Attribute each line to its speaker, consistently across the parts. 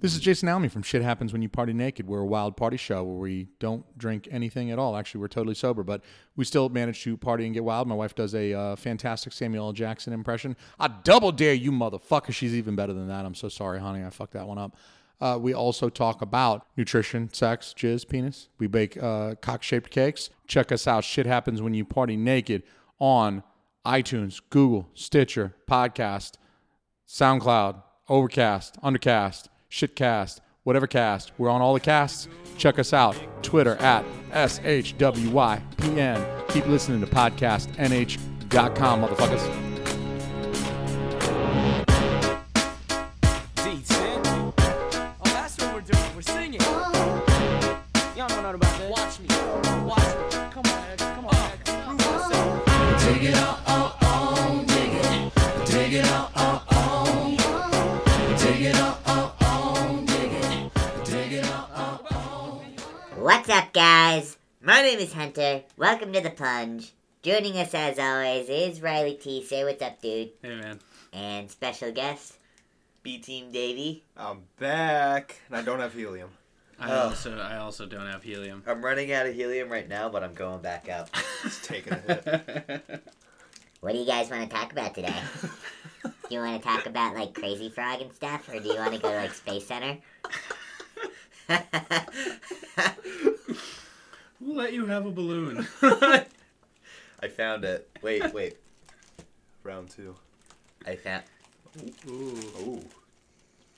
Speaker 1: This is Jason Almy from Shit Happens When You Party Naked. We're a wild party show where we don't drink anything at all. Actually, we're totally sober, but we still manage to party and get wild. My wife does a uh, fantastic Samuel L. Jackson impression. I double dare you, motherfucker. She's even better than that. I'm so sorry, honey. I fucked that one up. Uh, we also talk about nutrition, sex, jizz, penis. We bake uh, cock shaped cakes. Check us out. Shit Happens When You Party Naked on iTunes, Google, Stitcher, Podcast. SoundCloud, Overcast, Undercast, Shitcast, whatever cast. We're on all the casts. Check us out. Twitter at SHWYPN. Keep listening to podcastnh.com, motherfuckers.
Speaker 2: D10. Oh, that's what we're doing. We're singing. Y'all don't know nothing about that. Watch me. Watch me. Uh. Come on, Ed. Come on, Ed. Prove yourself.
Speaker 3: What's up, guys? My name is Hunter. Welcome to The Plunge. Joining us, as always, is Riley T. Say what's up, dude.
Speaker 4: Hey man.
Speaker 3: And special guest, B Team Davey.
Speaker 5: I'm back, and I don't have helium.
Speaker 4: I
Speaker 6: Oh.
Speaker 4: also I also don't have helium.
Speaker 6: I'm running out of helium right now, but I'm going back up.
Speaker 5: It's taking a hit.
Speaker 3: What do you guys want to talk about today? do you want to talk about, like, Crazy Frog and stuff? Or do you want to go to, like, Space Center?
Speaker 4: we'll let you have a balloon.
Speaker 6: I found it. Wait, wait.
Speaker 5: Round two.
Speaker 6: I found.
Speaker 4: Ooh.
Speaker 5: Oh,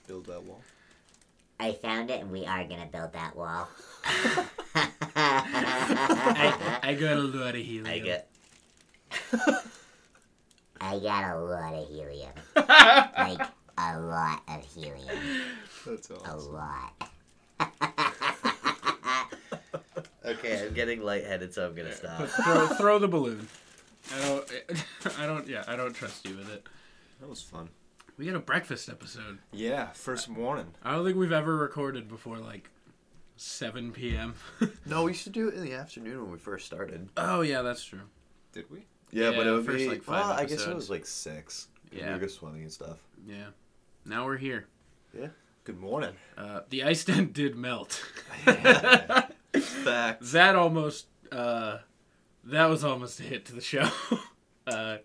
Speaker 5: build that wall.
Speaker 3: I found it, and we are going to build that wall.
Speaker 4: I, I got a lot of helium.
Speaker 6: I get.
Speaker 3: I got a lot of helium. like, a lot of helium.
Speaker 5: That's
Speaker 3: A
Speaker 5: awesome.
Speaker 3: lot.
Speaker 6: Okay, I'm getting lightheaded, so I'm gonna stop.
Speaker 4: Throw, throw the balloon. I don't. I don't. Yeah, I don't trust you with it.
Speaker 5: That was fun.
Speaker 4: We got a breakfast episode.
Speaker 5: Yeah, first morning.
Speaker 4: I don't think we've ever recorded before like 7 p.m.
Speaker 6: No, we should do it in the afternoon when we first started.
Speaker 4: oh yeah, that's true.
Speaker 5: Did we?
Speaker 6: Yeah, but
Speaker 4: Yeah,
Speaker 6: it would
Speaker 4: first,
Speaker 6: be.
Speaker 4: like, five
Speaker 6: well, I guess it
Speaker 4: episodes.
Speaker 6: was like six.
Speaker 4: Yeah.
Speaker 6: Yeah. We were swimming and stuff.
Speaker 4: Yeah. Now we're here.
Speaker 5: Good morning.
Speaker 4: Uh, the ice tent did melt.
Speaker 6: Fact.
Speaker 4: that almost uh, that was almost a hit to the show. uh,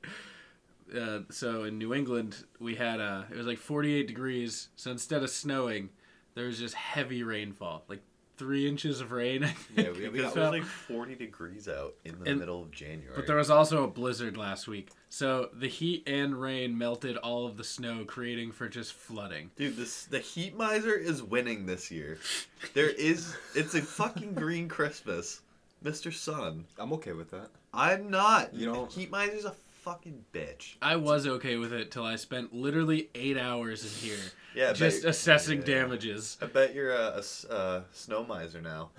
Speaker 4: uh, so in New England, we had uh, it was like 48 degrees. So instead of snowing, there was just heavy rainfall, like three inches of rain. I
Speaker 6: Yeah,
Speaker 4: think,
Speaker 6: we,
Speaker 4: it
Speaker 6: we got, it
Speaker 4: fell.
Speaker 6: was like 40 degrees out in the
Speaker 4: uh, And-
Speaker 6: middle of January.
Speaker 4: But there was also a blizzard last week, so the heat and rain melted all of the snow, creating for just flooding.
Speaker 6: Dude, this the heat miser is winning this year. There is it's a fucking green Christmas, Mr. Sun.
Speaker 5: I'm okay with that.
Speaker 6: I'm not.
Speaker 5: You know-
Speaker 6: heat miser's a fucking bitch.
Speaker 4: I was okay with it till I spent literally eight hours in here,
Speaker 6: Yeah, I bet
Speaker 4: just
Speaker 6: you-
Speaker 4: assessing
Speaker 6: yeah.
Speaker 4: damages.
Speaker 6: I bet you're a, a s- a snow miser now.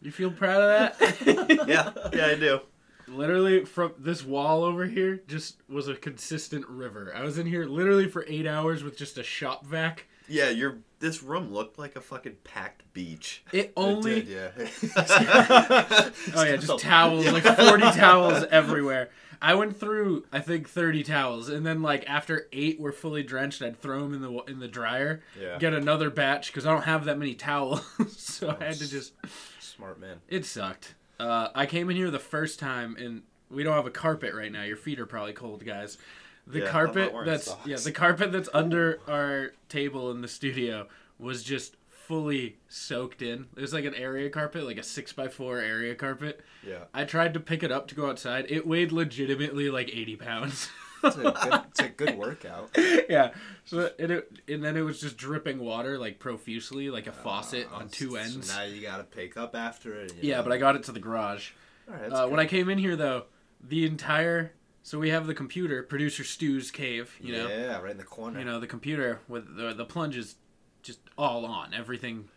Speaker 4: You feel proud of that?
Speaker 6: yeah, yeah, I do.
Speaker 4: literally from this wall over here just was a consistent river. I was in here literally for eight hours with just a shop vac.
Speaker 6: Yeah, your this room looked like a fucking packed beach.
Speaker 4: It only
Speaker 5: It did, yeah.
Speaker 4: oh yeah, just towels like forty towels everywhere. I went through I think thirty towels, and then like after eight were fully drenched, I'd throw them in the wa- in the dryer,
Speaker 5: Yeah.
Speaker 4: get another batch because I don't have that many towels, so I had to
Speaker 5: s-
Speaker 4: just
Speaker 5: Smart man.
Speaker 4: It sucked. Uh, I came in here the first time, and we don't have a carpet right now. Your feet are probably cold, guys. The
Speaker 6: Yeah, I'm not
Speaker 4: carpet
Speaker 6: wearing
Speaker 4: that's
Speaker 6: socks.
Speaker 4: yeah, the carpet that's under our table in the studio was just fully soaked in. It was like an area carpet, like a six by four area carpet.
Speaker 5: Yeah.
Speaker 4: I tried to pick it up to go outside. It weighed legitimately like eighty pounds.
Speaker 5: It's a good, it's a good workout.
Speaker 4: yeah. So and it and then it was just dripping water like profusely, like a
Speaker 6: Ah,
Speaker 4: faucet on two ends.
Speaker 5: Oh, So now you gotta pick up after it.
Speaker 4: yeah, but I got it to the garage.
Speaker 5: All right, that's
Speaker 4: Uh,
Speaker 5: good.
Speaker 4: when I came in here, though, the entire so we have the computer, producer Stu's cave, you know,
Speaker 5: Yeah, right in the corner.
Speaker 4: you know the computer with the the plunges, just all on everything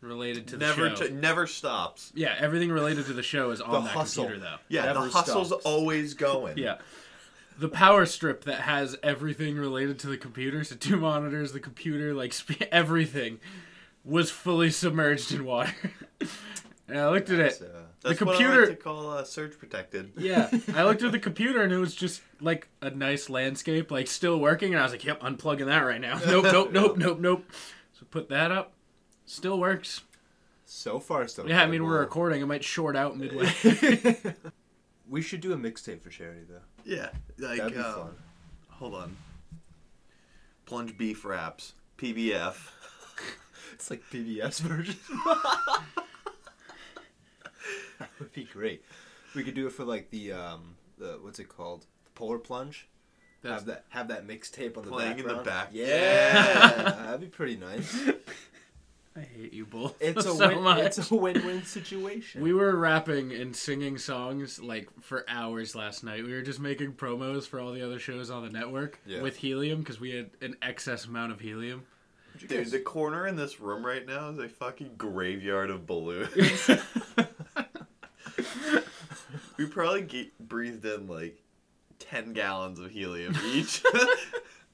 Speaker 4: related to the
Speaker 6: Never
Speaker 4: show.
Speaker 6: t- never stops.
Speaker 4: yeah, everything related to the show is on
Speaker 5: The
Speaker 4: that
Speaker 5: hustle.
Speaker 4: computer though.
Speaker 6: Yeah,
Speaker 5: Never
Speaker 6: the hustle's
Speaker 5: stops.
Speaker 6: always going.
Speaker 4: Yeah. The power strip that has everything related to the computer, so two monitors, the computer, like sp- everything, was fully submerged in water. And I looked at
Speaker 5: It's,
Speaker 4: it.
Speaker 5: uh,
Speaker 7: That's
Speaker 4: The
Speaker 7: what I
Speaker 4: computer-
Speaker 7: like to call uh, surge protected.
Speaker 4: Yeah, I looked at the computer and it was just like a nice landscape, like still working. And I was like, "Yep, unplugging that right now." Nope, nope, nope, nope, nope. So put that up. Still works.
Speaker 5: so far, so
Speaker 4: Yeah, I
Speaker 5: good.
Speaker 4: mean we're
Speaker 5: Well,
Speaker 4: recording. It might short out midway.
Speaker 5: We should do a mixtape for Sherry though.
Speaker 7: Yeah, like
Speaker 5: That'd be
Speaker 7: um,
Speaker 5: fun.
Speaker 7: hold on. Plunge beef wraps, PBF.
Speaker 5: It's like PBS version. that would be great. We could do it for like the um, the what's it called? The polar plunge.
Speaker 4: That's-
Speaker 5: have that have that mixtape on the
Speaker 7: Playing in the
Speaker 5: background.
Speaker 7: back.
Speaker 5: Yeah, that'd be pretty nice.
Speaker 4: I hate you both
Speaker 5: It's a
Speaker 4: so
Speaker 5: win,
Speaker 4: much.
Speaker 5: it's a win-win situation.
Speaker 4: We were rapping and singing songs like for hours last night. We were just making promos for all the other shows on the network
Speaker 5: Yeah.
Speaker 4: with helium because we had an excess amount of helium.
Speaker 7: Dude, the corner in this room right now is a fucking graveyard of balloons. we probably ge- breathed in like 10 gallons of helium each.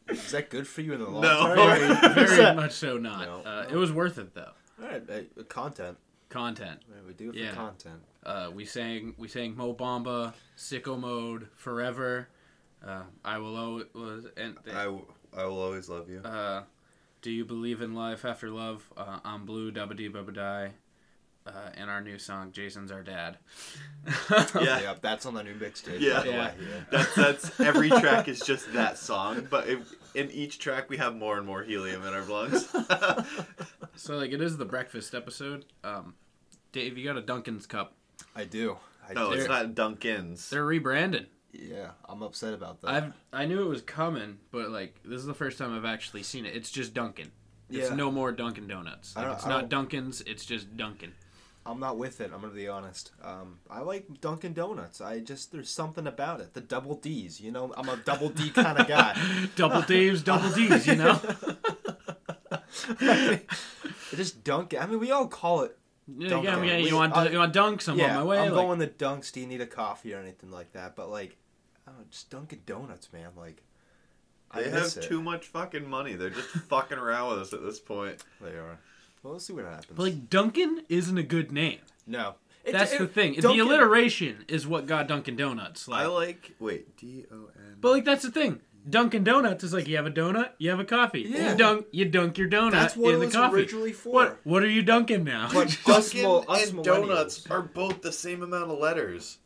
Speaker 5: Is that good for you in the long
Speaker 7: No.
Speaker 5: term?
Speaker 4: Very much so not.
Speaker 5: No.
Speaker 4: Uh, It was worth it though.
Speaker 5: All right, uh, content.
Speaker 4: Content.
Speaker 5: All right, we do it for
Speaker 4: Yeah.
Speaker 5: content.
Speaker 4: Uh, we sang we sang Mo Bamba, Sicko Mode, Forever. Uh, I will always was and
Speaker 7: I, w- I will always love you.
Speaker 4: uh, Do you believe in life after love? Uh, I'm blue, dabba dee, bubba die. Uh, and our new song, Jason's our dad.
Speaker 7: Yeah.
Speaker 5: Yeah, that's on the new mixtape.
Speaker 7: Yeah.
Speaker 5: by the way,
Speaker 4: Yeah.
Speaker 5: yeah.
Speaker 7: That's, that's every track is just that song, but it, in each track we have more and more helium in our lungs.
Speaker 4: So like it is the breakfast episode. Um, Dave, you got a Dunkin's cup.
Speaker 5: I do. I
Speaker 7: no,
Speaker 5: do.
Speaker 7: it's not Dunkin's.
Speaker 4: They're rebranding.
Speaker 5: Yeah, I'm upset about that.
Speaker 4: I've I knew it was coming, but like this is the first time I've actually seen it. It's just Dunkin'. It's
Speaker 5: Yeah.
Speaker 4: no more Dunkin' Donuts.
Speaker 5: I
Speaker 4: Like,
Speaker 5: don't-
Speaker 4: it's
Speaker 5: I
Speaker 4: not
Speaker 5: don't-
Speaker 4: Dunkin's. It's just Dunkin'.
Speaker 5: I'm not with it. I'm gonna be honest. Um, I like Dunkin' Donuts. I just there's something about it. The double D's. You know, I'm a double D kind of guy.
Speaker 4: Double Dave's, double D's. You know.
Speaker 5: I just Dunkin'. I mean, we all call it.
Speaker 4: yeah,
Speaker 5: Dunkin'.
Speaker 4: yeah, yeah,
Speaker 5: We-
Speaker 4: you want
Speaker 5: I-
Speaker 4: you want Dunks? I'm
Speaker 5: yeah,
Speaker 4: on my way.
Speaker 5: I'm
Speaker 4: like,
Speaker 5: going the Dunks. Do you need a coffee or anything like that? But like, I don't know, just Dunkin' Donuts, man. Like,
Speaker 7: They
Speaker 5: miss
Speaker 7: have
Speaker 5: it.
Speaker 7: too much fucking money. They're just fucking around with us at this point.
Speaker 5: They are. Well, let's see what happens.
Speaker 4: but, like Dunkin' isn't a good name.
Speaker 5: no, It-
Speaker 4: That's
Speaker 5: it-
Speaker 4: the thing.
Speaker 5: Dunkin'-
Speaker 4: The alliteration is what got Dunkin' Donuts. Like,
Speaker 7: I like wait D O N.
Speaker 4: But like that's the thing. Dunkin' Donuts is like you have a donut, you have a coffee.
Speaker 5: Yeah.
Speaker 4: You dunk you dunk your donut
Speaker 5: That's what
Speaker 4: in
Speaker 5: it
Speaker 4: the
Speaker 5: was
Speaker 4: coffee.
Speaker 5: originally for.
Speaker 4: What what are you dunking now?
Speaker 5: But us,
Speaker 7: Dunkin'
Speaker 5: mil- us
Speaker 7: and
Speaker 5: millennials
Speaker 7: donuts are both the same amount of letters.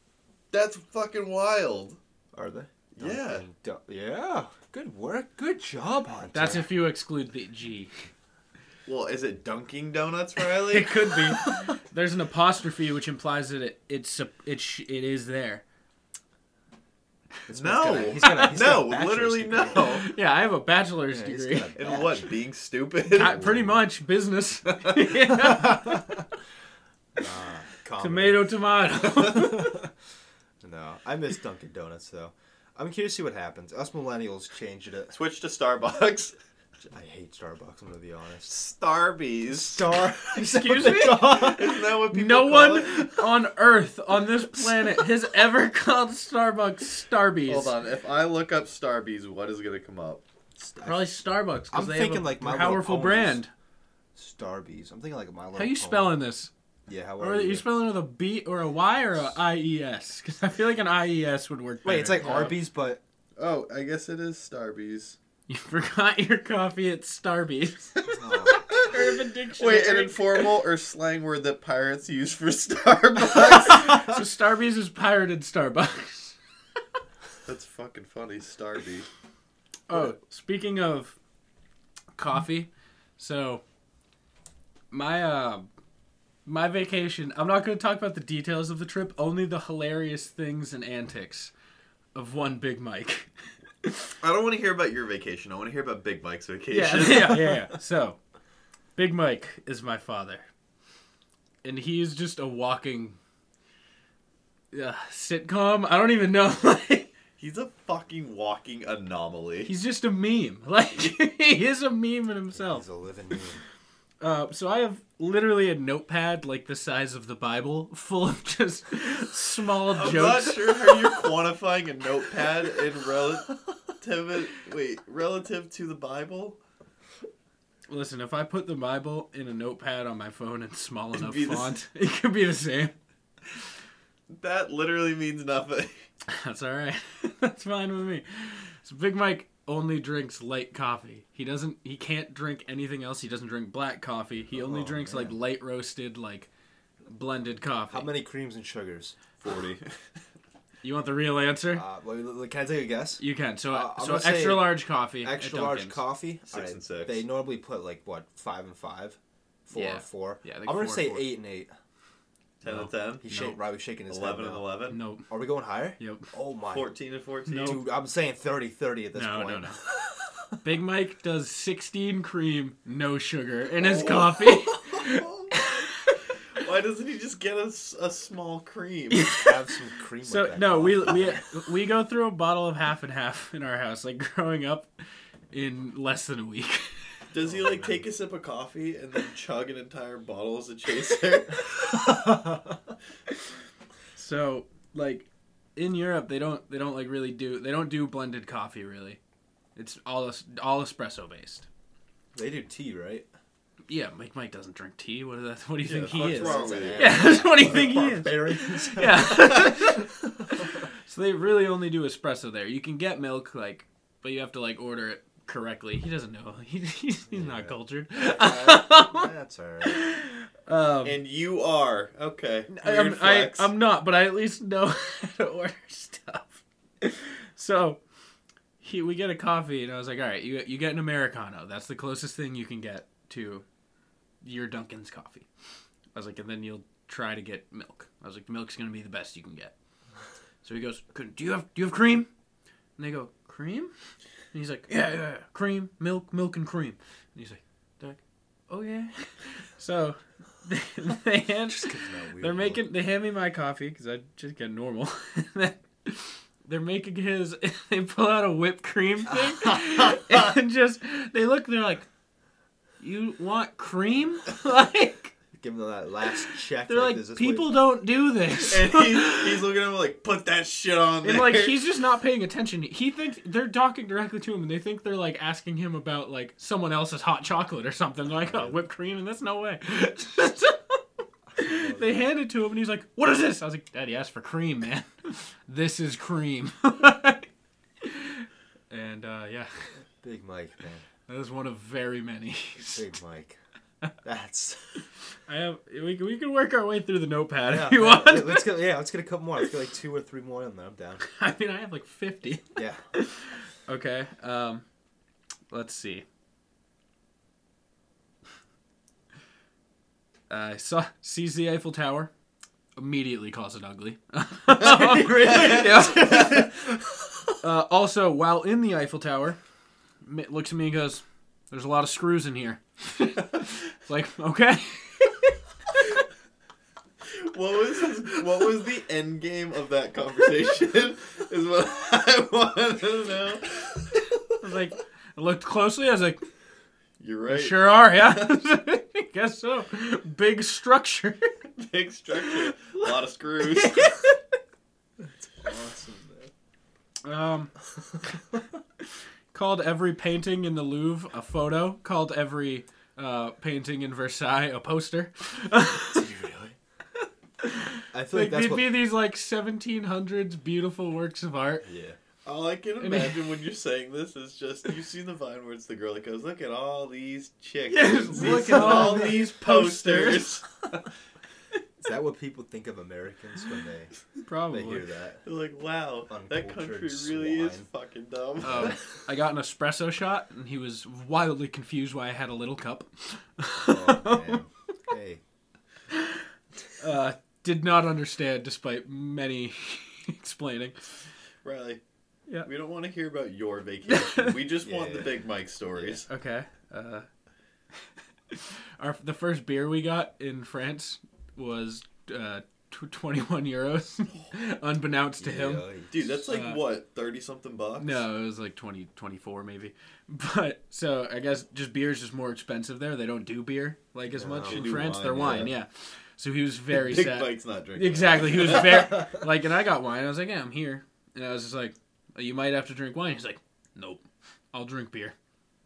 Speaker 7: That's fucking wild.
Speaker 5: are they?
Speaker 7: Yeah.
Speaker 5: Dunkin' Dun- yeah. Good work. Good job, Hunter.
Speaker 4: that's if you exclude the G.
Speaker 7: Well, is it Dunkin' Donuts, Riley?
Speaker 4: It could be. There's an apostrophe which implies that it it's sup- it sh- it is there.
Speaker 5: This man's
Speaker 7: no,
Speaker 5: got a- he's got a- he's got
Speaker 7: no,
Speaker 5: a bachelor's
Speaker 7: literally
Speaker 5: degree.
Speaker 7: no.
Speaker 4: Yeah, I have a bachelor's
Speaker 5: Yeah, he's
Speaker 4: degree.
Speaker 5: got a
Speaker 7: In
Speaker 5: bachelor's
Speaker 7: what? Being stupid.
Speaker 4: I- pretty much business. Yeah.
Speaker 5: comedy.
Speaker 4: Tomato, tomato.
Speaker 5: No, I miss Dunkin' Donuts though. I'm curious to see what happens. Us millennials changed it.
Speaker 7: Switch to Starbucks.
Speaker 5: I hate Starbucks. I'm gonna be honest.
Speaker 7: Starbies.
Speaker 5: Star.
Speaker 4: Excuse me.
Speaker 7: Isn't that what people
Speaker 4: No
Speaker 7: call
Speaker 4: one
Speaker 7: it?
Speaker 4: on Earth on this planet has ever called Starbucks Starbies.
Speaker 7: Hold on. If I look up Starbies, what is gonna come up?
Speaker 4: Probably Starbucks.
Speaker 5: I'm
Speaker 4: because they
Speaker 5: thinking
Speaker 4: have a
Speaker 5: like My Little
Speaker 4: powerful
Speaker 5: Ponies.
Speaker 4: brand.
Speaker 5: Starbies. I'm thinking like my little.
Speaker 4: How you
Speaker 5: Pony.
Speaker 4: spelling this?
Speaker 5: Yeah, how
Speaker 4: Or
Speaker 5: are
Speaker 4: are
Speaker 5: you?
Speaker 4: you spelling it with a B or a Y or a I E S? Because I feel like an I E S would work.
Speaker 5: Wait, it's
Speaker 4: better.
Speaker 5: like Arby's, but
Speaker 7: Oh, I guess it is Starbies.
Speaker 4: you forgot your coffee at Starbucks.
Speaker 5: oh,
Speaker 4: Urban Dictionary.
Speaker 7: Wait, an informal or slang word that pirates use for Starbucks?
Speaker 4: so Starbucks is pirated Starbucks.
Speaker 7: That's fucking funny, Starby.
Speaker 4: Oh, speaking of coffee, so my uh my vacation, I'm not going to talk about the details of the trip, only the hilarious things and antics of one Big Mike.
Speaker 7: I don't want to hear about your vacation. I want to hear about Big Mike's
Speaker 4: Yeah,
Speaker 7: vacation.
Speaker 4: yeah, yeah, yeah. So, Big Mike is my father, and he's just a walking uh, sitcom. I don't even know. Like,
Speaker 7: He's a fucking walking anomaly.
Speaker 4: he's just a meme. Like he is a meme in himself.
Speaker 5: he's a living meme.
Speaker 4: Uh, so I have literally a notepad like the size of the Bible, full of just small
Speaker 7: I'm
Speaker 4: jokes.
Speaker 7: not sure how you're quantifying a notepad in relative. Wait, relative to the Bible?
Speaker 4: Listen, if I put the Bible in a notepad on my phone in small enough
Speaker 6: be the
Speaker 4: font, it could be the same.
Speaker 6: That literally means nothing.
Speaker 4: That's all right. That's fine with me. So Big Mike only drinks light coffee. He doesn't. He can't drink anything else. He doesn't drink black coffee. He only
Speaker 5: Oh,
Speaker 4: drinks like
Speaker 5: man.
Speaker 4: light roasted, like blended coffee.
Speaker 5: How many creams and sugars?
Speaker 6: 40.
Speaker 4: you want the real answer?
Speaker 5: Uh, well, l- l- can I take a guess?
Speaker 4: you can. So,
Speaker 5: uh, I'm
Speaker 4: so
Speaker 5: gonna say
Speaker 4: extra large coffee. at
Speaker 5: Extra large
Speaker 4: Dunkin's.
Speaker 5: coffee.
Speaker 6: Six and six.
Speaker 5: They normally put like what five and five, four
Speaker 4: Yeah.
Speaker 5: and four.
Speaker 4: Yeah, I
Speaker 5: I'm
Speaker 4: think
Speaker 5: gonna
Speaker 4: four and
Speaker 5: say
Speaker 4: four.
Speaker 5: eight and eight.
Speaker 6: 10 and
Speaker 4: No.
Speaker 6: 10.
Speaker 5: He's shaking. Robbie's shaking his
Speaker 6: 11
Speaker 5: head.
Speaker 6: and
Speaker 5: now.
Speaker 6: 11.
Speaker 4: Nope.
Speaker 5: Are we going higher?
Speaker 4: Yep.
Speaker 5: Oh my.
Speaker 6: 14 and 14.
Speaker 5: Dude, I'm saying 30 30 at this
Speaker 4: No,
Speaker 5: point.
Speaker 4: no, no. Big Mike does 16 cream, no sugar in his coffee.
Speaker 6: Why doesn't he just get us a small cream?
Speaker 5: Have some cream. with
Speaker 4: So
Speaker 5: that
Speaker 4: no, we
Speaker 5: coffee.
Speaker 4: we we go through a bottle of half and half in our house, like growing up, in less than a week.
Speaker 6: Does he like take a sip of coffee and then chug an entire bottle as a chaser?
Speaker 4: So like, in Europe, they don't they don't like really do they don't do blended coffee really. It's all es- all espresso based.
Speaker 5: They do tea, right?
Speaker 4: Yeah, Mike Mike doesn't drink tea. What is that? What do you think
Speaker 6: What's
Speaker 4: he is?
Speaker 6: wrong with you?
Speaker 4: Yeah, what do you think he is?
Speaker 5: Barbarians.
Speaker 4: Yeah. so they really only do espresso there. You can get milk, like, but you have to like order it correctly. He doesn't know. He, he's, he's not
Speaker 5: Yeah.
Speaker 4: cultured.
Speaker 5: That's alright.
Speaker 4: Um,
Speaker 6: And you are. Okay.
Speaker 4: I-
Speaker 6: Weird
Speaker 4: I'm, I,
Speaker 6: flex.
Speaker 4: I'm not, but I at least know how to order stuff. So he, we get a coffee, and I was like, all right, you, you get an Americano. That's the closest thing you can get to your Dunkin's coffee. I was like, and then you'll try to get milk. I was like, milk's going to be the best you can get. So he goes, "Could- do you have, do you have cream? And they go, cream? And he's like, yeah, yeah, yeah, cream, milk, milk and cream. And he's like, they're like, oh yeah. So they, they hand, they're making they hand me my coffee because I just get normal. And then they're making his. They pull out a whipped cream thing and just they look. They're like, "You want cream?" Like
Speaker 5: Give them that last check.
Speaker 4: they're
Speaker 5: is
Speaker 4: like,
Speaker 5: this
Speaker 4: "People
Speaker 5: what-
Speaker 4: don't do this."
Speaker 6: And he's, he's looking at me like, put that shit on there.
Speaker 4: And like he's just not paying attention. He thinks they're talking directly to him, and they think they're like asking him about like someone else's hot chocolate or something. They're like, oh, whipped cream, and that's no way. they hand it to him, and he's like, "What is this?" I was like, "Daddy asked for cream, man. this is cream." and uh, yeah,
Speaker 5: Big Mike, man.
Speaker 4: that is one of very many.
Speaker 5: Big Mike. That's.
Speaker 4: I have we can- we can work our way through the notepad
Speaker 5: Yeah,
Speaker 4: if you want.
Speaker 5: let- Let's get yeah. Let's get a couple more. Let's get like two or three more, and then I'm down.
Speaker 4: I mean, I have like fifty.
Speaker 5: Yeah.
Speaker 4: Okay. Um, let's see. I saw sees the Eiffel Tower, immediately calls it ugly. Yeah. uh, also, while in the Eiffel Tower, m- looks at me and goes, "There's a lot of screws in here." It's like, okay.
Speaker 6: What was his, what was the end game of that conversation? is what I want to know.
Speaker 4: I was like, I looked closely. I was like,
Speaker 6: You're right.
Speaker 4: "Sure are, yeah." Guess so. Big structure.
Speaker 6: Big structure, a lot of screws.
Speaker 5: Awesome. man.
Speaker 4: Um, called every painting in the Louvre a photo. Called every uh, painting in Versailles a poster.
Speaker 5: Did you really? I feel like
Speaker 4: like
Speaker 5: that's
Speaker 4: they'd
Speaker 5: what.
Speaker 4: be these like 1700s beautiful works of art.
Speaker 5: Yeah.
Speaker 6: All I can
Speaker 4: mean-
Speaker 6: imagine when you're saying this is just you've seen the Vine where it's the girl that goes, "Look at all these chickens.
Speaker 4: Yes,
Speaker 6: These-
Speaker 4: look at all these posters.
Speaker 5: Is that what people think of Americans when they
Speaker 4: Probably.
Speaker 5: they hear that?
Speaker 6: They're like, wow, that country
Speaker 5: Uncultured
Speaker 6: really is
Speaker 5: swine.
Speaker 6: fucking dumb.
Speaker 4: Um, I got an espresso shot, and he was wildly confused why I had a little cup.
Speaker 5: Oh, man. Hey.
Speaker 4: Uh, did not understand, despite many explaining.
Speaker 6: Riley,
Speaker 4: Yeah.
Speaker 6: we don't want to hear about your vacation. We just want the
Speaker 5: Yeah.
Speaker 6: Big Mike stories.
Speaker 4: Okay. Uh, our the first beer we got in France was uh, tw- 21 euros, unbeknownst to him.
Speaker 5: Yikes.
Speaker 6: Dude, that's like
Speaker 4: Uh,
Speaker 6: what thirty something bucks.
Speaker 4: No, it was like 20, 24 maybe. But so I guess just beer is just more expensive there. They don't do beer like as much
Speaker 6: They
Speaker 4: in
Speaker 6: do
Speaker 4: France.
Speaker 6: wine,
Speaker 4: They're wine,
Speaker 6: yeah.
Speaker 4: yeah. So he was very
Speaker 6: Big
Speaker 4: sad.
Speaker 6: Mike's not drinking.
Speaker 4: Exactly. He was very like, and I got wine. I was like, yeah, I'm here. And I was just like, you might have to drink wine. He's like, nope, I'll drink beer.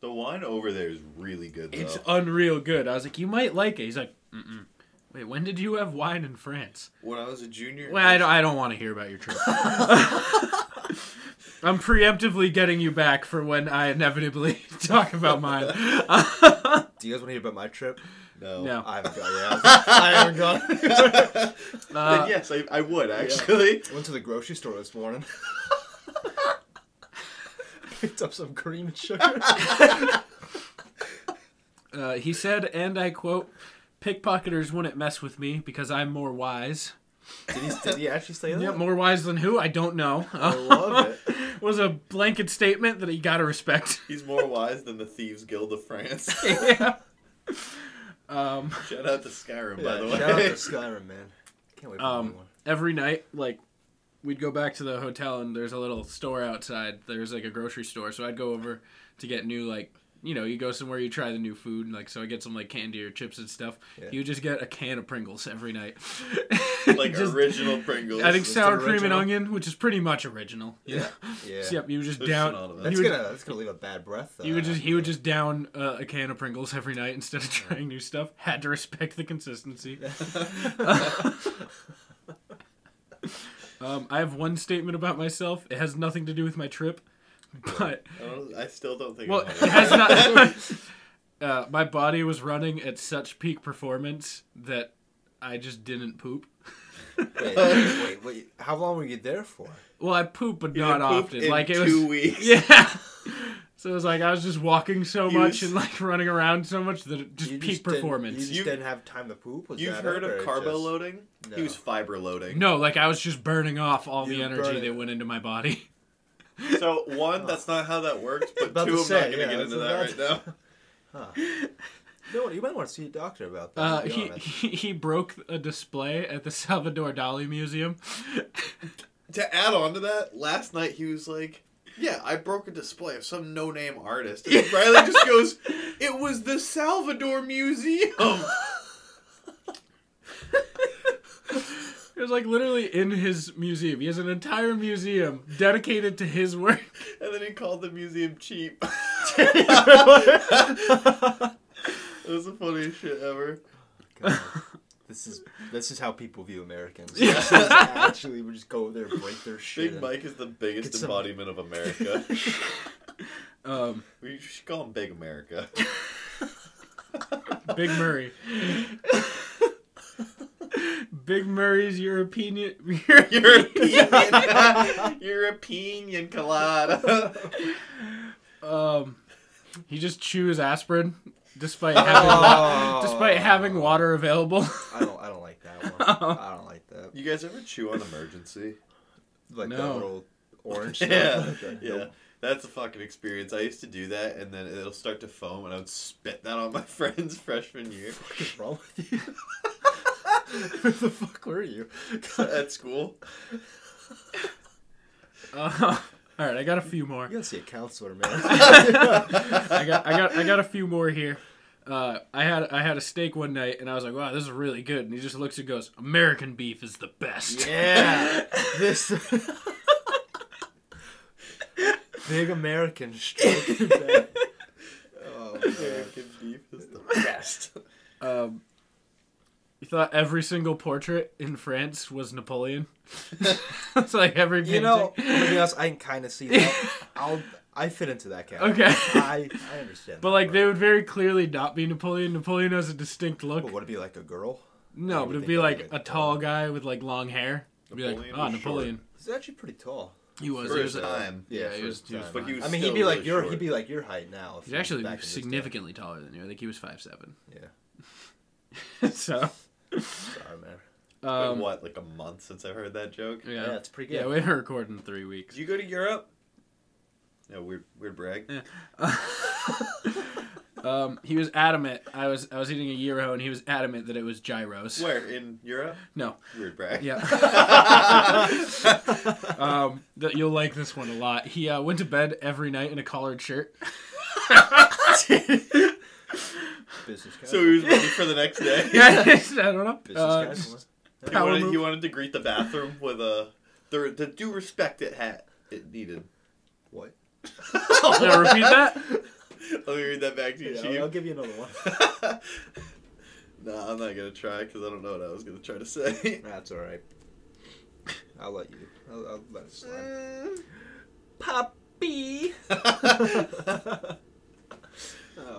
Speaker 7: The wine over there is really good. Though.
Speaker 4: It's unreal good. I was like, you might like it. He's like, mm-mm. Wait, when did you have wine in France?
Speaker 7: when I was a junior. in
Speaker 4: Well, I
Speaker 7: high
Speaker 4: don't, I don't want to hear about your trip. I'm preemptively getting you back for when I inevitably talk about mine.
Speaker 5: Do you guys want to hear about my trip?
Speaker 7: school- No.
Speaker 4: no.
Speaker 5: I haven't gone. Yeah, I haven't gone.
Speaker 4: Uh,
Speaker 7: then yes, I, I would actually.
Speaker 5: Went to the grocery store this morning. Picked up some cream and sugar.
Speaker 4: Uh, he said, and I quote, pickpocketers wouldn't mess with me because I'm more wise.
Speaker 5: Did he, did he actually say that?
Speaker 4: Yeah, more wise than who? I don't know.
Speaker 5: I love it.
Speaker 4: was a blanket statement that he gotta respect.
Speaker 7: He's more wise than the Thieves Guild of France.
Speaker 4: yeah. Um,
Speaker 7: Shout out to Skyrim, by
Speaker 5: Yeah,
Speaker 7: the
Speaker 5: Shout out to
Speaker 7: way.
Speaker 5: Skyrim, man. Can't wait for
Speaker 4: Um,
Speaker 5: um, one.
Speaker 4: every night, like, we'd go back to the hotel and there's a little store outside. There's like a grocery store, so I'd go over to get new like. You know, you go somewhere, you try the new food, and like, so I get some like candy or chips and stuff.
Speaker 5: Yeah.
Speaker 4: You just get a can of Pringles every night.
Speaker 7: like
Speaker 4: Just-
Speaker 7: original Pringles.
Speaker 4: I think
Speaker 5: It's
Speaker 4: sour cream and
Speaker 5: original.
Speaker 4: onion, which is pretty much original.
Speaker 5: Yeah,
Speaker 4: Yeah.
Speaker 5: yeah.
Speaker 4: So, yep, you would just
Speaker 7: There's
Speaker 4: down.
Speaker 7: shit out of that.
Speaker 5: That's
Speaker 4: you would-
Speaker 5: gonna that's gonna leave a bad breath.
Speaker 4: You would
Speaker 5: uh,
Speaker 4: just he would just down uh, a can of Pringles every night instead of trying new stuff. Had to respect the consistency. um, I have one statement about myself. It has nothing to do with my trip, but
Speaker 7: I, don't- I still don't think.
Speaker 4: well,
Speaker 7: I'm
Speaker 4: it
Speaker 7: hungry.
Speaker 4: has not. uh, my body was running at such peak performance that I just didn't poop.
Speaker 5: Wait, wait, wait, how long were you there for?
Speaker 4: Well, I poop, but
Speaker 7: You
Speaker 4: not
Speaker 7: pooped
Speaker 4: often.
Speaker 7: in
Speaker 4: like it was
Speaker 7: two weeks.
Speaker 4: Yeah. So it was like I was just walking so
Speaker 7: You
Speaker 4: much
Speaker 7: was-
Speaker 4: and like running around so much that it just
Speaker 5: You
Speaker 4: peak
Speaker 5: just didn't- You
Speaker 4: performance.
Speaker 5: just
Speaker 7: You-
Speaker 5: didn't have time to poop. Was
Speaker 7: You've
Speaker 5: that
Speaker 7: heard
Speaker 5: it, or
Speaker 7: of
Speaker 5: it
Speaker 7: carbo
Speaker 5: just-
Speaker 7: loading? He
Speaker 5: No.
Speaker 7: was fiber loading.
Speaker 4: No, like I was just burning off all
Speaker 5: You
Speaker 4: the
Speaker 5: were
Speaker 4: energy
Speaker 5: burning-
Speaker 4: that went into my body.
Speaker 7: So one, that's not how that works. But
Speaker 5: Oh. About
Speaker 7: two,
Speaker 5: to
Speaker 7: I'm
Speaker 5: say,
Speaker 7: not gonna
Speaker 5: yeah,
Speaker 7: get
Speaker 5: that's
Speaker 7: into that right
Speaker 5: about-
Speaker 7: now.
Speaker 5: No, you might want to see a doctor about that.
Speaker 4: Uh,
Speaker 5: to be
Speaker 4: he,
Speaker 5: honest.
Speaker 4: he he broke a display at the Salvador Dali Museum.
Speaker 7: to add on to that, last night he was like, "Yeah, I broke a display of some no-name artist." And Riley just goes, "It was the Salvador Museum."
Speaker 4: It was like literally in his museum. He has an entire museum dedicated to his work.
Speaker 7: and then he called the museum cheap. it was the funniest shit ever.
Speaker 5: God. this is this is how people view Americans. This is actually, we just go over there, and break their shit.
Speaker 7: Big
Speaker 5: and-
Speaker 7: Mike is the biggest
Speaker 5: Get some-
Speaker 7: embodiment of America.
Speaker 4: Um,
Speaker 7: we should call him Big America.
Speaker 4: Big Murray. Big Murray's European.
Speaker 7: European, European colada.
Speaker 4: Um, he just chews aspirin despite having
Speaker 5: Oh.
Speaker 4: despite having water available.
Speaker 5: I don't. I don't like that one. I don't like that.
Speaker 7: You guys ever chew on emergency?
Speaker 5: Like
Speaker 4: No.
Speaker 5: that little orange. stuff.
Speaker 7: Yeah,
Speaker 5: Okay.
Speaker 7: yeah. That's a fucking experience. I used to do that, and then it'll start to foam, and I would spit that on my friends freshman year
Speaker 5: What's wrong with you? Where the fuck were you?
Speaker 7: at school.
Speaker 4: Uh, all right, I got a few more.
Speaker 5: You gotta see a counselor, man.
Speaker 4: I got I got I got a few more here. Uh, I had I had a steak one night and I was like, wow, this is really good. And he just looks and goes, American beef is the best.
Speaker 5: yeah. This. Big American stroking back. Oh, man.
Speaker 7: American beef is the best.
Speaker 4: Um, he thought every single portrait in France was Napoleon. it's like every painting.
Speaker 5: You know, I'm gonna be honest, I can kind of see that. I'll, I fit into that category.
Speaker 4: Okay.
Speaker 5: I, I understand.
Speaker 4: but
Speaker 5: that,
Speaker 4: like they would very clearly not be Napoleon. Napoleon has a distinct look.
Speaker 5: But would it be like a girl?
Speaker 4: no,
Speaker 5: I
Speaker 4: but
Speaker 5: would
Speaker 4: it'd
Speaker 5: think
Speaker 4: be
Speaker 5: that
Speaker 4: like
Speaker 5: would be
Speaker 4: a tall guy with like long hair. It'd be like,
Speaker 7: Napoleon
Speaker 4: ah,
Speaker 7: was
Speaker 4: Napoleon.
Speaker 5: He's actually pretty tall.
Speaker 4: He was. He was
Speaker 7: First
Speaker 4: a-
Speaker 7: time.
Speaker 4: Yeah, he
Speaker 5: for
Speaker 4: was-
Speaker 5: his
Speaker 4: he was
Speaker 5: time.
Speaker 7: But he was
Speaker 5: I mean, he'd
Speaker 7: still
Speaker 5: be like
Speaker 7: really
Speaker 5: your.
Speaker 7: short.
Speaker 5: He'd be like your height now. if
Speaker 4: He's
Speaker 5: he was
Speaker 4: actually
Speaker 5: back in this day.
Speaker 4: significantly taller than you. I think he was five seven.
Speaker 5: Yeah.
Speaker 4: so
Speaker 5: Sorry, man.
Speaker 7: Been,
Speaker 4: um,
Speaker 7: what, like a month since I heard that joke?
Speaker 4: yeah.
Speaker 5: Yeah,
Speaker 4: yeah,
Speaker 5: it's pretty good.
Speaker 4: we haven't recorded in three weeks.
Speaker 7: Did you go to Europe? No, weird, weird brag.
Speaker 4: Um, he was adamant. I was I was eating a gyro, and he was adamant that it was gyros.
Speaker 7: Where in Europe?
Speaker 4: No,
Speaker 7: Weird brag.
Speaker 4: yeah. um, that you'll like this one a lot. He uh, went to bed every night in a collared shirt.
Speaker 5: Business guy.
Speaker 7: So he was ready for the next day.
Speaker 4: Yeah, I don't know.
Speaker 5: business
Speaker 4: Uh,
Speaker 5: casual.
Speaker 7: He wanted,
Speaker 4: move.
Speaker 7: he wanted to greet the bathroom with a the, the due respect it had it needed.
Speaker 5: What?
Speaker 4: yeah, repeat that.
Speaker 7: Let me read that back to you,
Speaker 5: Yeah,
Speaker 7: Chief.
Speaker 5: I'll, I'll give you another one.
Speaker 7: nah, I'm not gonna try because I don't know what I was gonna try to say.
Speaker 5: That's all right. I'll let you. I'll, I'll let it slide.
Speaker 7: Uh, Poppy.
Speaker 5: Oh,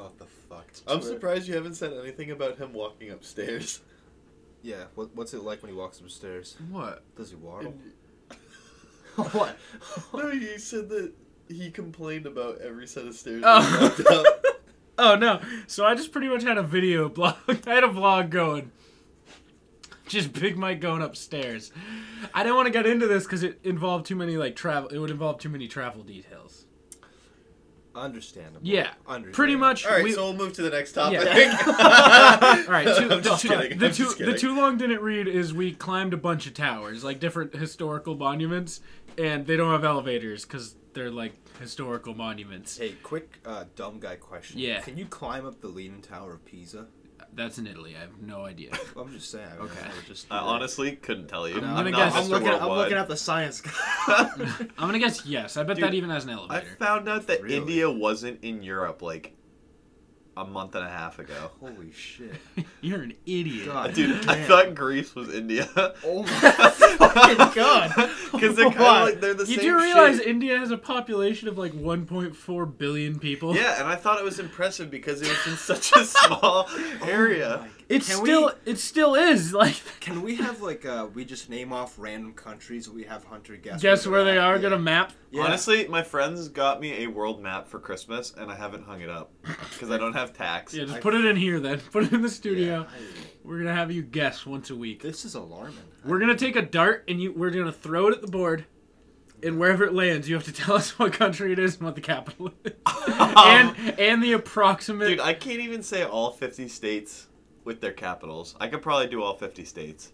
Speaker 5: what the fuck!
Speaker 7: I'm surprised you haven't said anything about him walking upstairs.
Speaker 5: Yeah, what, what's it like when he walks upstairs?
Speaker 4: What?
Speaker 5: Does he waddle? what?
Speaker 7: No, you said that he complained about every set of stairs.
Speaker 4: Oh.
Speaker 7: he walked up.
Speaker 4: Oh no! So I just pretty much had a video blog. I had a vlog going. Just Big Mike going upstairs. I didn't want to get into this because it involved too many like travel. It would involve too many travel details.
Speaker 5: Understandable.
Speaker 4: Yeah,
Speaker 5: Understandable.
Speaker 4: pretty much.
Speaker 7: All right,
Speaker 4: we-
Speaker 7: so we'll move to the next topic.
Speaker 4: All right, too,
Speaker 7: I'm just
Speaker 4: the,
Speaker 7: kidding,
Speaker 4: the
Speaker 7: I'm
Speaker 4: too,
Speaker 7: just
Speaker 4: the
Speaker 7: kidding.
Speaker 4: too long didn't read is we climbed a bunch of towers, like different historical monuments, and they don't have elevators because they're like historical monuments.
Speaker 5: Hey, quick uh, dumb guy question.
Speaker 4: Yeah.
Speaker 5: Can you climb up the Leaning Tower of Pisa?
Speaker 4: That's in Italy. I have no idea.
Speaker 5: I'm just saying. I mean,
Speaker 4: Okay.
Speaker 5: I would just
Speaker 7: I honestly couldn't tell you.
Speaker 4: I'm gonna guess-
Speaker 5: I'm
Speaker 4: Mr.
Speaker 5: looking, I'm looking
Speaker 7: up.
Speaker 5: up the science guy.
Speaker 4: I'm gonna guess yes. I bet
Speaker 7: Dude,
Speaker 4: that even has an
Speaker 7: I
Speaker 4: elevator.
Speaker 7: found out that
Speaker 5: Really?
Speaker 7: India wasn't in Europe like a month and a half ago.
Speaker 5: Holy shit.
Speaker 4: You're an idiot.
Speaker 5: God.
Speaker 7: Dude, I
Speaker 5: damn.
Speaker 7: thought Greece was India.
Speaker 5: Oh my fucking god.
Speaker 7: Because they're kind
Speaker 5: Why?
Speaker 7: of like, they're the
Speaker 4: You
Speaker 7: same
Speaker 4: do realize
Speaker 7: shape.
Speaker 4: India has a population of like 1.4 billion people.
Speaker 7: Yeah, and I thought it was impressive because it was in such a small
Speaker 4: Oh
Speaker 7: area.
Speaker 4: It's
Speaker 5: Can we-
Speaker 4: still it still is like.
Speaker 5: Can we have like uh we just name off random countries we have Hunter guess
Speaker 4: Guess where
Speaker 5: they're
Speaker 4: they
Speaker 5: at?
Speaker 4: are?
Speaker 5: Yeah.
Speaker 4: Get a map.
Speaker 5: Yeah.
Speaker 7: Honestly, my friends got me a world map for Christmas, and I haven't hung it up because I don't have tax.
Speaker 4: Yeah, just
Speaker 5: I-
Speaker 4: put it in here then. Put it in the studio.
Speaker 5: Yeah, I-
Speaker 4: We're gonna have you guess once a week.
Speaker 5: this is alarming. Uh,
Speaker 4: We're gonna take a dart and you we're gonna throw it at the board, and wherever it lands, you have to tell us what country it is and what the capital is, and and the approximate.
Speaker 7: Dude, I can't even say all 50 states with their capitals. I could probably do all 50 states.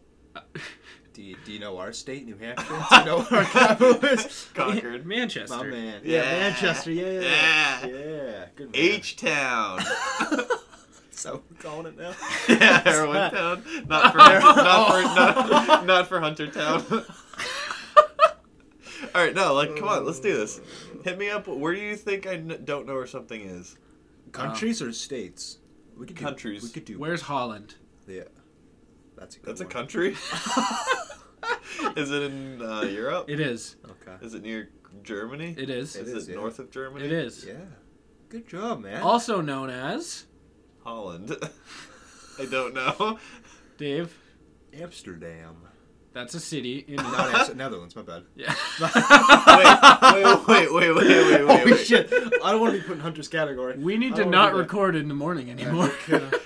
Speaker 5: Do you, do you know our state, New Hampshire? do you know where our capital is?
Speaker 7: Concord.
Speaker 4: Manchester.
Speaker 5: My man.
Speaker 7: Yeah.
Speaker 5: Yeah, Manchester. Yeah, yeah,
Speaker 7: Yeah.
Speaker 5: yeah. Yeah, Good man.
Speaker 7: H Town.
Speaker 5: So we're calling it now.
Speaker 4: Uh,
Speaker 7: Yeah, Heroin Town. Not for not for not, not for Hunter Town. All right, no, like, come on, let's do this. Hit me up. Where do you think I n- don't know where something is?
Speaker 5: Countries or states? We could do,
Speaker 7: Countries.
Speaker 5: We could do.
Speaker 4: Where's Holland?
Speaker 5: Yeah. That's a good
Speaker 7: That's a
Speaker 5: one.
Speaker 7: country. is it in uh, Europe?
Speaker 4: It is.
Speaker 5: Okay.
Speaker 7: Is it near Germany?
Speaker 4: It is.
Speaker 5: It
Speaker 7: is,
Speaker 5: is,
Speaker 7: it
Speaker 5: yeah.
Speaker 7: north of Germany?
Speaker 4: It is.
Speaker 5: Yeah. Good job, man.
Speaker 4: Also known as
Speaker 7: Holland. I don't know.
Speaker 4: Dave.
Speaker 5: Amsterdam.
Speaker 4: That's a city in.
Speaker 5: Not Amsterdam. Netherlands. My bad.
Speaker 4: yeah.
Speaker 7: Wait, wait, wait, wait, wait, wait, wait.
Speaker 5: Holy
Speaker 7: wait.
Speaker 5: shit! I don't want to be put in Hunter's category.
Speaker 4: We need
Speaker 5: I
Speaker 4: to
Speaker 5: don't wanna
Speaker 4: not
Speaker 5: do
Speaker 4: record in the morning
Speaker 5: that.
Speaker 4: anymore.
Speaker 5: Yeah, no kidding.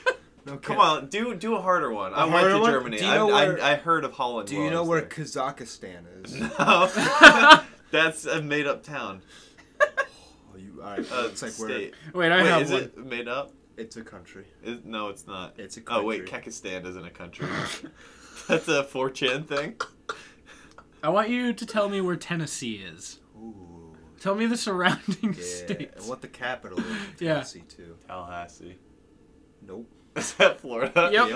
Speaker 5: No
Speaker 7: Come
Speaker 5: kidding.
Speaker 7: on, do do a harder one. I went
Speaker 5: harder
Speaker 7: to
Speaker 5: one?
Speaker 7: Germany.
Speaker 5: Do you know
Speaker 7: I,
Speaker 5: where-
Speaker 7: I, I heard of Holland.
Speaker 5: Do
Speaker 7: while
Speaker 5: you
Speaker 7: I
Speaker 5: know
Speaker 7: was
Speaker 5: where
Speaker 7: there.
Speaker 5: Kazakhstan is?
Speaker 7: No. That's a made up town.
Speaker 5: Oh, you, all right,
Speaker 7: Uh,
Speaker 5: it's like where
Speaker 7: state.
Speaker 4: Wait, I
Speaker 7: Wait,
Speaker 4: have
Speaker 7: is
Speaker 4: one.
Speaker 7: it made up?
Speaker 5: it's a country.
Speaker 7: Is, no, it's not.
Speaker 5: It's a
Speaker 7: Oh, wait, Kekistan isn't a country. That's a 4chan thing.
Speaker 4: I want you to tell me where Tennessee is.
Speaker 5: Ooh,
Speaker 4: Tell me the surrounding
Speaker 5: yeah.
Speaker 4: states.
Speaker 5: What the capital is?
Speaker 4: Yeah.
Speaker 5: Yeah. Tennessee too.
Speaker 7: Tallahassee.
Speaker 5: Nope.
Speaker 7: Is that Florida?
Speaker 4: Yep.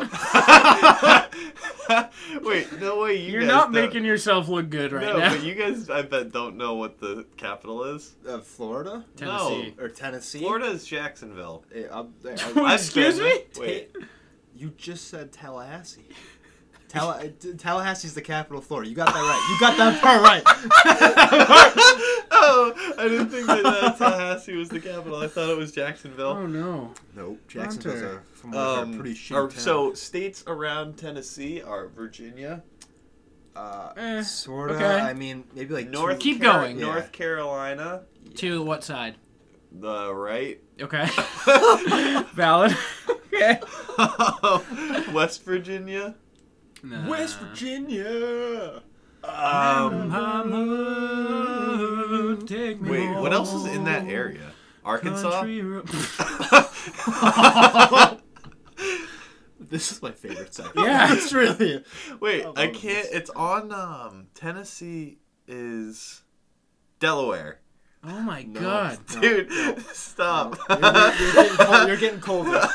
Speaker 7: wait, no way. You
Speaker 4: You're
Speaker 7: guys
Speaker 4: not
Speaker 7: don't-
Speaker 4: making yourself look good right
Speaker 7: No,
Speaker 4: now.
Speaker 7: but you guys, I bet, don't know what the capital is.
Speaker 5: Uh, Florida
Speaker 4: Tennessee.
Speaker 5: or Tennessee?
Speaker 7: Florida is Jacksonville.
Speaker 5: Eh, I'm- eh, I-
Speaker 4: Wait,
Speaker 7: I've
Speaker 4: excuse
Speaker 7: been-
Speaker 4: me?
Speaker 7: Wait.
Speaker 5: you just said Tallahassee. Talla- eh, t- Tallahassee's the capital of Florida. You got that right. You got that part right.
Speaker 7: oh, I didn't think that uh, Tallahassee was the capital. I thought it was Jacksonville.
Speaker 4: Oh no.
Speaker 5: Nope. Jacksonville's
Speaker 4: Hunter.
Speaker 5: a from what I've heard,
Speaker 7: Um,
Speaker 5: pretty shitty
Speaker 7: or-
Speaker 5: town.
Speaker 7: so states around Tennessee are Virginia,
Speaker 5: uh,
Speaker 4: Eh,
Speaker 5: sorta.
Speaker 4: okay.
Speaker 5: I mean, maybe like
Speaker 7: North
Speaker 4: Keep
Speaker 7: Caro-
Speaker 4: going.
Speaker 5: Yeah.
Speaker 7: North Carolina,
Speaker 4: To what side?
Speaker 7: the right,
Speaker 4: Okay. Valid. okay.
Speaker 7: West Virginia.
Speaker 4: Nah.
Speaker 5: West Virginia.
Speaker 7: Um,
Speaker 4: Mama, take me
Speaker 7: wait, what else is in that
Speaker 4: home.
Speaker 7: area? Arkansas.
Speaker 4: Country ro-
Speaker 5: This is my favorite segment.
Speaker 4: Yeah.
Speaker 5: it's really.
Speaker 7: wait,
Speaker 5: love
Speaker 7: I can't.
Speaker 5: this.
Speaker 7: It's on. Um, Tennessee is Delaware.
Speaker 4: oh my god.
Speaker 7: Dude, stop.
Speaker 5: You're getting, cold, you're getting colder.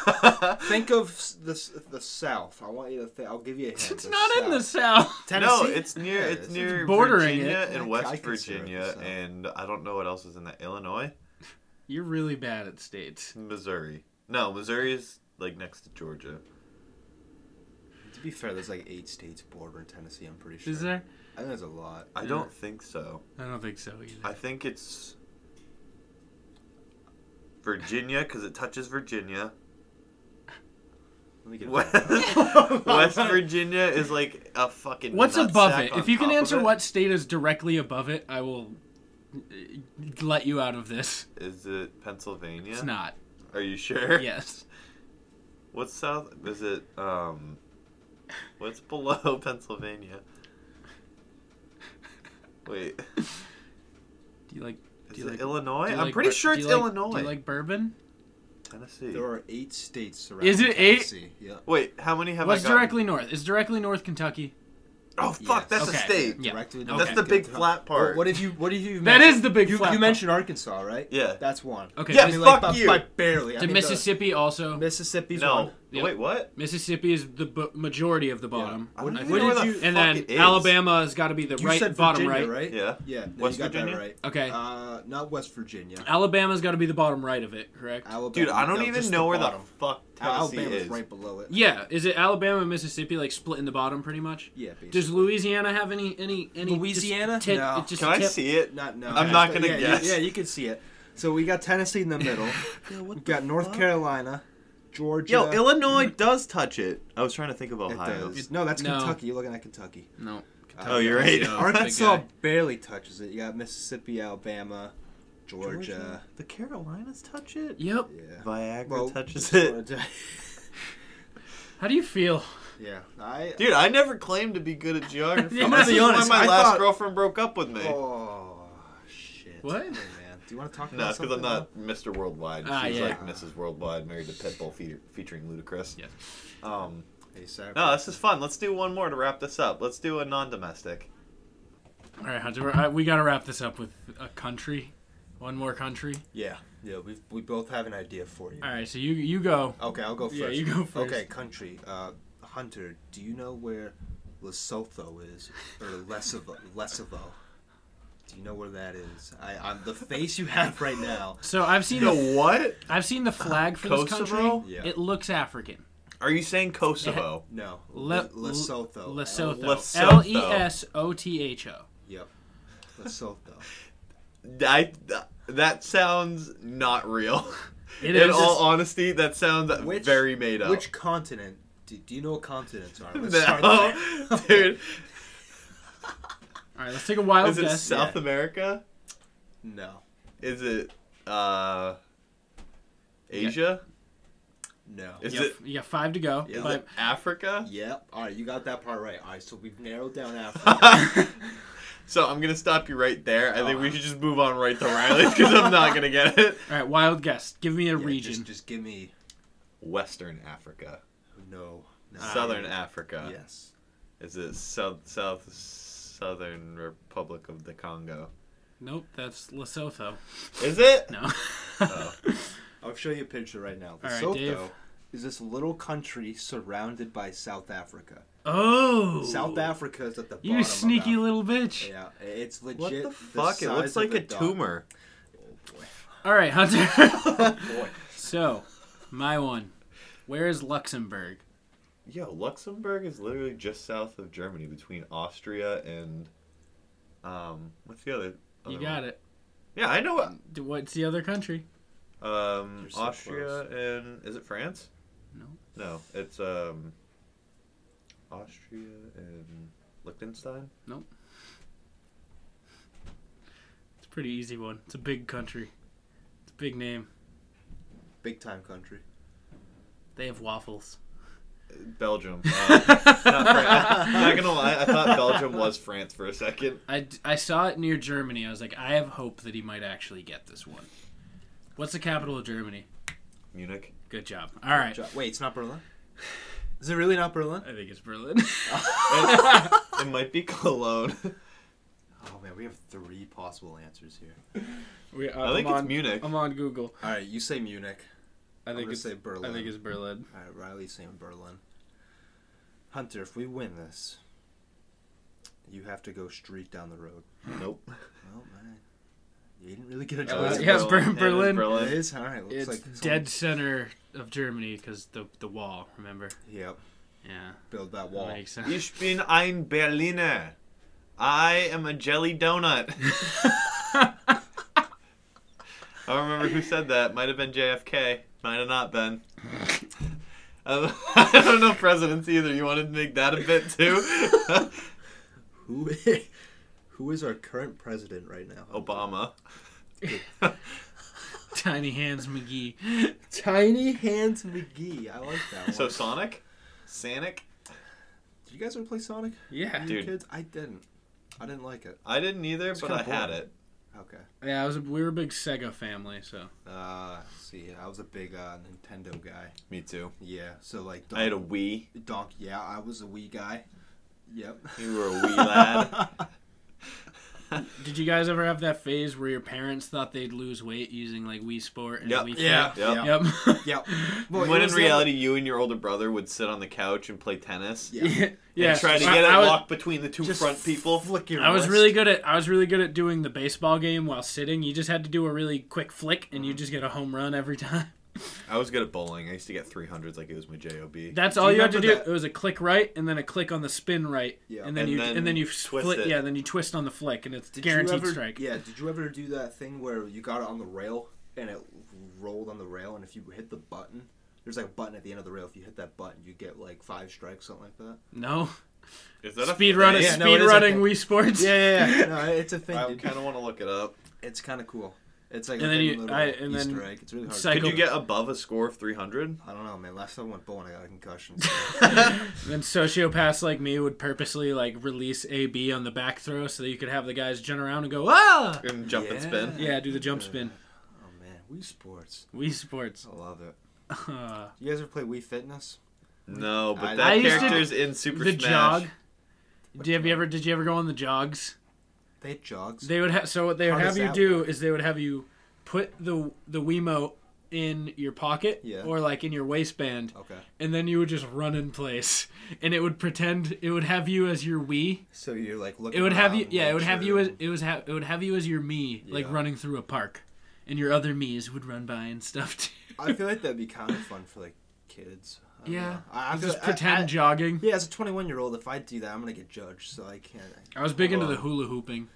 Speaker 5: Think of s- this the South. I want you to think. I'll give you a hint.
Speaker 4: It's not in the south.
Speaker 5: Tennessee?
Speaker 7: No, it's near
Speaker 5: Yeah,
Speaker 7: it's near
Speaker 4: bordering
Speaker 7: Virginia
Speaker 4: it.
Speaker 5: I-
Speaker 7: and
Speaker 5: I
Speaker 7: West
Speaker 5: consider it the
Speaker 7: Virginia
Speaker 5: South.
Speaker 7: and I don't know what else is in that Illinois.
Speaker 4: You're really bad at states.
Speaker 7: Missouri. No, Missouri is like next to Georgia.
Speaker 5: To be fair, there's like eight states bordering Tennessee. I'm pretty sure.
Speaker 4: Is there?
Speaker 5: I think there's a lot.
Speaker 7: I
Speaker 4: Yeah.
Speaker 7: don't think so.
Speaker 4: I don't think so either.
Speaker 7: I think it's Virginia because it touches Virginia.
Speaker 5: Let me get
Speaker 7: West, West Virginia is like a fucking.
Speaker 4: What's
Speaker 7: nutsack
Speaker 4: above it?
Speaker 7: on
Speaker 4: If you can
Speaker 7: top of
Speaker 4: answer
Speaker 7: it.
Speaker 4: what state is directly above it, I will uh, let you out of this.
Speaker 7: is it, Pennsylvania?
Speaker 4: It's not.
Speaker 7: Are you sure?
Speaker 4: Yes.
Speaker 7: What's south? Is it um? What's below Pennsylvania? Wait,
Speaker 4: Do you like?
Speaker 7: is
Speaker 4: Do you
Speaker 7: it
Speaker 4: like?
Speaker 7: Illinois?
Speaker 4: do you
Speaker 7: I'm
Speaker 4: like
Speaker 7: pretty
Speaker 4: bur-
Speaker 7: sure
Speaker 4: do
Speaker 7: it's
Speaker 4: you like-
Speaker 7: Illinois.
Speaker 4: Do you like bourbon?
Speaker 7: Tennessee.
Speaker 5: There are eight states surrounding.
Speaker 4: Is it eight?
Speaker 5: Tennessee. Yeah.
Speaker 7: Wait, how many have
Speaker 4: What's
Speaker 7: I got?
Speaker 4: directly north? Is directly north Kentucky?
Speaker 7: Oh fuck,
Speaker 5: Yes.
Speaker 7: that's
Speaker 4: Okay.
Speaker 7: a state.
Speaker 4: Yeah.
Speaker 5: Directly
Speaker 4: That's
Speaker 5: north
Speaker 7: the
Speaker 5: of
Speaker 7: big
Speaker 5: Kentucky.
Speaker 7: flat part.
Speaker 5: What, what if you? What if you?
Speaker 4: That is the big
Speaker 5: You,
Speaker 4: flat
Speaker 5: you
Speaker 4: part.
Speaker 5: mentioned Arkansas, right?
Speaker 7: Yeah.
Speaker 5: That's one.
Speaker 4: Okay.
Speaker 7: Yeah,
Speaker 5: I mean,
Speaker 7: fuck
Speaker 5: like, by,
Speaker 7: you.
Speaker 5: by barely. I
Speaker 4: To
Speaker 5: mean,
Speaker 4: Mississippi also.
Speaker 5: The, Mississippi's
Speaker 7: No.
Speaker 5: one.
Speaker 4: Yeah.
Speaker 7: Wait, what?
Speaker 4: Mississippi is the b- majority of the bottom.
Speaker 7: I don't
Speaker 5: I
Speaker 7: even
Speaker 5: think-
Speaker 7: know
Speaker 5: what
Speaker 7: where
Speaker 5: did
Speaker 7: the
Speaker 5: you-
Speaker 4: and
Speaker 7: fuck
Speaker 4: then
Speaker 7: it is.
Speaker 4: Alabama has got to be the
Speaker 5: You
Speaker 4: right
Speaker 5: said
Speaker 4: bottom
Speaker 5: Virginia,
Speaker 4: right.
Speaker 5: right?
Speaker 7: Yeah.
Speaker 5: Yeah. no,
Speaker 7: West
Speaker 5: you got
Speaker 7: Virginia?
Speaker 5: That right.
Speaker 4: Okay.
Speaker 5: Uh, not West Virginia.
Speaker 4: Alabama's got to be the bottom right of it, correct?
Speaker 5: Alabama.
Speaker 7: Dude, I don't
Speaker 5: no,
Speaker 7: even
Speaker 5: just
Speaker 7: know
Speaker 5: the
Speaker 7: where
Speaker 5: bottom.
Speaker 7: the fuck Tennessee
Speaker 5: Alabama's
Speaker 7: is.
Speaker 5: right below it.
Speaker 4: yeah, is it Alabama and Mississippi like split in the bottom pretty much?
Speaker 5: Yeah.
Speaker 4: Does Louisiana have any any any just
Speaker 5: Louisiana?
Speaker 4: tit-
Speaker 5: No.
Speaker 4: it's just
Speaker 7: Can I
Speaker 4: tip?
Speaker 7: see it?
Speaker 5: Not no.
Speaker 7: I'm
Speaker 5: Yeah,
Speaker 7: not
Speaker 5: but
Speaker 7: gonna
Speaker 5: yeah, you-
Speaker 7: guess.
Speaker 5: Yeah, you can see it. So we got Tennessee in the middle. we got North Carolina, Georgia.
Speaker 7: Yo, Illinois does touch it. I was trying to think of
Speaker 5: It
Speaker 7: Ohio.
Speaker 5: does. No, that's
Speaker 4: No.
Speaker 5: Kentucky. You're looking at Kentucky.
Speaker 4: No.
Speaker 7: Oh, you're right.
Speaker 4: Yeah.
Speaker 5: Arkansas
Speaker 4: big guy.
Speaker 5: barely touches it. You got Mississippi, Alabama, Georgia.
Speaker 7: The Carolinas touch it.
Speaker 4: Yep.
Speaker 5: Yeah.
Speaker 7: Viagra
Speaker 5: Well,
Speaker 7: touches
Speaker 5: sort
Speaker 7: it.
Speaker 5: of do-
Speaker 4: How do you feel?
Speaker 5: yeah. I.
Speaker 7: Dude, I never claimed to be good at geography.
Speaker 4: I'm
Speaker 7: I'm
Speaker 4: gonna
Speaker 7: gonna
Speaker 4: be
Speaker 5: honest,
Speaker 7: Why my
Speaker 5: I
Speaker 7: last
Speaker 5: thought-
Speaker 7: girlfriend broke up with me.
Speaker 5: Oh shit.
Speaker 4: What?
Speaker 5: Hey, man, do you want to talk
Speaker 7: No,
Speaker 5: about
Speaker 7: it's because
Speaker 5: something?
Speaker 7: I'm not Mr. Worldwide.
Speaker 4: Ah,
Speaker 7: She's
Speaker 4: yeah.
Speaker 7: like Mrs. Worldwide, married to Pitbull, fe- featuring Ludacris.
Speaker 4: Yes.
Speaker 7: Um,
Speaker 5: Hey, sorry.
Speaker 7: no, this is fun. Let's do one more to wrap this up. Let's do a non-domestic.
Speaker 4: All right, Hunter. we're- I- we got to wrap this up with a country. One more country.
Speaker 5: Yeah. Yeah. We we both have an idea for you.
Speaker 4: All right, so you you go.
Speaker 5: Okay, I'll go first.
Speaker 4: Yeah, you go first.
Speaker 5: Okay, country. Uh, Hunter, do you know where Lesotho is or Lesovo? Lesovo? Do you know where that is? I, I'm the face you have right now.
Speaker 4: So I've seen the
Speaker 7: what?
Speaker 4: I've seen the flag for this
Speaker 7: Kosovo?
Speaker 4: country.
Speaker 5: Yeah.
Speaker 4: It looks African.
Speaker 7: Are you saying Kosovo?
Speaker 5: No,
Speaker 4: Le-
Speaker 5: Le- Lesotho.
Speaker 4: Lesotho.
Speaker 7: Lesotho.
Speaker 4: L e s o t h o.
Speaker 5: Yep. Lesotho.
Speaker 7: I, th- that sounds not real.
Speaker 4: It
Speaker 7: In
Speaker 4: is.
Speaker 7: all honesty, that sounds
Speaker 5: Which-
Speaker 7: very made up.
Speaker 5: Which continent? Do, do you know what continents are? Let's start
Speaker 7: no,
Speaker 5: there.
Speaker 7: dude,
Speaker 4: All right, let's take a wild
Speaker 7: is it
Speaker 4: guess.
Speaker 7: South
Speaker 5: Yeah.
Speaker 7: America?
Speaker 5: No.
Speaker 7: Is it uh, Asia?
Speaker 5: No.
Speaker 7: Is
Speaker 4: you,
Speaker 7: it,
Speaker 4: got, you got five to go.
Speaker 5: Yeah.
Speaker 7: is
Speaker 4: Five-
Speaker 7: it Africa?
Speaker 5: Yep. All right, you got that part right. All right, so we've narrowed down Africa.
Speaker 7: so I'm gonna stop you right there. I
Speaker 5: Oh.
Speaker 7: think we should just move on right to Riley because I'm not gonna get it.
Speaker 4: All right, wild guess. Give me a
Speaker 5: Yeah,
Speaker 4: region.
Speaker 5: Just, just give me
Speaker 7: Western Africa,
Speaker 5: no. no.
Speaker 7: Southern Africa.
Speaker 5: Yes.
Speaker 7: Is it South South Southern Republic of the Congo?
Speaker 4: Nope, that's Lesotho.
Speaker 7: Is it?
Speaker 4: No.
Speaker 7: Oh.
Speaker 5: I'll show you a picture right now.
Speaker 4: All right,
Speaker 5: Lesotho
Speaker 4: Dave.
Speaker 5: is this little country surrounded by South Africa.
Speaker 4: oh.
Speaker 5: South Africa is at the bottom.
Speaker 4: You sneaky
Speaker 5: of Africa.
Speaker 4: little bitch.
Speaker 5: Yeah, it's legit.
Speaker 7: What the fuck? it
Speaker 5: size
Speaker 7: looks
Speaker 5: of
Speaker 7: like a
Speaker 5: dot.
Speaker 7: tumor.
Speaker 4: All right, Hunter.
Speaker 5: Boy,
Speaker 4: so, my one. Where is Luxembourg?
Speaker 7: Yo, Luxembourg is literally just south of Germany, between Austria and um, what's the other? other
Speaker 4: You got
Speaker 7: one?
Speaker 4: it.
Speaker 7: Yeah, I know. it.
Speaker 4: D- What's the other country? Mm.
Speaker 7: Um,
Speaker 5: You're so
Speaker 7: Austria and is it France?
Speaker 4: No.
Speaker 7: No, it's um, Austria and Liechtenstein.
Speaker 4: It's a pretty easy one. It's a big country. It's a big name.
Speaker 5: big time country.
Speaker 4: They have waffles.
Speaker 7: Belgium. Uh, not, Fran- not gonna lie, I thought Belgium was France for a second.
Speaker 4: I, d- I saw it near Germany. I was like, I have hope that he might actually get this one. What's the capital of Germany?
Speaker 7: Munich.
Speaker 4: Good job. All right.
Speaker 5: Jo- Wait, it's not Berlin. Is it really not Berlin?
Speaker 4: I think it's Berlin.
Speaker 7: It, it might be Cologne.
Speaker 5: Oh man, we have three possible answers here.
Speaker 4: we, uh,
Speaker 7: I think
Speaker 4: I'm
Speaker 7: it's
Speaker 4: on,
Speaker 7: Munich.
Speaker 4: I'm on Google.
Speaker 5: All right, you say Munich.
Speaker 4: I think
Speaker 5: gonna
Speaker 4: it's
Speaker 5: say Berlin.
Speaker 4: I think it's Berlin.
Speaker 5: All right, Riley's saying Berlin. Hunter, if we win this, you have to go straight down the road.
Speaker 7: Nope.
Speaker 5: Oh man, You didn't really get a
Speaker 4: Uh,
Speaker 5: choice.
Speaker 4: yeah, Ber-
Speaker 7: It is
Speaker 4: Berlin.
Speaker 5: It is? All right. Looks
Speaker 4: It's
Speaker 5: like someone-
Speaker 4: dead center of Germany because the the wall. Remember?
Speaker 5: Yep.
Speaker 4: Yeah,
Speaker 5: Build that
Speaker 4: that
Speaker 5: wall.
Speaker 4: makes sense.
Speaker 7: Ich bin ein Berliner. I am a jelly donut. I don't remember who said that. Might have been JFK. Might have not been. Uh, I don't know presidents either. You wanted to make that a bit too?
Speaker 5: Who? Who is our current president right now?
Speaker 7: Obama.
Speaker 4: Tiny hands McGee.
Speaker 5: Tiny Hands McGee. I like that one.
Speaker 7: So Sonic? Sonic?
Speaker 5: Did you guys ever play Sonic?
Speaker 4: Yeah,
Speaker 5: You
Speaker 7: Dude.
Speaker 5: kids? I didn't. I didn't like it.
Speaker 7: I didn't either, but I
Speaker 5: kinda
Speaker 7: had
Speaker 5: boring.
Speaker 7: it.
Speaker 5: Okay.
Speaker 4: yeah. I was a, we were a big Sega family, so
Speaker 5: Uh, see, I was a big uh, Nintendo guy.
Speaker 7: Me too.
Speaker 5: Yeah. So like,
Speaker 7: I had a Wii.
Speaker 5: Donk. Yeah, I was a wee guy. Yep.
Speaker 7: You were a Wii lad.
Speaker 4: Did you guys ever have that phase where your parents thought they'd lose weight using like Wii Sport and
Speaker 7: Yep.
Speaker 4: Wii Fit?
Speaker 5: Yeah.
Speaker 7: Yep.
Speaker 4: Yep.
Speaker 5: Yep.
Speaker 7: when in reality, you and your older brother would sit on the couch and play tennis.
Speaker 5: Yeah.
Speaker 4: yeah.
Speaker 7: And try to
Speaker 4: I-
Speaker 7: get it
Speaker 4: I was,
Speaker 7: walk between the two
Speaker 5: just
Speaker 7: front people.
Speaker 5: flick your
Speaker 4: I was
Speaker 5: wrist.
Speaker 4: really good at I was really good at doing the baseball game while sitting. You just had to do a really quick flick and you just get a home run every time.
Speaker 7: I was good at bowling. I used to get 300s like it was my job.
Speaker 4: That's
Speaker 5: Do
Speaker 4: all
Speaker 5: you
Speaker 4: you, had to do.
Speaker 5: remember
Speaker 4: It was a click right and then a click on the spin right.
Speaker 5: Yeah.
Speaker 4: And then
Speaker 7: And
Speaker 4: you
Speaker 7: then
Speaker 4: and then you
Speaker 7: twist
Speaker 4: split
Speaker 7: it.
Speaker 4: yeah, then you twist on the flick and it's
Speaker 5: Did you
Speaker 4: guaranteed
Speaker 5: ever-
Speaker 4: strike.
Speaker 5: Yeah. Did you ever do that thing where you got it on the rail and it rolled on the rail, and if you hit the button, there's like a button at the end of the rail. If you hit that button, you get like five strikes, something like that.
Speaker 4: No.
Speaker 7: Is that
Speaker 4: Speed run
Speaker 5: Yeah,
Speaker 4: speed
Speaker 5: no, it is a
Speaker 4: running
Speaker 5: thing.
Speaker 4: Wii Sports.
Speaker 5: Yeah, yeah, yeah. No, it's a thing.
Speaker 7: I
Speaker 5: dude.
Speaker 7: kind of want to look it up.
Speaker 5: It's kind of cool. It's like
Speaker 4: And
Speaker 5: a
Speaker 4: then
Speaker 5: hidden
Speaker 4: you-
Speaker 5: little
Speaker 4: I- and
Speaker 5: Easter
Speaker 4: then
Speaker 5: egg. It's really hard.
Speaker 4: psych-
Speaker 7: Could you get above a score of 300?
Speaker 5: I don't know, man. Last time I went bowling, I got a concussion. Oh,
Speaker 4: Then sociopaths like me would purposely like release A B on the back throw so that you could have the guys jump around and go ah.
Speaker 7: And jump and spin?
Speaker 4: Yeah, do the jump spin.
Speaker 5: oh man, Wii Sports.
Speaker 4: Wii Sports.
Speaker 5: I love it.
Speaker 4: Uh,
Speaker 5: You guys ever play Wii Fitness?
Speaker 7: No, but
Speaker 5: I-
Speaker 7: that
Speaker 5: I
Speaker 4: used to-
Speaker 7: character's in Super
Speaker 4: the
Speaker 7: Smash.
Speaker 4: jog. Did have you ever? Did you ever go on the jogs?
Speaker 5: They had jogs.
Speaker 4: They would have. So what they would
Speaker 5: How
Speaker 4: have
Speaker 5: does
Speaker 4: you
Speaker 5: that
Speaker 4: do is they would have you put the the Wiimote in your pocket
Speaker 5: Yeah.
Speaker 4: or like in your waistband,
Speaker 5: okay.
Speaker 4: and then you would just run in place, and it would pretend it would have you as your Wii.
Speaker 5: So you're like looking.
Speaker 4: It would have you.
Speaker 5: around,
Speaker 4: Yeah, it would have you as
Speaker 5: picture,
Speaker 4: it was. Ha- it would have you as your me, like
Speaker 5: Yeah.
Speaker 4: running through a park, and your other me's would run by and stuff too.
Speaker 5: I feel like that'd be kind of fun for like kids. I don't
Speaker 4: Yeah.
Speaker 5: know. I, I feel
Speaker 4: just
Speaker 5: like- I-
Speaker 4: pretend
Speaker 5: I-
Speaker 4: jogging.
Speaker 5: yeah, as a 21 year old, if I do that, I'm gonna get judged. So I can't.
Speaker 4: I was big into
Speaker 7: Well.
Speaker 4: the hula hooping.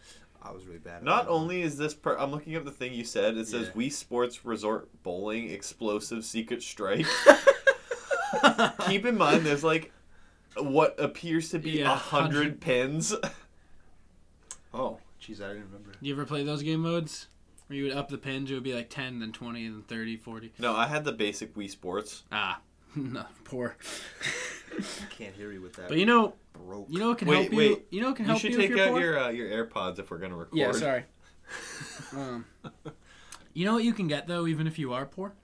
Speaker 5: I, was really bad. At
Speaker 7: Not
Speaker 5: that.
Speaker 7: only is this per- I'm looking up the thing you said. It says
Speaker 5: Yeah.
Speaker 7: Wii Sports Resort Bowling Explosive Secret Strike. Keep in mind, there's like what appears to be a
Speaker 4: Yeah,
Speaker 7: hundred pins.
Speaker 5: Oh, jeez, I didn't remember.
Speaker 4: You ever play those game modes? Where you would up the pins, it would be like 10, then 20, then 30, 40.
Speaker 7: No, I had the basic Wii Sports.
Speaker 4: Ah, no, poor.
Speaker 5: I can't hear you with that.
Speaker 4: But you know,
Speaker 5: broke.
Speaker 4: you know what can
Speaker 7: Wait,
Speaker 4: help you.
Speaker 7: wait.
Speaker 4: You know what can
Speaker 7: You
Speaker 4: help you,
Speaker 7: should
Speaker 4: if
Speaker 7: take
Speaker 4: you're
Speaker 7: out
Speaker 4: poor?
Speaker 7: your uh, your AirPods if we're gonna record.
Speaker 4: Yeah, sorry. um, you know what you can get though, even if you are poor?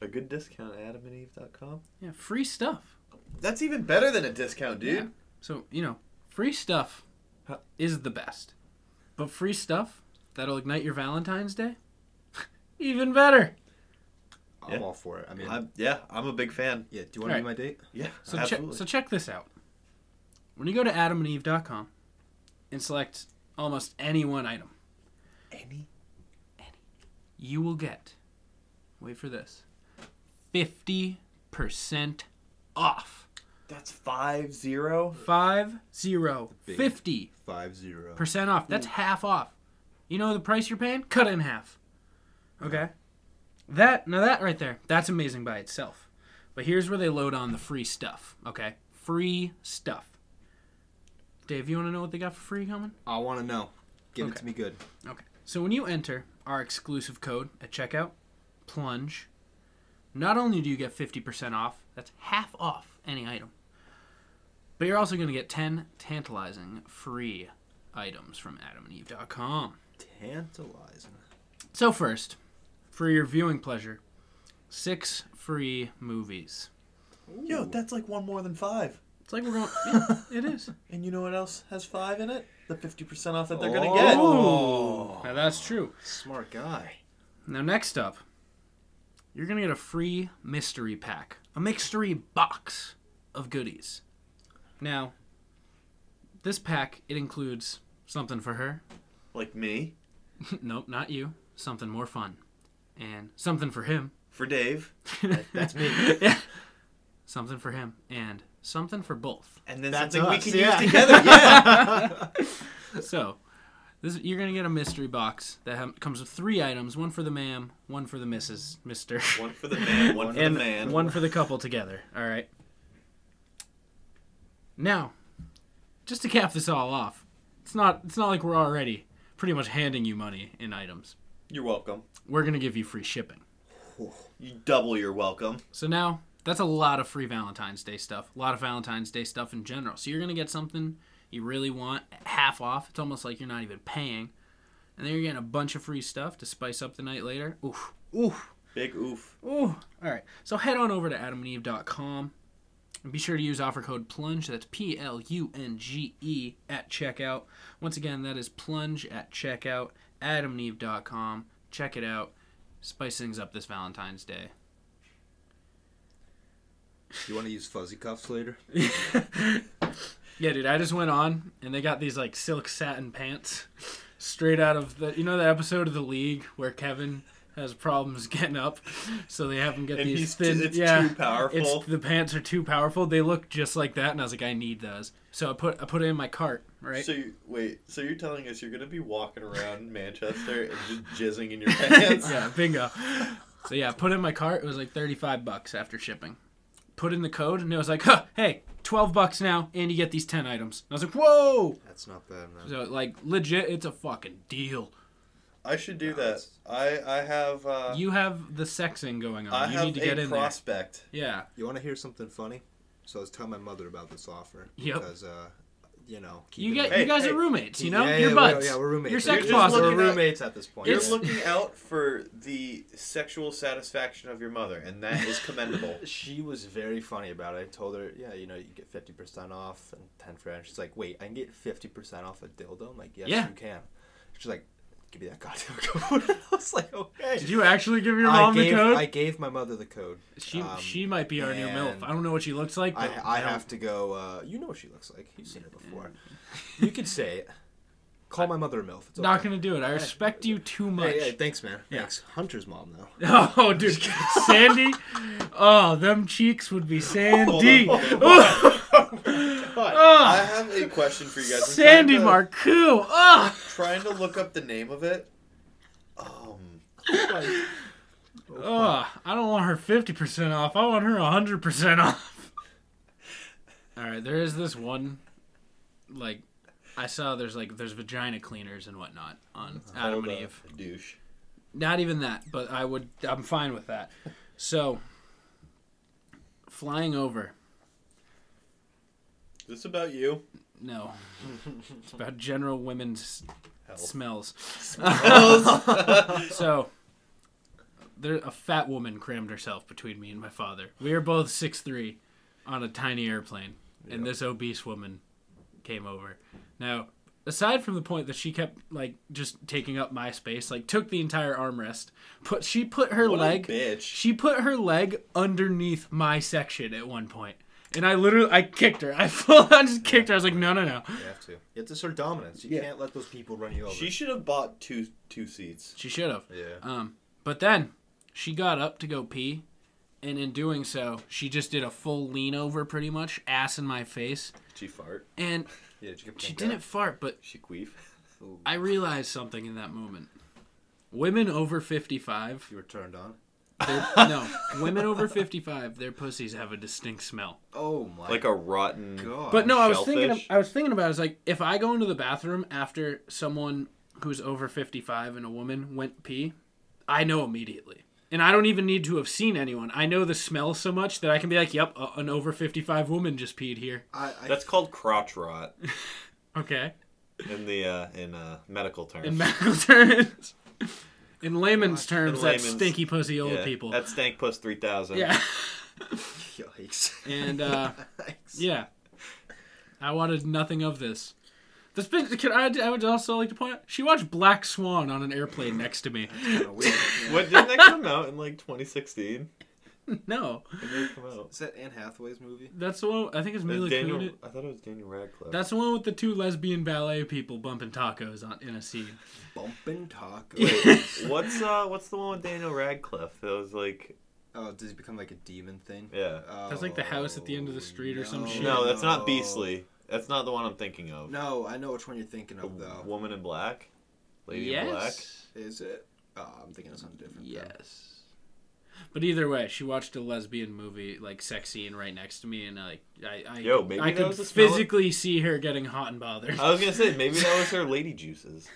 Speaker 7: A good discount at adamandeve.com.
Speaker 4: Yeah, free stuff.
Speaker 7: That's even better than a discount, dude.
Speaker 4: Yeah. So you know, free stuff
Speaker 7: Huh.
Speaker 4: is the best. But free stuff that'll ignite your Valentine's Day, even better.
Speaker 5: I'm
Speaker 7: Yeah.
Speaker 5: all for it. I mean,
Speaker 7: I'm, yeah, I'm a big fan.
Speaker 5: yeah. Do you want to
Speaker 4: Alright.
Speaker 5: be my date?
Speaker 7: Yeah,
Speaker 4: So check
Speaker 7: absolutely.
Speaker 4: so check this out. When you go to adamandeve.com and select almost any one item,
Speaker 7: Any?
Speaker 4: you will get wait for this 50% off.
Speaker 7: That's five zero.
Speaker 4: 5 0 50%
Speaker 5: Five zero.
Speaker 4: off. That's half off. You know the price you're paying? Cut it in half. Okay. That now that right there, that's amazing by itself. But here's where they load on the free stuff, okay? Free stuff. Dave, you want to know what they got for free coming?
Speaker 5: I want to know. Give
Speaker 4: Okay.
Speaker 5: it to me good.
Speaker 4: Okay. So when you enter our exclusive code at checkout, plunge, not only do you get 50% off, that's half off any item, but you're also going to get 10 tantalizing free items from adamandeve.com.
Speaker 5: Tantalizing.
Speaker 4: So, first, for your viewing pleasure, six free movies.
Speaker 7: Yo, that's like one more than five.
Speaker 4: It's like we're going. Yeah, it is.
Speaker 7: And you know what else has five in it? The fifty percent off that they're
Speaker 5: Oh.
Speaker 7: gonna get.
Speaker 4: Now, that's true.
Speaker 5: Smart guy.
Speaker 4: Now, next up, you're going to get a free mystery pack, a mystery box of goodies. Now, this pack, it includes something for her.
Speaker 7: Like me.
Speaker 4: nope, not you. Something more fun. And something for him.
Speaker 7: For Dave,
Speaker 8: That's me.
Speaker 4: Something for him. And something for both.
Speaker 7: and then
Speaker 8: That's
Speaker 7: something we
Speaker 8: us,
Speaker 7: can
Speaker 8: yeah.
Speaker 7: use together. Yeah.
Speaker 4: So, this you're going to get a mystery box that ha- comes with three items one for the ma'am, one for the missus, mister.
Speaker 7: one for the man, one for
Speaker 4: and
Speaker 7: the man.
Speaker 4: one for the couple together. All right. Now, just to cap this all off, it's not it's not like we're already pretty much handing you money in items.
Speaker 7: You're welcome.
Speaker 4: We're gonna give you free shipping.
Speaker 7: You double your welcome.
Speaker 4: So now that's a lot of free Valentine's Day stuff. A lot of Valentine's Day stuff in general. So you're gonna get something you really want at half off. It's almost like you're not even paying, and then you're getting a bunch of free stuff to spice up the night later. Oof, oof.
Speaker 7: Big oof.
Speaker 4: Ooh, all right. So head on over to adamandeve.com and be sure to use offer code PLUNGE. That's P L U N G E at checkout. Once again, that is PLUNGE at checkout. Adamandeve.com. Check it out. Spice things up this Valentine's Day.
Speaker 5: You want to use fuzzy cuffs later?
Speaker 4: Yeah, dude, I just went on and they got these like silk satin pants straight out of the you know that episode of the league where Kevin has problems getting up, so they have him get
Speaker 7: And
Speaker 4: these
Speaker 7: he's too-
Speaker 4: thin.
Speaker 7: it's
Speaker 4: yeah,
Speaker 7: too powerful.
Speaker 4: It's the pants are too powerful. They look just like that, and I was like, I need those. So I put I put it in my cart, right?
Speaker 7: So you, wait, so you're telling us you're gonna be walking around Manchester and just jizzing in your pants?
Speaker 4: yeah, bingo. So yeah, I put it in my cart. It was like thirty five bucks after shipping. Put in the code, and it was like, huh, hey, twelve bucks now, and you get these ten items. And I was like, whoa!
Speaker 5: That's not bad, man.
Speaker 4: So like legit, it's a fucking deal.
Speaker 7: I should do that. I I have uh,
Speaker 4: You have the sexing going on.
Speaker 7: I
Speaker 4: you
Speaker 7: have
Speaker 4: need to
Speaker 7: a
Speaker 4: get in
Speaker 7: prospect.
Speaker 4: there. Yeah.
Speaker 5: You want to hear something funny? So I was telling my mother about this offer
Speaker 4: Yep.
Speaker 5: because, uh, you know,
Speaker 4: You
Speaker 5: keep
Speaker 4: get
Speaker 5: it
Speaker 4: you
Speaker 7: Hey,
Speaker 4: guys
Speaker 7: hey.
Speaker 4: are roommates, you know?
Speaker 5: Yeah, yeah,
Speaker 4: You're
Speaker 5: yeah, we're-
Speaker 4: buds.
Speaker 5: yeah, we're roommates.
Speaker 4: You're
Speaker 5: You're
Speaker 4: sex
Speaker 7: just
Speaker 4: positive.
Speaker 7: looking
Speaker 8: We're roommates at this point.
Speaker 4: You're
Speaker 7: You're
Speaker 4: It's-
Speaker 7: looking out for the sexual satisfaction of your mother, and that is commendable.
Speaker 8: She was very funny about it. I told her, yeah, you know, you get 50% off and 10 for She's like, wait, I can get 50% off a dildo? I'm like, yes,
Speaker 4: Yeah.
Speaker 8: you can. She's like, give me that goddamn code. I was like, okay.
Speaker 4: Did you actually give your
Speaker 8: I
Speaker 4: mom
Speaker 8: gave,
Speaker 4: the code?
Speaker 8: I gave my mother the code.
Speaker 4: she
Speaker 8: um,
Speaker 4: she might be our new MILF.
Speaker 8: and
Speaker 4: I don't know what she looks like,
Speaker 8: I,
Speaker 4: but
Speaker 8: I
Speaker 4: don't-
Speaker 8: have to go. Uh, you know what she looks like. You've seen her before. you could say it. Call my mother a MILF. It's
Speaker 4: not
Speaker 8: okay.
Speaker 4: gonna do it. I respect you too much.
Speaker 8: Hey, hey, thanks, man.
Speaker 4: Yeah.
Speaker 8: Thanks. Hunter's mom, though.
Speaker 4: Oh dude. Sandy Oh, them cheeks would be Sandy. Oh,
Speaker 7: I have a question for you guys. I'm
Speaker 4: Sandy
Speaker 7: trying to-
Speaker 4: Marcoux. Oh
Speaker 7: Trying to look up the name of it. Um,
Speaker 4: Ugh, I don't want her 50% off. I want her 100% off. All right, there is this one, like, I saw there's like there's vagina cleaners and whatnot on Adam
Speaker 7: Uh-huh. hold
Speaker 4: and
Speaker 7: up,
Speaker 4: Eve.
Speaker 7: douche.
Speaker 4: Not even that, but I would I'm fine with that. So, flying over.
Speaker 7: Is this about you?
Speaker 4: No, it's about general women's smells. so, there a fat woman crammed herself between me and my father. We were both six three, on a tiny airplane, and this obese woman came over. Now, aside from the point that she kept like just taking up my space, like took the entire armrest, put she put her
Speaker 7: What a
Speaker 4: leg
Speaker 7: bitch.
Speaker 4: she put her leg underneath my section at one point. And I literally, I kicked her. I full on just kicked her. I was like, no, no, no.
Speaker 8: You have to. It's just her dominance. You can't let those people run you over.
Speaker 7: She should have bought two two seats.
Speaker 4: She should have.
Speaker 8: Yeah.
Speaker 4: Um, but then she got up to go pee, and in doing so, she just did a full lean over, pretty much, ass in my face,
Speaker 7: She fart.
Speaker 4: and
Speaker 8: yeah, did you get
Speaker 4: she
Speaker 8: punked
Speaker 4: didn't
Speaker 8: out?
Speaker 4: fart. But
Speaker 7: She queef.
Speaker 4: I realized something in that moment. Women over fifty-five,
Speaker 8: You were turned on.
Speaker 4: they're- no, women over fifty-five, their pussies have a distinct smell.
Speaker 8: Oh my
Speaker 7: Like a rotten.
Speaker 8: god.
Speaker 4: But no, I was thinking.
Speaker 7: shellfish?
Speaker 4: I was thinking about. It, I was like, if I go into the bathroom after someone who's over fifty-five and a woman went pee, I know immediately, and I don't even need to have seen anyone. I know the smell so much that I can be like, "Yep, a, an over fifty-five woman just peed here."
Speaker 8: I, I,
Speaker 7: That's called crotch rot
Speaker 4: Okay,
Speaker 7: in the uh, in uh, medical terms.
Speaker 4: in medical terms, in layman's terms, that's
Speaker 7: layman's-
Speaker 4: stinky pussy old
Speaker 7: Yeah,
Speaker 4: people.
Speaker 7: That's stank plus three thousand.
Speaker 4: yeah,
Speaker 8: yikes.
Speaker 4: and uh,
Speaker 8: Yikes.
Speaker 4: yeah, I wanted nothing of this. This bitch, can I, I would also like to point out, she watched Black Swan on an airplane next to me.
Speaker 8: Kinda weird.
Speaker 7: What didn't that come out in like 2016?
Speaker 4: no,
Speaker 7: It didn't come out.
Speaker 5: Is that Anne Hathaway's movie?
Speaker 4: that's the one. I think it's Mila
Speaker 7: Uh, Daniel,
Speaker 4: Kunis.
Speaker 7: I thought it was Daniel Radcliffe.
Speaker 4: That's the one with the two lesbian ballet people bumping tacos on in a scene.
Speaker 5: Bumpin' Taco.
Speaker 7: what's uh what's the one with Daniel Radcliffe? That was like
Speaker 5: Oh, does he become like a demon thing?
Speaker 7: yeah.
Speaker 5: That's
Speaker 4: That's like the house at the end of the street or
Speaker 8: Oh,
Speaker 4: some shit.
Speaker 7: No, that's not Beastly. That's not the one I'm thinking of.
Speaker 5: No, I know which one you're thinking
Speaker 7: The
Speaker 5: of though.
Speaker 7: Woman in Black? Lady in Black?
Speaker 4: yes,
Speaker 5: Is it? Oh, I'm thinking of something different. then.
Speaker 4: yes. But either way, she watched a lesbian movie like sex scene right next to me, and like I, I,
Speaker 7: Yo, maybe
Speaker 4: I
Speaker 7: that
Speaker 4: could
Speaker 7: was the smell of- Uh,
Speaker 4: physically see her getting hot and bothered.
Speaker 7: I was gonna say maybe that was her lady juices.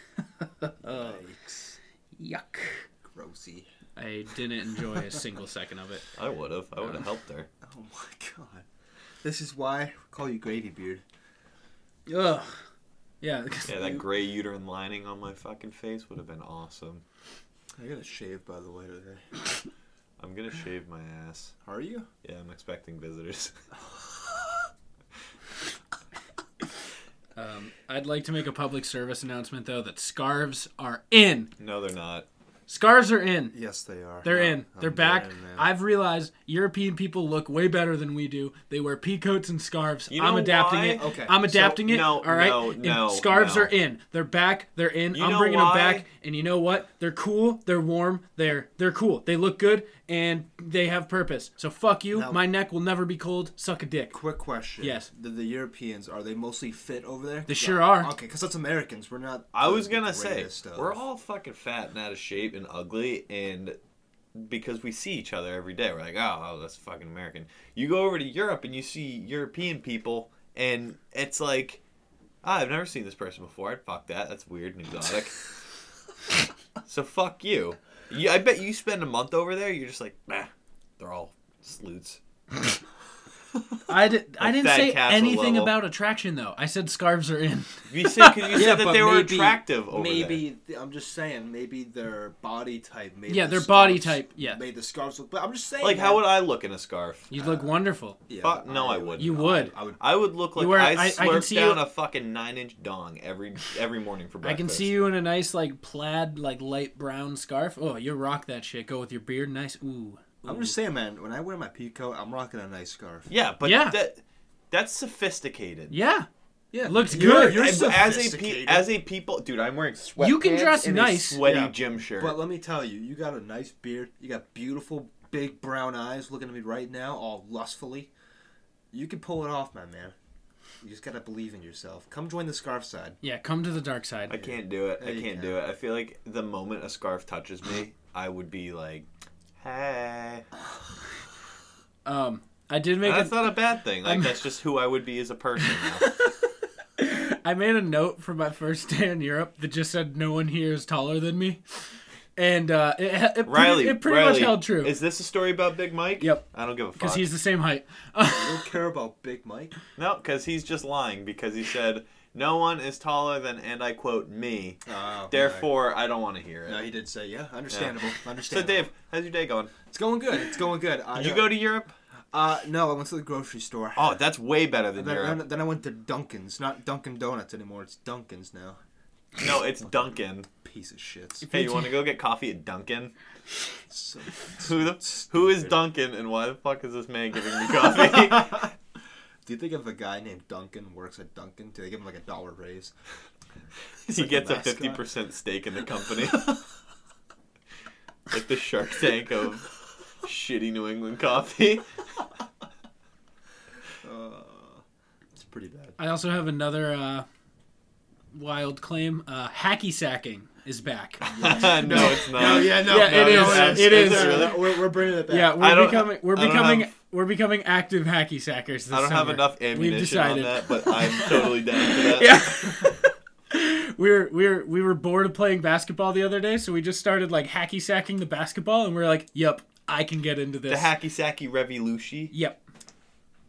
Speaker 5: Yikes.
Speaker 4: Yuck!
Speaker 5: Oh, Grossy.
Speaker 4: I didn't enjoy a single second of it.
Speaker 7: I would have. I would have helped her.
Speaker 5: Oh my god. This is why we call you Grady Beard.
Speaker 4: Ugh. Yeah. 'cause
Speaker 7: Yeah, that gray uterine lining on my fucking face would have been awesome.
Speaker 5: I gotta shave by the way today.
Speaker 7: I'm gonna shave my ass.
Speaker 5: Are you?
Speaker 7: Yeah, I'm expecting visitors.
Speaker 4: Um, I'd like to make a public service announcement though that scarves are in.
Speaker 7: no, they're not.
Speaker 4: Scarves are in.
Speaker 5: Yes, they are.
Speaker 4: They're
Speaker 5: No,
Speaker 4: in.
Speaker 5: I'm
Speaker 4: They're back.
Speaker 5: in, man.
Speaker 4: I've realized European people look way better than we do. They wear pea coats and scarves.
Speaker 7: You
Speaker 4: I'm
Speaker 7: know
Speaker 4: adapting
Speaker 7: why?
Speaker 4: it.
Speaker 5: Okay,
Speaker 4: I'm adapting
Speaker 7: so-
Speaker 4: it.
Speaker 7: no,
Speaker 4: All right.
Speaker 7: no,
Speaker 4: And
Speaker 7: no,
Speaker 4: scarves
Speaker 7: no.
Speaker 4: are in. They're back. They're in.
Speaker 7: You
Speaker 4: I'm
Speaker 7: know
Speaker 4: bringing
Speaker 7: why?
Speaker 4: them back. And you know what? They're cool. They're warm. They're they're cool. They look good and they have purpose. So fuck you.
Speaker 5: Now-
Speaker 4: My neck will never be cold. Suck a dick.
Speaker 5: Quick question.
Speaker 4: Yes.
Speaker 5: The, the Europeans, are they mostly fit over there?
Speaker 4: They sure are.
Speaker 5: Okay, because that's Americans. We're not.
Speaker 7: I was
Speaker 5: the
Speaker 7: gonna say
Speaker 5: greatest of-
Speaker 7: we're all fucking fat and out of shape and ugly, and because we see each other every day, we're like, oh, oh, that's fucking American. You go over to Europe and you see European people, and it's like, ah, I've never seen this person before. I'd fuck that. That's weird and exotic. so fuck you. you. I bet you spend a month over there. You're just like, nah, they're all sleuts.
Speaker 4: I, did, I
Speaker 7: Like
Speaker 4: didn't
Speaker 7: Thad
Speaker 4: say
Speaker 7: Castle
Speaker 4: anything
Speaker 7: level.
Speaker 4: about attraction though. I said scarves are in.
Speaker 7: You said 'cause you
Speaker 5: Yeah,
Speaker 7: said that
Speaker 5: but
Speaker 7: they were
Speaker 5: maybe-
Speaker 7: attractive over there.
Speaker 5: Maybe I'm just saying. Maybe their body type. Made
Speaker 4: Yeah,
Speaker 5: the
Speaker 4: their body
Speaker 5: scarves-
Speaker 4: type, yeah.
Speaker 5: made the scarves look. But I'm just saying.
Speaker 7: Like,
Speaker 5: that-
Speaker 7: how would I look in a scarf?
Speaker 4: You look wonderful.
Speaker 5: Yeah,
Speaker 7: Fuck, no, Uh, I wouldn't.
Speaker 4: You would.
Speaker 5: I would.
Speaker 7: I would look like
Speaker 4: You wear-
Speaker 7: I
Speaker 4: I- I can
Speaker 7: slurp
Speaker 4: see
Speaker 7: down
Speaker 4: you-
Speaker 7: a fucking nine inch dong every every morning for
Speaker 4: I
Speaker 7: breakfast.
Speaker 4: can see you in a nice like plaid like light brown scarf. Oh, you rock that shit. Go with your beard, nice. Ooh.
Speaker 5: I'm just saying, man. When I wear my peacoat, I'm rocking a nice scarf.
Speaker 7: Yeah, but
Speaker 4: Yeah.
Speaker 7: that that's sophisticated.
Speaker 4: Yeah. Yeah. Looks
Speaker 5: You're-
Speaker 4: good.
Speaker 5: you're-
Speaker 7: As- as a pe-
Speaker 5: sophisticated.
Speaker 7: as a people, dude, I'm wearing sweat.
Speaker 4: You can dress
Speaker 7: and
Speaker 4: nice.
Speaker 7: A sweaty
Speaker 5: Yeah,
Speaker 7: gym shirt.
Speaker 5: But let me tell you, you got a nice beard. You got beautiful big brown eyes looking at me right now, all lustfully. You can pull it off, my man. You just gotta believe in yourself. Come join the scarf side.
Speaker 4: yeah, come to the dark side.
Speaker 7: I can't do it.
Speaker 5: Yeah,
Speaker 7: I
Speaker 5: you
Speaker 7: can't
Speaker 5: can.
Speaker 7: do it. I feel like the moment a scarf touches me, I would be like, "Hey."
Speaker 4: Um I did make
Speaker 7: That's
Speaker 4: a,
Speaker 7: not a bad thing. Like
Speaker 4: I'm-
Speaker 7: that's just who I would be as a person. now.
Speaker 4: I made a note for my first day in Europe that just said no one here is taller than me. And uh it, it, pretty-
Speaker 7: Riley,
Speaker 4: it pretty
Speaker 7: Riley,
Speaker 4: much held true
Speaker 7: Is this a story about Big Mike?
Speaker 4: Yep.
Speaker 7: I don't give a fuck.
Speaker 4: cuz he's the same height.
Speaker 5: You don't care about Big Mike.
Speaker 7: No, because he's just lying because he said, No one is taller than, and I quote, me.
Speaker 5: Oh,
Speaker 7: Therefore, I don't want to hear it.
Speaker 5: No, he did say, yeah, understandable.
Speaker 7: so,
Speaker 5: Understandable.
Speaker 7: Dave, how's your day going?
Speaker 5: It's going good. It's going good. I,
Speaker 7: Did you go to Europe?
Speaker 5: Uh, no, I went to the grocery store.
Speaker 7: Oh, that's way better than
Speaker 5: then,
Speaker 7: Europe.
Speaker 5: then- then I went to Dunkin's. Not Dunkin' Donuts anymore. It's Dunkin's now.
Speaker 7: No, it's Dunkin'.
Speaker 5: Piece of shit.
Speaker 7: Hey, you want to go get coffee at Dunkin'?
Speaker 5: So,
Speaker 7: Who the who is Dunkin' and why the fuck is this man giving me coffee?
Speaker 5: do you think if a guy named Duncan works at Dunkin', do they give him like a dollar raise?
Speaker 7: he gets a
Speaker 5: mascot.
Speaker 7: fifty percent stake in the company, like the Shark Tank of shitty New England coffee.
Speaker 5: It's pretty bad.
Speaker 4: I also have another uh wild claim. Uh hacky sacking is back.
Speaker 7: no, it's not.
Speaker 5: no,
Speaker 4: Yeah, it is. It is.
Speaker 7: it's really-
Speaker 5: We're, we're bringing it back.
Speaker 4: Yeah,
Speaker 7: I
Speaker 4: we're
Speaker 7: don't-
Speaker 4: becoming we're
Speaker 7: I don't
Speaker 4: becoming
Speaker 7: have-
Speaker 4: we're becoming active hacky sackers. This
Speaker 7: I don't have
Speaker 4: summer.
Speaker 7: enough ammunition on
Speaker 4: decided.
Speaker 7: that, but I'm totally down for that.
Speaker 4: Yeah. we were we were we were bored of playing basketball the other day, so we just started like hacky sacking the basketball, and we are like, "Yep, I can get into
Speaker 7: The
Speaker 4: this."
Speaker 7: hacky sacky revolution.
Speaker 4: yep.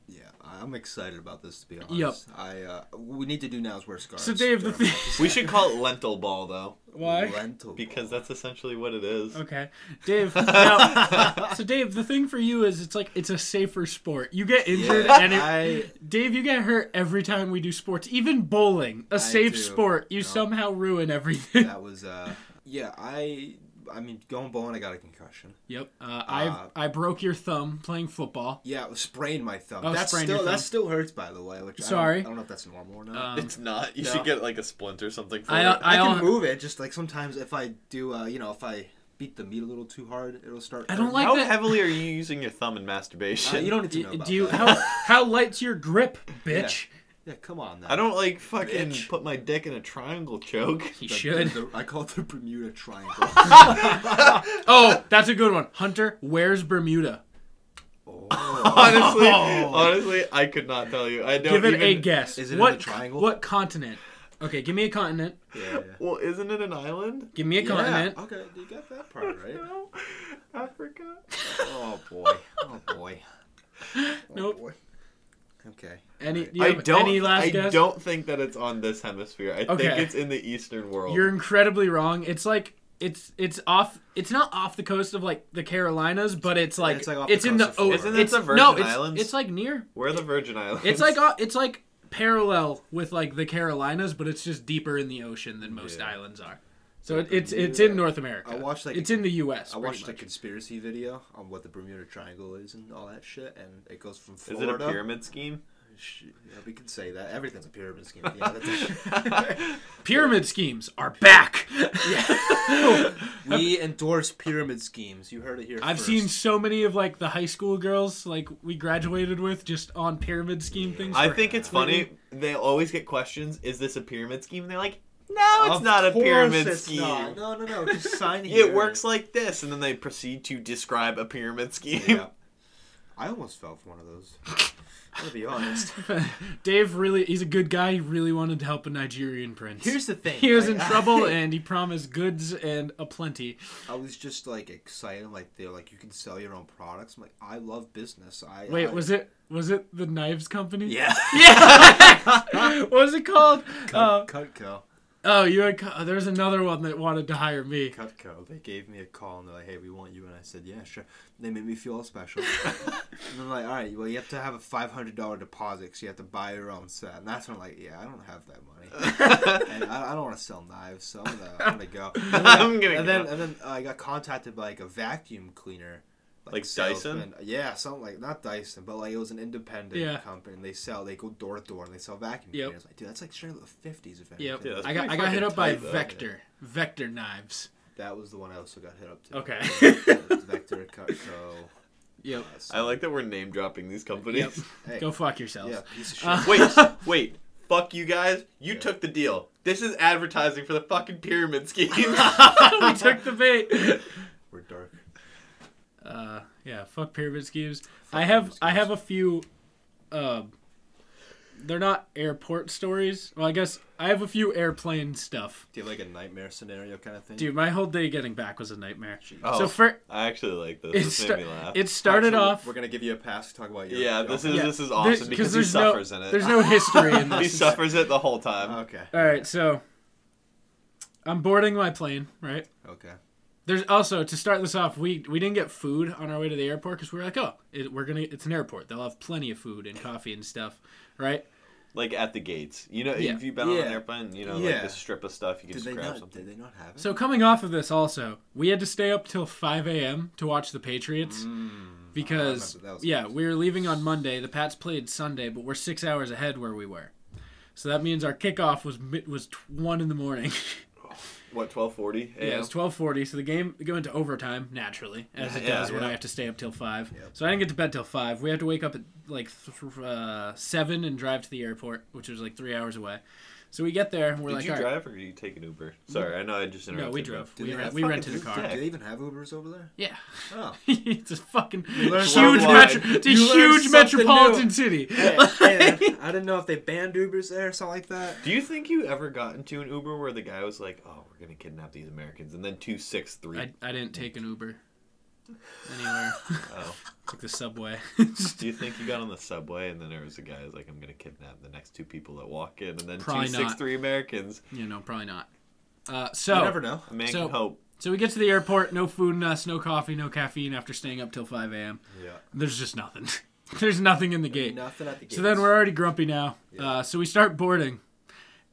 Speaker 5: Yeah, I'm excited about this to be honest.
Speaker 4: Yep.
Speaker 5: I uh, what we need to do now is wear scarves.
Speaker 4: So Dave, the
Speaker 5: during
Speaker 4: thing.
Speaker 7: We should call it lentil ball though,
Speaker 4: Why?
Speaker 5: rental
Speaker 7: because that's essentially what it is.
Speaker 4: Okay, Dave. Now, so Dave, the thing for you is it's like it's a safer sport. You get injured, and it,
Speaker 5: I
Speaker 4: Dave, you get hurt every time we do sports, even bowling, a safe
Speaker 5: do.
Speaker 4: sport. You somehow ruin everything.
Speaker 5: that was uh yeah I I mean, going bowling, I got a concussion.
Speaker 4: Yep. Uh, I
Speaker 5: Uh,
Speaker 4: I broke your thumb playing football.
Speaker 5: Yeah, I sprained my thumb.
Speaker 4: Oh,
Speaker 5: that's
Speaker 4: sprained
Speaker 5: still
Speaker 4: your
Speaker 5: that
Speaker 4: thumb.
Speaker 5: still hurts, by the way. Which I
Speaker 4: Sorry.
Speaker 5: don't, I don't know if that's normal or not.
Speaker 4: Um,
Speaker 7: it's not. You
Speaker 4: no.
Speaker 7: should get like a splint or something for
Speaker 4: I- uh,
Speaker 7: it.
Speaker 5: I,
Speaker 4: al-
Speaker 5: can move it. Just like sometimes if I do, uh, you know, if I beat the meat a little too hard, it'll start.
Speaker 4: I don't
Speaker 5: hurting.
Speaker 4: like
Speaker 7: How
Speaker 4: that-
Speaker 7: heavily are you using your thumb in
Speaker 5: Uh,
Speaker 7: masturbation?
Speaker 5: you don't need to know
Speaker 4: Y-
Speaker 5: about
Speaker 4: Do you
Speaker 5: that.
Speaker 4: how how light's your grip, bitch?
Speaker 5: yeah, come on. Then.
Speaker 7: I don't like fucking
Speaker 5: Bitch.
Speaker 7: put my dick in a triangle choke.
Speaker 4: He
Speaker 5: The-
Speaker 4: should.
Speaker 5: the- I call it the Bermuda Triangle.
Speaker 4: Oh, that's a good one. Hunter, where's Bermuda?
Speaker 7: honestly, honestly, I could not tell you. I don't
Speaker 4: Give it
Speaker 7: even,
Speaker 4: a guess.
Speaker 5: is it in
Speaker 4: what
Speaker 5: the triangle?
Speaker 4: What continent? Okay, give me a continent.
Speaker 5: yeah.
Speaker 7: Well, isn't it an island?
Speaker 4: Give me a continent.
Speaker 5: Yeah, Oh, Okay, you got that part right.
Speaker 7: No, Africa.
Speaker 5: Oh boy. Oh boy.
Speaker 4: Nope.
Speaker 5: Okay.
Speaker 4: Any? do you
Speaker 7: I
Speaker 4: have
Speaker 7: don't.
Speaker 4: Any last
Speaker 7: I
Speaker 4: guess?
Speaker 7: don't think that it's on this hemisphere. I think
Speaker 4: Okay.
Speaker 7: it's in the eastern world.
Speaker 4: You're incredibly wrong. It's like it's it's off. It's not off the coast of like the Carolinas, but it's like
Speaker 5: it's
Speaker 4: it's,
Speaker 5: like off the coast
Speaker 4: in the
Speaker 5: of
Speaker 4: oh,
Speaker 5: Florida.
Speaker 7: Isn't it
Speaker 4: it's
Speaker 7: the Virgin
Speaker 4: no, it's,
Speaker 7: Islands?
Speaker 4: It's like near.
Speaker 7: Where are the Virgin Islands?
Speaker 4: It's like uh, it's like parallel with like the Carolinas, but it's just deeper in the ocean than most islands are. So it, it's it's in North America.
Speaker 5: I watched, like,
Speaker 4: it's in the U.S.
Speaker 5: I
Speaker 4: pretty
Speaker 5: watched a
Speaker 4: much.
Speaker 5: conspiracy video on what the Bermuda Triangle is and all that shit, and it goes from
Speaker 7: Is it a
Speaker 5: Florida.
Speaker 7: pyramid scheme?
Speaker 5: Sh- Yeah, we can say that. Everything's a pyramid scheme. Yeah, that's
Speaker 4: pyramid schemes are back.
Speaker 5: we endorse pyramid schemes. You heard it here.
Speaker 4: I've
Speaker 5: first.
Speaker 4: seen so many of like the high school girls like we graduated with just on pyramid scheme things.
Speaker 7: I
Speaker 4: for-
Speaker 7: think it's funny. They always get questions. Is this a pyramid scheme? And they're like, No, it's
Speaker 5: Of
Speaker 7: not a
Speaker 5: course
Speaker 7: pyramid
Speaker 5: it's
Speaker 7: scheme.
Speaker 5: not. No, no, no. Just sign here.
Speaker 7: It works like this, and then they proceed to describe a pyramid scheme.
Speaker 5: Yeah. I almost fell for one of those. I'll be honest.
Speaker 4: Dave really he's a good guy. He really wanted to help a Nigerian prince.
Speaker 5: Here's the thing.
Speaker 4: he was
Speaker 5: I-
Speaker 4: in trouble and he promised goods and a plenty.
Speaker 5: I was just like excited, like they're like you can sell your own products. I'm like, I love business. I
Speaker 4: Wait,
Speaker 5: I,
Speaker 4: was it was it the knives company?
Speaker 5: yeah,
Speaker 4: What was it called? Uh,
Speaker 5: Cutco,
Speaker 4: oh, you had co- oh, there was another one that wanted to hire me.
Speaker 5: Cutco. They gave me a call and they're like, "Hey, we want you," and I said, "Yeah, sure." They made me feel all special. and they're like, "All right, well, you have to have a five hundred dollar deposit, so you have to buy your own set." And that's when I'm like, "Yeah, I don't have that money, and I, I don't want to sell knives, so I'm gonna, I'm gonna go." And then,
Speaker 7: I'm gonna
Speaker 5: and
Speaker 7: go.
Speaker 5: then, and then uh, I got contacted by like a vacuum cleaner.
Speaker 7: Like Dyson?
Speaker 5: salesman. Yeah, something like not Dyson, but like it was an independent
Speaker 4: Yeah.
Speaker 5: company. And they sell, they go door to door and they sell vacuum
Speaker 4: Yep.
Speaker 5: cleaners. Like, dude, that's like straight out of the fifties. If anything,
Speaker 4: Yep.
Speaker 7: that's
Speaker 4: I got
Speaker 7: pretty
Speaker 4: I got hit
Speaker 7: fucking
Speaker 4: up by
Speaker 7: tight, though.
Speaker 4: Vector. Vector knives.
Speaker 5: that was the one I also got hit up to.
Speaker 4: Okay.
Speaker 5: Vector Cutco.
Speaker 4: Yep.
Speaker 7: I like that we're name dropping these
Speaker 4: Yep.
Speaker 7: companies.
Speaker 5: Hey,
Speaker 4: Go Uh, fuck yourselves.
Speaker 5: yeah, piece of shit.
Speaker 7: wait, wait. Fuck you guys. You took the deal. This is advertising for the fucking pyramid scheme.
Speaker 4: we took the bait.
Speaker 5: We're dark.
Speaker 4: Uh, yeah, fuck pyramid schemes. I have I have a few. Um, they're not airport stories. Well, I guess I have a few airplane stuff.
Speaker 5: Do you have like a nightmare scenario kind of thing?
Speaker 4: Dude, my whole day getting back was a nightmare.
Speaker 7: Oh.
Speaker 4: So for
Speaker 7: I actually like this.
Speaker 4: it,
Speaker 7: This
Speaker 4: sta-
Speaker 7: made me laugh.
Speaker 4: it started
Speaker 5: Actually,
Speaker 4: off.
Speaker 5: We're gonna give you a pass to talk about your.
Speaker 7: yeah, this is
Speaker 4: Yeah.
Speaker 7: this is
Speaker 4: There-
Speaker 7: awesome because he
Speaker 4: there's
Speaker 7: suffers
Speaker 4: no,
Speaker 7: in it.
Speaker 4: There's no history in
Speaker 7: he
Speaker 4: this.
Speaker 7: suffers it the whole time.
Speaker 5: okay.
Speaker 4: All right, so I'm boarding my plane. Right.
Speaker 5: Okay.
Speaker 4: There's also to start this off, we we didn't get food on our way to the airport because we were like, oh, it, we're gonna it's an airport. They'll have plenty of food and coffee and stuff, right?
Speaker 7: Like at the gates. You know,
Speaker 4: Yeah.
Speaker 7: if you've been on
Speaker 5: Yeah.
Speaker 7: an airplane, you know,
Speaker 5: Yeah.
Speaker 7: like this strip of stuff, you can
Speaker 5: Did
Speaker 7: just
Speaker 5: they
Speaker 7: grab
Speaker 5: not?
Speaker 7: something.
Speaker 5: Did they not have it?
Speaker 4: So coming off of this, also we had to stay up till 5 a.m. to watch the Patriots because
Speaker 5: Mm. Oh, remember, that was
Speaker 4: yeah,
Speaker 5: nice.
Speaker 4: we were leaving on Monday. The Pats played Sunday, but we're six hours ahead where we were. So that means our kickoff was mi- was t- one in the morning.
Speaker 7: What, twelve forty?
Speaker 4: yeah, it was twelve forty. So the game going to overtime naturally, as it
Speaker 7: Yeah,
Speaker 4: does when
Speaker 7: yeah.
Speaker 4: I have to stay up till five. So I didn't get to bed till five. We had to wake up at like th- uh, seven and drive to the airport, which was like three hours away. So we get there and we're
Speaker 7: Did
Speaker 4: like,
Speaker 7: you
Speaker 4: all right.
Speaker 7: drive or did you take an Uber? Sorry, I know I just interrupted.
Speaker 4: No, we
Speaker 7: you.
Speaker 4: drove.
Speaker 5: they
Speaker 4: We,
Speaker 5: have
Speaker 4: rent, we
Speaker 5: fucking
Speaker 4: rented a
Speaker 5: Ubers?
Speaker 4: car.
Speaker 5: Do they even have Ubers over there?
Speaker 4: Yeah.
Speaker 5: Oh.
Speaker 4: it's a fucking
Speaker 5: learned
Speaker 4: huge,
Speaker 7: something.
Speaker 4: metro- it's a
Speaker 5: You learned
Speaker 4: huge
Speaker 5: something
Speaker 4: metropolitan
Speaker 5: new.
Speaker 4: city.
Speaker 5: Hey, hey, I didn't know if they banned Ubers there or something like that.
Speaker 7: Do you think you ever got into an Uber where the guy was like, "Oh, we're gonna kidnap these Americans," and then two six three?
Speaker 4: I, I didn't take an Uber anywhere.
Speaker 7: Oh.
Speaker 4: Took the subway.
Speaker 7: Do you think you got on the subway and then there was a guy who's like, "I'm gonna kidnap the next two people that walk in," and then
Speaker 4: Probably
Speaker 7: two six
Speaker 4: not.
Speaker 7: three Americans?
Speaker 4: you know, probably not. Uh, so
Speaker 5: You never know.
Speaker 7: A man
Speaker 4: So-
Speaker 7: can hope.
Speaker 4: so we get to the airport. No food in us. No coffee. No caffeine. After staying up till five a.m.
Speaker 5: Yeah.
Speaker 4: There's just nothing. There's nothing in the gate.
Speaker 5: Nothing at the gates.
Speaker 4: So then we're already grumpy now. Uh, so we start boarding,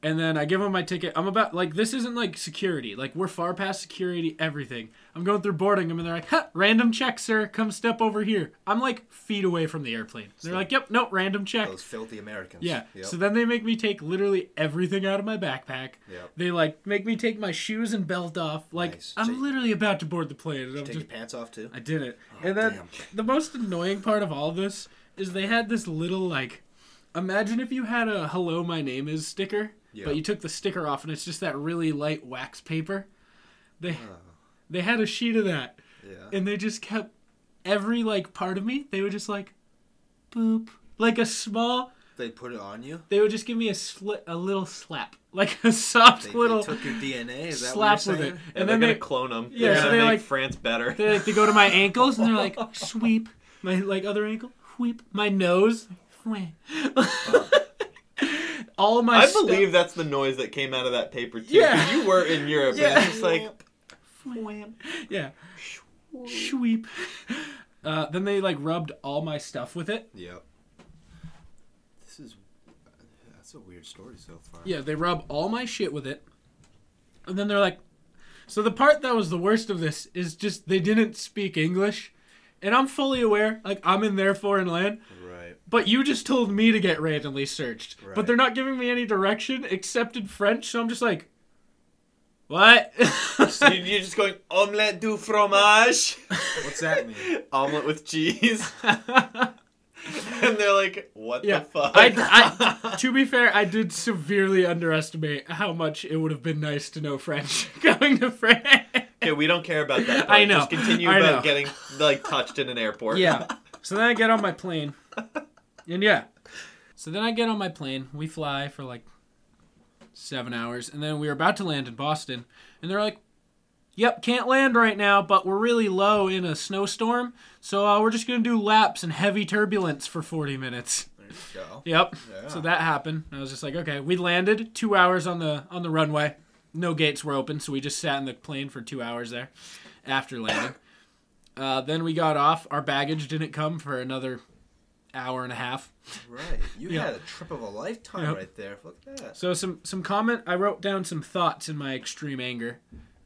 Speaker 4: And then I give him my ticket. I'm about like this isn't like security. Like we're far past security, everything. I'm going through boarding them and they're like, huh, random check, sir. Come step over here. I'm like feet away from the airplane. They're like, Yep, no, random check.
Speaker 8: Those filthy Americans.
Speaker 4: Yeah.
Speaker 8: Yep.
Speaker 4: So then they make me take literally everything out of my backpack.
Speaker 8: Yep.
Speaker 4: They like make me take my shoes and belt off. Like
Speaker 8: Nice.
Speaker 4: I'm
Speaker 8: So you-
Speaker 4: literally about to board the plane. And I'm
Speaker 8: Take
Speaker 4: just,
Speaker 8: your pants off too.
Speaker 4: I did it. and then
Speaker 8: damn.
Speaker 4: the most annoying part of all this is they had this little like imagine if you had a hello my name is sticker,
Speaker 8: Yeah.
Speaker 4: but you took the sticker off and it's just that really light wax paper. They
Speaker 8: Oh.
Speaker 4: they had a sheet of that
Speaker 8: Yeah.
Speaker 4: and they just kept every like part of me, they were just like boop. Like a small
Speaker 8: They put it on you.
Speaker 4: they would just give me a slit, a little slap, like a soft
Speaker 8: They,
Speaker 4: little.
Speaker 8: they took your DNA. Is that
Speaker 4: slap
Speaker 8: what you're
Speaker 4: with
Speaker 8: saying?
Speaker 4: it.
Speaker 7: And,
Speaker 4: And
Speaker 7: they're
Speaker 4: then
Speaker 7: gonna
Speaker 4: they-
Speaker 7: clone them.
Speaker 4: Yeah,
Speaker 7: they're
Speaker 4: so
Speaker 7: gonna
Speaker 4: they,
Speaker 7: make
Speaker 4: like-
Speaker 7: France better.
Speaker 4: they like they go to my ankles and they're like sweep my like other ankle, sweep my nose, whang. all my.
Speaker 7: I
Speaker 4: stuff-
Speaker 7: believe that's the noise that came out of that paper too.
Speaker 4: Yeah.
Speaker 7: 'cause You were in Europe,
Speaker 4: Yeah.
Speaker 7: and it's just like
Speaker 4: Yeah. Sweep. Uh, then they like rubbed all my stuff with it.
Speaker 8: Yep. This is that's a weird story so far.
Speaker 4: Yeah, they rub all my shit with it. And then they're like, so the part that was the worst of this is just they didn't speak English. And I'm fully aware, like, I'm in their foreign land.
Speaker 8: Right.
Speaker 4: But you just told me to get randomly searched. But
Speaker 8: Right.
Speaker 4: they're not giving me any direction except in French, so I'm just like, what?
Speaker 7: you- you're just going omelette du fromage,
Speaker 8: What's that mean?
Speaker 7: omelet with cheese, and they're like, "What
Speaker 4: yeah.
Speaker 7: the fuck?"
Speaker 4: I, I, to be fair, I did severely underestimate how much it would have been nice to know French going to France.
Speaker 7: okay, we don't care about that.
Speaker 4: I
Speaker 7: part. Just
Speaker 4: know.
Speaker 7: continue
Speaker 4: I
Speaker 7: about
Speaker 4: know.
Speaker 7: getting like touched in an airport.
Speaker 4: Yeah. So then I get on my plane. And yeah. So then I get on my plane. We fly for like seven hours. And then we were about to land in Boston. And they're like, yep, can't land right now, but we're really low in a snowstorm. So uh, we're just going to do laps and heavy turbulence for 40 minutes.
Speaker 8: Go.
Speaker 4: Yep. So that happened. And I was just like, okay, we landed two hours on the on the runway. No gates were open, so we just sat in the plane for two hours there after landing. uh, then we got off. Our baggage didn't come for another hour and a half.
Speaker 8: Right. You
Speaker 4: Yeah.
Speaker 8: had a trip of a lifetime
Speaker 4: Yep.
Speaker 8: right there. Look at that.
Speaker 4: So some some comment. I wrote down some thoughts in my extreme anger.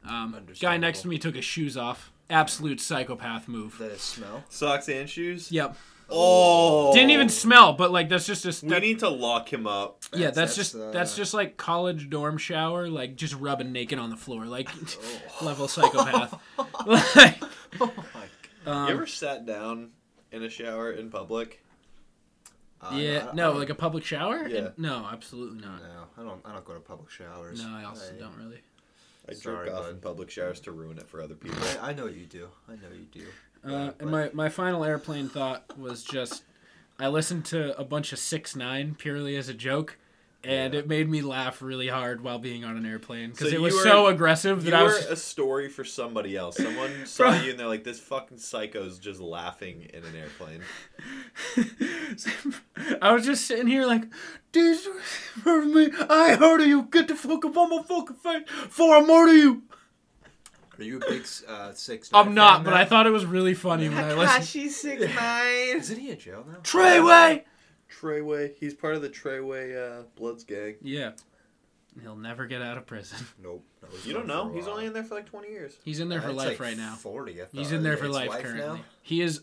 Speaker 4: Um, guy next to me took his shoes off. Absolute psychopath move.
Speaker 8: The smell.
Speaker 7: Socks and shoes.
Speaker 4: Yep.
Speaker 7: Oh.
Speaker 4: Didn't even smell, but like that's just a.
Speaker 7: We
Speaker 4: that-
Speaker 7: need to lock him up.
Speaker 4: yeah, that's,
Speaker 8: that's,
Speaker 4: just
Speaker 8: uh,
Speaker 4: that's just like college dorm shower, like just rubbing naked on the floor, like
Speaker 7: Oh.
Speaker 4: level psychopath. Like, um,
Speaker 7: you ever sat down in a shower in public?
Speaker 8: Uh,
Speaker 4: yeah,
Speaker 8: I-
Speaker 4: no,
Speaker 8: I-
Speaker 4: like a public shower?
Speaker 7: Yeah.
Speaker 4: No, absolutely not.
Speaker 8: No, I don't. I don't go to public showers.
Speaker 4: No, I also don't really.
Speaker 7: I
Speaker 8: Sorry,
Speaker 7: jerk off
Speaker 8: bud.
Speaker 7: in public showers to ruin it for other people.
Speaker 8: I, I know you do. I know you do.
Speaker 4: Uh, and my my final airplane thought was just, I listened to a bunch of Six Nine purely as a joke. And it made me laugh really hard while being on an airplane
Speaker 7: So
Speaker 4: because it
Speaker 7: you
Speaker 4: was
Speaker 7: were-
Speaker 4: so aggressive
Speaker 7: You
Speaker 4: that I was.
Speaker 7: were a story for somebody else. Someone saw you and they're like, "This fucking psycho's just laughing in an airplane."
Speaker 4: I was just sitting here like, this hurt me. I heard you. Get the fuck up on my fucking face before I murder you.
Speaker 8: Are you a big uh, six?
Speaker 4: I'm not, but I thought it was really funny when I listened.
Speaker 7: she's six nine.
Speaker 8: Is he in jail now?
Speaker 4: Treyway.
Speaker 6: Treyway. He's part of the Treyway uh, Bloods gang.
Speaker 4: Yeah. He'll never get out of prison.
Speaker 8: Nope. No, he's
Speaker 7: You don't
Speaker 8: gone for
Speaker 7: know.
Speaker 8: a
Speaker 7: He's
Speaker 8: while.
Speaker 7: only in there for like twenty years.
Speaker 4: He's in there for
Speaker 8: That's like
Speaker 4: life right now.
Speaker 8: Forty. I thought.
Speaker 4: He's in there for
Speaker 8: It's
Speaker 4: life, currently. He is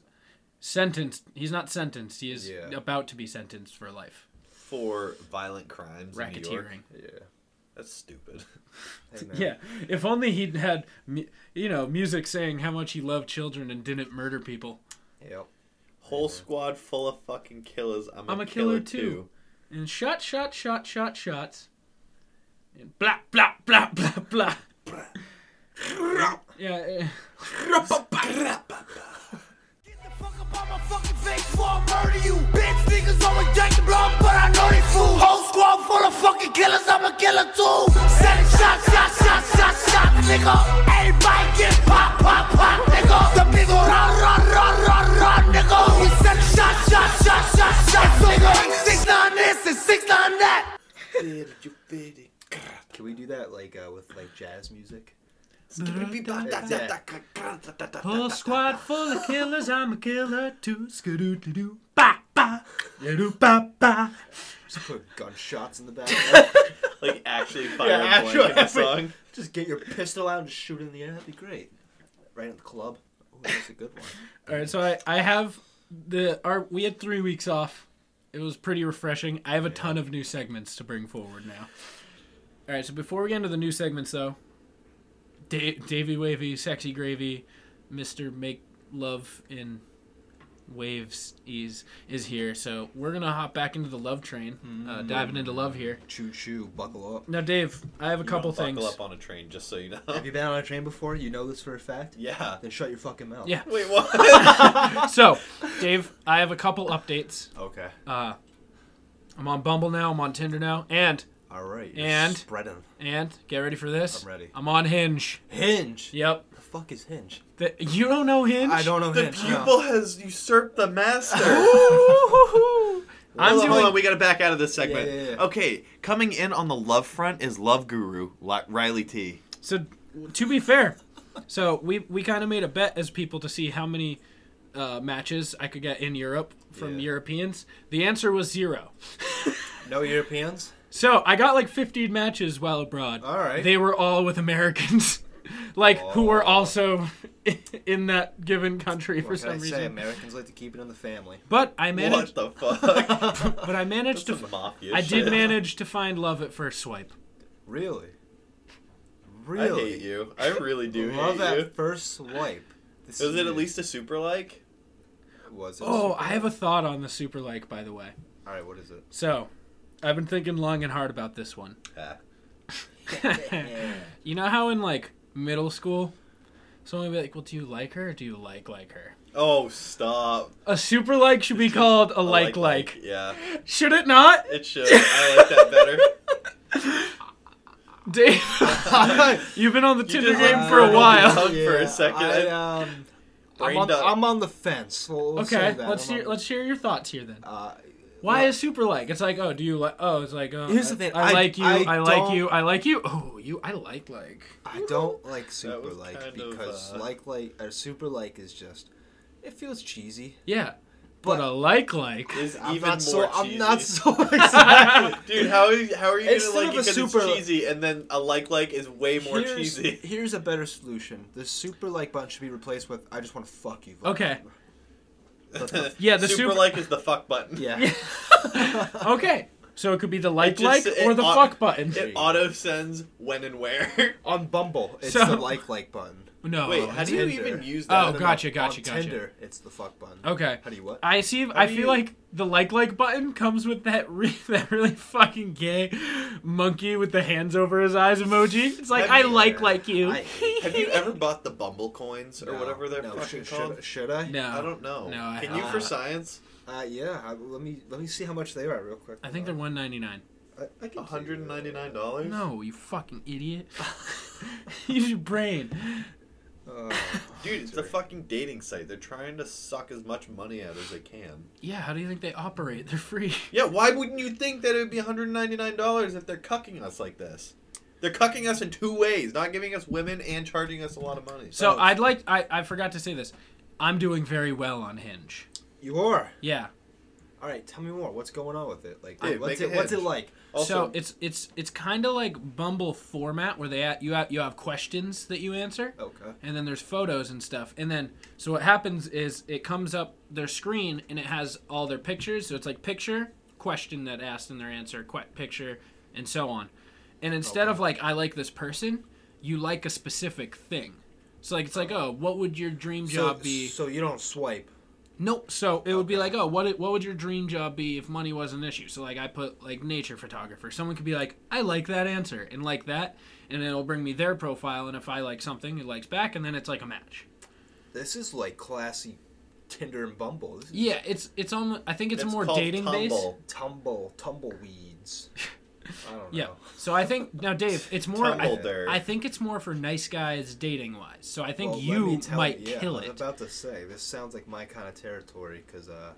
Speaker 4: sentenced. He's not sentenced. He is
Speaker 8: Yeah.
Speaker 4: about to be sentenced for life.
Speaker 7: for violent crimes. in New York.
Speaker 4: Racketeering.
Speaker 8: Yeah.
Speaker 7: That's stupid.
Speaker 8: Hey, man.
Speaker 4: Yeah. If only he'd had, mu- you know, music saying how much he loved children and didn't murder people.
Speaker 8: Yep.
Speaker 7: Whole squad full of fucking killers. I'm a,
Speaker 4: I'm a killer too. and shot, shot, shot, shot, shots, and blah, blah, blah, blah, blah. yeah. eh.
Speaker 2: Get the fuck up on my fucking face before I murder you. Bitch, niggas always drink the blood, but I know they fools. Whole squad full of fucking killers, I'm a killer too. Selling shot, shot, shot, shot, shot, nigga. Everybody get pop, pop, pop, nigga. The big ol' run, run, run, run, run, nigga. We selling shot, shot, shot, shot, shot, nigga. Six nine this and six nine that.
Speaker 8: Can we do that like uh, with like jazz music?
Speaker 4: Whole squad full of killers, I'm a killer too. Skidoo doo doo. Bah, bah. Yadoo-ba-ba.
Speaker 5: Just put gunshots in the back.
Speaker 7: Like actually
Speaker 5: yeah,
Speaker 7: fire a
Speaker 5: actually,
Speaker 7: blank in the song.
Speaker 5: Just get your pistol out and shoot it in the air. That'd be great. Right at the club. Ooh, that's a good one.
Speaker 4: All right, so I, I have the our we had three weeks off. It was pretty refreshing. I have a ton of new segments to bring forward now. All right, so before we get into the new segments, though, da- Davy Wavy, Sexy Gravy, Mister Make Love in Waves is is here. So we're gonna hop back into the love train, uh,
Speaker 7: Mm-hmm.
Speaker 4: diving into love here.
Speaker 5: Choo choo, buckle up.
Speaker 4: Now, Dave, I have a couple
Speaker 7: Don't
Speaker 4: things.
Speaker 7: Buckle up on a train, just so you know.
Speaker 5: Have you been on a train before? You know this for a fact?
Speaker 7: Yeah.
Speaker 5: Then shut your fucking mouth.
Speaker 4: Yeah.
Speaker 7: Wait, what?
Speaker 4: So, Dave, I have a couple updates.
Speaker 5: Okay.
Speaker 4: I'm on Bumble now. I'm on Tinder now, and
Speaker 5: All right. You're
Speaker 4: and-
Speaker 5: spreading.
Speaker 4: And get ready for this.
Speaker 5: I'm ready.
Speaker 4: I'm on Hinge.
Speaker 5: Hinge.
Speaker 4: Yep.
Speaker 5: The fuck is Hinge?
Speaker 4: The, you don't know Hinge?
Speaker 5: I don't know
Speaker 9: The
Speaker 5: Hinge. no.
Speaker 9: pupil has usurped the master.
Speaker 4: I'm
Speaker 7: hold, on,
Speaker 4: doing.
Speaker 7: hold on, we gotta back out of this segment.
Speaker 5: yeah, yeah.
Speaker 7: Okay, coming in on the love front is love guru Li- Riley T.
Speaker 4: So, to be fair, so we we kind of made a bet as people to see how many uh, matches I could get in Europe from Europeans. The answer was zero.
Speaker 5: No Europeans?
Speaker 4: So I got like 15 matches while abroad.
Speaker 5: All right. Oh.
Speaker 4: They were all with Americans, like who were also in that given country for
Speaker 5: What
Speaker 4: some
Speaker 5: can I
Speaker 4: reason.
Speaker 5: say? Americans like to keep it in the family.
Speaker 4: But I managed.
Speaker 7: What the fuck?
Speaker 4: But I managed to.
Speaker 7: Some mafia
Speaker 4: I did
Speaker 7: shit.
Speaker 4: manage to find love at first swipe.
Speaker 5: Really?
Speaker 7: I
Speaker 5: Really?
Speaker 7: hate you. I really do
Speaker 5: Love
Speaker 7: hate
Speaker 5: at
Speaker 7: you.
Speaker 5: first swipe. This
Speaker 7: Is it
Speaker 5: is-
Speaker 7: at least a super like?
Speaker 5: Was it?
Speaker 4: Oh, I have a thought on the super like, by the way.
Speaker 5: All right, what is it?
Speaker 4: So, I've been thinking long and hard about this one.
Speaker 7: Ah.
Speaker 4: you know how in like middle school, someone would be like, "Well, do you like her? or Do you like like her?"
Speaker 7: Oh, stop.
Speaker 4: A super like should be called a
Speaker 7: I
Speaker 4: like like.
Speaker 7: Yeah,
Speaker 4: Should it not,
Speaker 7: it should. I like that better.
Speaker 4: Dave? You've been on the Tinder game for a
Speaker 5: Uh,
Speaker 7: unraveled
Speaker 4: while.
Speaker 7: tongue for a second.
Speaker 5: I, um, I'm,
Speaker 7: Brain
Speaker 5: on,
Speaker 7: dump.
Speaker 5: I'm on the fence. We'll, we'll say
Speaker 4: Okay,
Speaker 5: that.
Speaker 4: let's
Speaker 5: I'm on
Speaker 4: hear
Speaker 5: the-
Speaker 4: let's hear your thoughts here then.
Speaker 5: Uh,
Speaker 4: Why is super like? It's like, oh, do you like? Oh, it's like, oh,
Speaker 5: Here's
Speaker 4: I,
Speaker 5: the thing,
Speaker 4: I,
Speaker 5: I-
Speaker 4: like you,
Speaker 5: I
Speaker 4: I, like
Speaker 5: don't-
Speaker 4: you, I like you. Oh, you, I like like.
Speaker 5: I don't like super
Speaker 7: was
Speaker 5: like
Speaker 7: kind of,
Speaker 5: because
Speaker 7: uh,
Speaker 5: like like or super like is just it feels cheesy.
Speaker 4: Yeah, but,
Speaker 5: But-
Speaker 4: a like like.
Speaker 7: Is
Speaker 5: I'm
Speaker 7: even
Speaker 5: not so
Speaker 7: more
Speaker 5: I'm not
Speaker 7: cheesy.
Speaker 5: so excited.
Speaker 7: Dude, how are you, how are you
Speaker 5: Instead
Speaker 7: gonna like
Speaker 5: of
Speaker 7: it
Speaker 5: a
Speaker 7: because
Speaker 5: super-
Speaker 7: it's cheesy, and then a like like is way more
Speaker 5: here's,
Speaker 7: cheesy?
Speaker 5: here's a better solution. The super like button should be replaced with I just want to fuck you. button.
Speaker 4: Okay.
Speaker 5: But the-
Speaker 4: Yeah, the
Speaker 7: super,
Speaker 4: super.
Speaker 7: like is the fuck button.
Speaker 5: yeah.
Speaker 4: Okay, so it could be the like like
Speaker 7: just- it
Speaker 4: or the
Speaker 7: au-
Speaker 4: fuck button.
Speaker 7: It auto sends when and where.
Speaker 5: on Bumble, it's
Speaker 4: So-
Speaker 5: the like like button.
Speaker 4: no.
Speaker 7: Wait, how
Speaker 4: it's-
Speaker 7: do you
Speaker 5: Tinder.
Speaker 7: even use
Speaker 4: Oh,
Speaker 7: that?
Speaker 5: No, no,
Speaker 4: gotcha,
Speaker 5: no.
Speaker 4: gotcha,
Speaker 5: on
Speaker 4: gotcha. Oh,
Speaker 5: Tinder, it's the fuck button.
Speaker 4: Okay.
Speaker 5: How do you what?
Speaker 4: I see. I
Speaker 7: do
Speaker 4: feel
Speaker 7: you-
Speaker 4: like the like like button comes with that re- that really fucking gay monkey with the hands over his eyes emoji. It's like I like like you.
Speaker 5: I hate-
Speaker 7: Have you ever bought the Bumble coins or
Speaker 5: No,
Speaker 7: whatever they're
Speaker 5: no,
Speaker 7: fucking
Speaker 5: should,
Speaker 7: called?
Speaker 5: Should, should I?
Speaker 4: no,
Speaker 7: I don't know.
Speaker 4: No, I
Speaker 7: Can you
Speaker 4: haven't.
Speaker 7: for science?
Speaker 5: Uh, yeah. I, let me let me see how much they are real quick.
Speaker 4: I think they're
Speaker 5: Hold
Speaker 4: one ninety nine.
Speaker 5: on. I, I can
Speaker 7: One hundred and ninety nine dollars.
Speaker 4: No, you fucking idiot. Use your brain.
Speaker 5: Uh,
Speaker 7: dude, it's a fucking dating site. They're trying to suck as much money out as they can.
Speaker 4: Yeah, how do you think they operate? They're free.
Speaker 7: Yeah, why wouldn't you think that it would be one hundred ninety nine dollars if they're cucking us like this? They're cucking us in two ways: not giving us women and charging us a lot of money.
Speaker 4: So I'd like I, I forgot to say this. I'm doing very well on Hinge.
Speaker 5: you are.
Speaker 4: Yeah.
Speaker 5: All right. Tell me more. What's going on with it? Like,
Speaker 7: Dude,
Speaker 5: what's
Speaker 7: make
Speaker 5: it?
Speaker 7: a
Speaker 5: What's it
Speaker 7: hinge.
Speaker 5: like?
Speaker 4: so it's it's it's kind of like Bumble format where they at, you at, you have questions that you answer.
Speaker 5: Okay.
Speaker 4: and then there's photos and stuff and then so what happens is it comes up their screen and it has all their pictures so it's like picture question that asked and their answer que- picture and so on and instead of like i like this person you like a specific thing so like it's like oh what would your dream job
Speaker 5: so,
Speaker 4: be
Speaker 5: so you don't swipe.
Speaker 4: Nope. So it would be like, oh, what what would your dream job be if money was an issue? So like, I put like nature photographer. Someone could be like, I like that answer and like that, and it'll bring me their profile. And if I like something, it likes back, and then it's like a match.
Speaker 5: This is like classy Tinder and Bumble. This is
Speaker 4: Yeah, it's it's on. I think it's,
Speaker 7: It's
Speaker 4: more
Speaker 7: called
Speaker 4: dating based.
Speaker 7: Tumble.
Speaker 5: tumble tumbleweeds. I don't know.
Speaker 4: Yeah. So I think now, Dave, it's more. I,
Speaker 7: Tumble there.
Speaker 4: I think it's more for nice guys dating wise. So I think
Speaker 5: Well, let me
Speaker 4: you
Speaker 5: tell
Speaker 4: might
Speaker 5: you- yeah,
Speaker 4: kill
Speaker 5: I was
Speaker 4: it.
Speaker 5: about to say this sounds like my kind of territory because uh,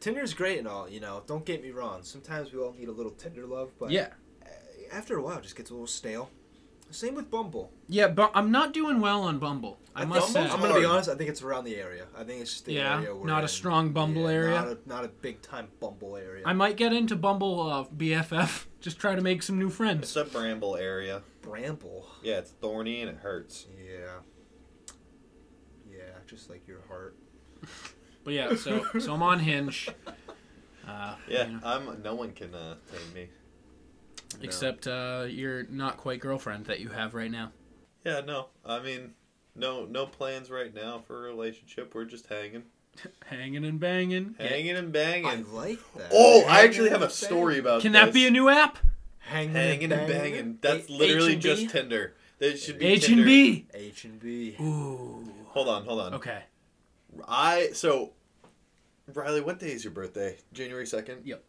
Speaker 5: Tinder's great and all. You know, don't get me wrong. Sometimes we all need a little Tinder love, but
Speaker 4: Yeah.
Speaker 5: after a while, it just gets a little stale. Same with Bumble.
Speaker 4: Yeah, but I'm not doing well on Bumble. I, must
Speaker 5: Bumble,
Speaker 4: say.
Speaker 5: I'm gonna be honest. I think it's around the area. I think it's just the
Speaker 4: Yeah,
Speaker 5: area. We're
Speaker 4: not a
Speaker 5: in.
Speaker 4: strong Bumble
Speaker 5: Yeah,
Speaker 4: area.
Speaker 5: Not a, not a big time Bumble area.
Speaker 4: I might get into Bumble uh, BFF. Just try to make some new
Speaker 7: It's
Speaker 4: friends.
Speaker 7: a bramble area.
Speaker 5: Bramble.
Speaker 7: Yeah, it's thorny and it hurts.
Speaker 5: Yeah. Yeah, just like your heart.
Speaker 4: But yeah, so so I'm on Hinge, uh,
Speaker 7: Yeah, I'm. No one can uh, tame me.
Speaker 4: except uh, your not quite girlfriend that you have right now.
Speaker 7: Yeah, no. I mean, no, no plans right now for a relationship. We're just hanging,
Speaker 4: Hanging and banging. Yeah.
Speaker 7: hanging and
Speaker 5: I
Speaker 7: banging.
Speaker 5: like that.
Speaker 7: Oh, I actually have a story about.
Speaker 4: Can that
Speaker 7: this.
Speaker 4: be a new app?
Speaker 5: Hanging,
Speaker 7: hanging and banging? That's literally
Speaker 4: H&B?
Speaker 7: just Tinder. That should be
Speaker 4: H
Speaker 7: Tinder.
Speaker 4: and B.
Speaker 5: H and B.
Speaker 4: Ooh.
Speaker 7: Hold on, hold on.
Speaker 4: Okay.
Speaker 7: I so Riley, what day is your birthday? January second.
Speaker 4: Yep.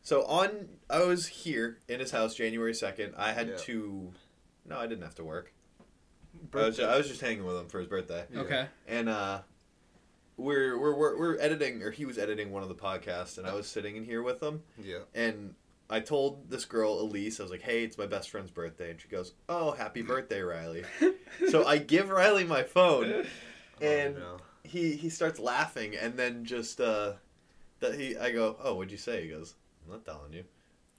Speaker 7: So on, I was here in his house January second. I had
Speaker 5: Yeah.
Speaker 7: to. No, I didn't have to work. I was, ju- I was just hanging with him for his birthday.
Speaker 4: Okay.
Speaker 7: And uh, we're, we're we're we're editing, or he was editing one of the podcasts, and I was sitting in here with him.
Speaker 5: Yeah.
Speaker 7: And I told this girl Elise, I was like, "Hey, it's my best friend's birthday," and she goes, "Oh, happy birthday, Riley." so I give Riley my phone, and
Speaker 5: Oh, no.
Speaker 7: he he starts laughing, and then just uh, that he I go, "Oh, what'd you say?" He goes, "I'm not telling you."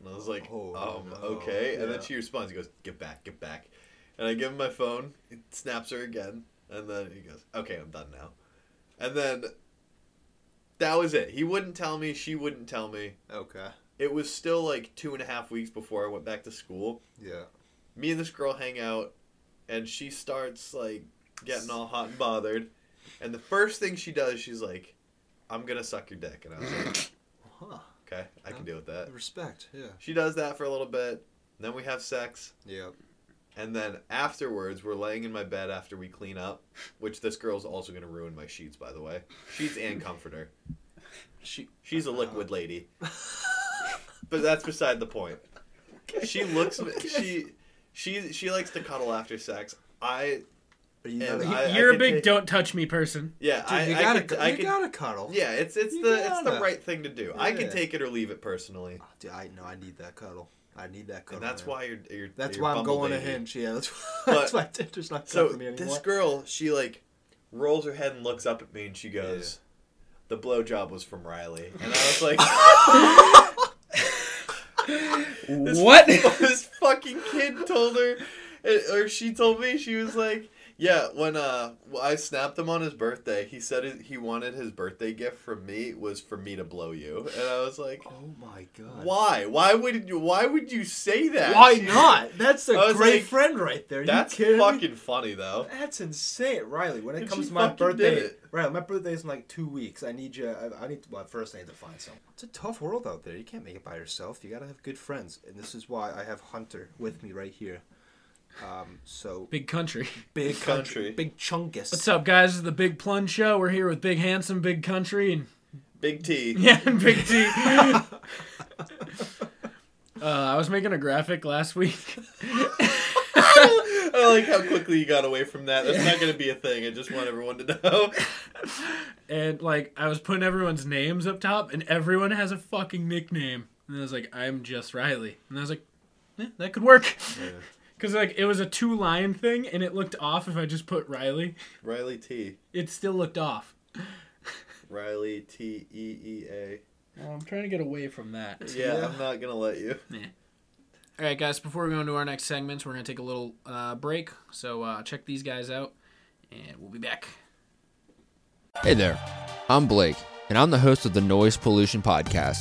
Speaker 7: And I was like,
Speaker 5: Oh,
Speaker 7: um,
Speaker 5: no.
Speaker 7: okay. And then
Speaker 5: Yeah.
Speaker 7: she responds. He goes, get back, get back. And I give him my phone. It snaps her again. And then he goes, okay, I'm done now. And then that was it. He wouldn't tell me. She wouldn't tell me.
Speaker 5: Okay.
Speaker 7: It was still like two and a half weeks before I went back to school.
Speaker 5: Yeah.
Speaker 7: Me and this girl hang out, and she starts like getting all hot and bothered. And the first thing she does, she's like, I'm going to suck your dick. And I was like,
Speaker 5: Huh.
Speaker 7: okay, I can deal with that.
Speaker 5: Respect. Yeah.
Speaker 7: She does that for a little bit. Then we have sex.
Speaker 5: Yeah.
Speaker 7: And then afterwards, we're laying in my bed after we clean up, which this girl's also going to ruin my sheets, by the way. Sheets and comforter.
Speaker 4: She.
Speaker 7: She's
Speaker 5: uh,
Speaker 7: a liquid lady. but that's beside the point. She looks she she she likes to cuddle after sex. I
Speaker 5: Are you
Speaker 7: And
Speaker 5: not a-
Speaker 7: I- I
Speaker 4: You're a
Speaker 7: could
Speaker 4: big
Speaker 7: take-
Speaker 4: don't touch me person.
Speaker 7: yeah,
Speaker 5: Dude,
Speaker 7: I
Speaker 5: you
Speaker 7: I
Speaker 5: gotta,
Speaker 7: could- I
Speaker 5: you
Speaker 7: could-
Speaker 5: gotta cuddle.
Speaker 7: yeah, it's it's
Speaker 5: You
Speaker 7: the it's the
Speaker 5: gotta.
Speaker 7: right thing to do. I can
Speaker 5: Yeah.
Speaker 7: take it or leave it personally.
Speaker 5: Dude, I know I need that cuddle. I need that cuddle.
Speaker 7: And that's
Speaker 5: Oh, man.
Speaker 7: why you're, you're
Speaker 5: That's
Speaker 7: you're
Speaker 5: why I'm
Speaker 7: Bumble
Speaker 5: going to
Speaker 7: Baby.
Speaker 5: Hinge. Yeah. That's why,
Speaker 7: But-
Speaker 5: that's why Tinder's not
Speaker 7: So
Speaker 5: good for me anymore.
Speaker 7: this girl, she like rolls her head and looks up at me, and she goes, "The blowjob was from Riley," and I was like, this,
Speaker 4: What?
Speaker 7: This fucking kid told her, and- or she told me, she was like, "Yeah, when uh I snapped him on his birthday, he said it, he wanted his birthday gift from me was for me to blow you," and I was like.
Speaker 5: Oh my god.
Speaker 7: Why? Why would you? Why would you say that?
Speaker 5: Why not? That's
Speaker 7: I
Speaker 5: a
Speaker 7: was
Speaker 5: great
Speaker 7: like,
Speaker 5: friend right there.
Speaker 7: That's
Speaker 5: you kidding me?
Speaker 7: fucking funny though.
Speaker 5: That's insane, Riley. When it
Speaker 7: And
Speaker 5: comes
Speaker 7: she
Speaker 5: to my
Speaker 7: fucking did
Speaker 5: birthday,
Speaker 7: it.
Speaker 5: Riley, my birthday's in like two weeks. I need you. I, I need. Well, first I need to find someone. It's a tough world out there. You can't make it by yourself. You gotta have good friends, and this is why I have Hunter with me right here. Um, so
Speaker 4: Big country.
Speaker 5: big
Speaker 7: country.
Speaker 5: country, big chunkus.
Speaker 4: What's up, guys? This is the Big Plunge Show. We're here with Big Handsome, Big Country, and
Speaker 7: Big T.
Speaker 4: Yeah, and Big T. uh, I was making a graphic last week.
Speaker 7: I like how quickly you got away from that. That's not going to be a thing. I just want everyone to know.
Speaker 4: and like I was putting everyone's names up top, and everyone has a fucking nickname. And I was like, I'm just Riley, and I was like, yeah, that could work, because like it was a two line thing, and it looked off if I just put Riley.
Speaker 7: Riley T.
Speaker 4: It still looked off.
Speaker 7: Riley T E E A.
Speaker 4: Well, I'm trying to get away from that.
Speaker 7: Yeah, I'm not going to let you.
Speaker 4: All right, guys. Before we go into our next segments, we're gonna take a little uh, break. So uh, check these guys out, and we'll be back.
Speaker 10: Hey there, I'm Blake, and I'm the host of the Noise Pollution Podcast.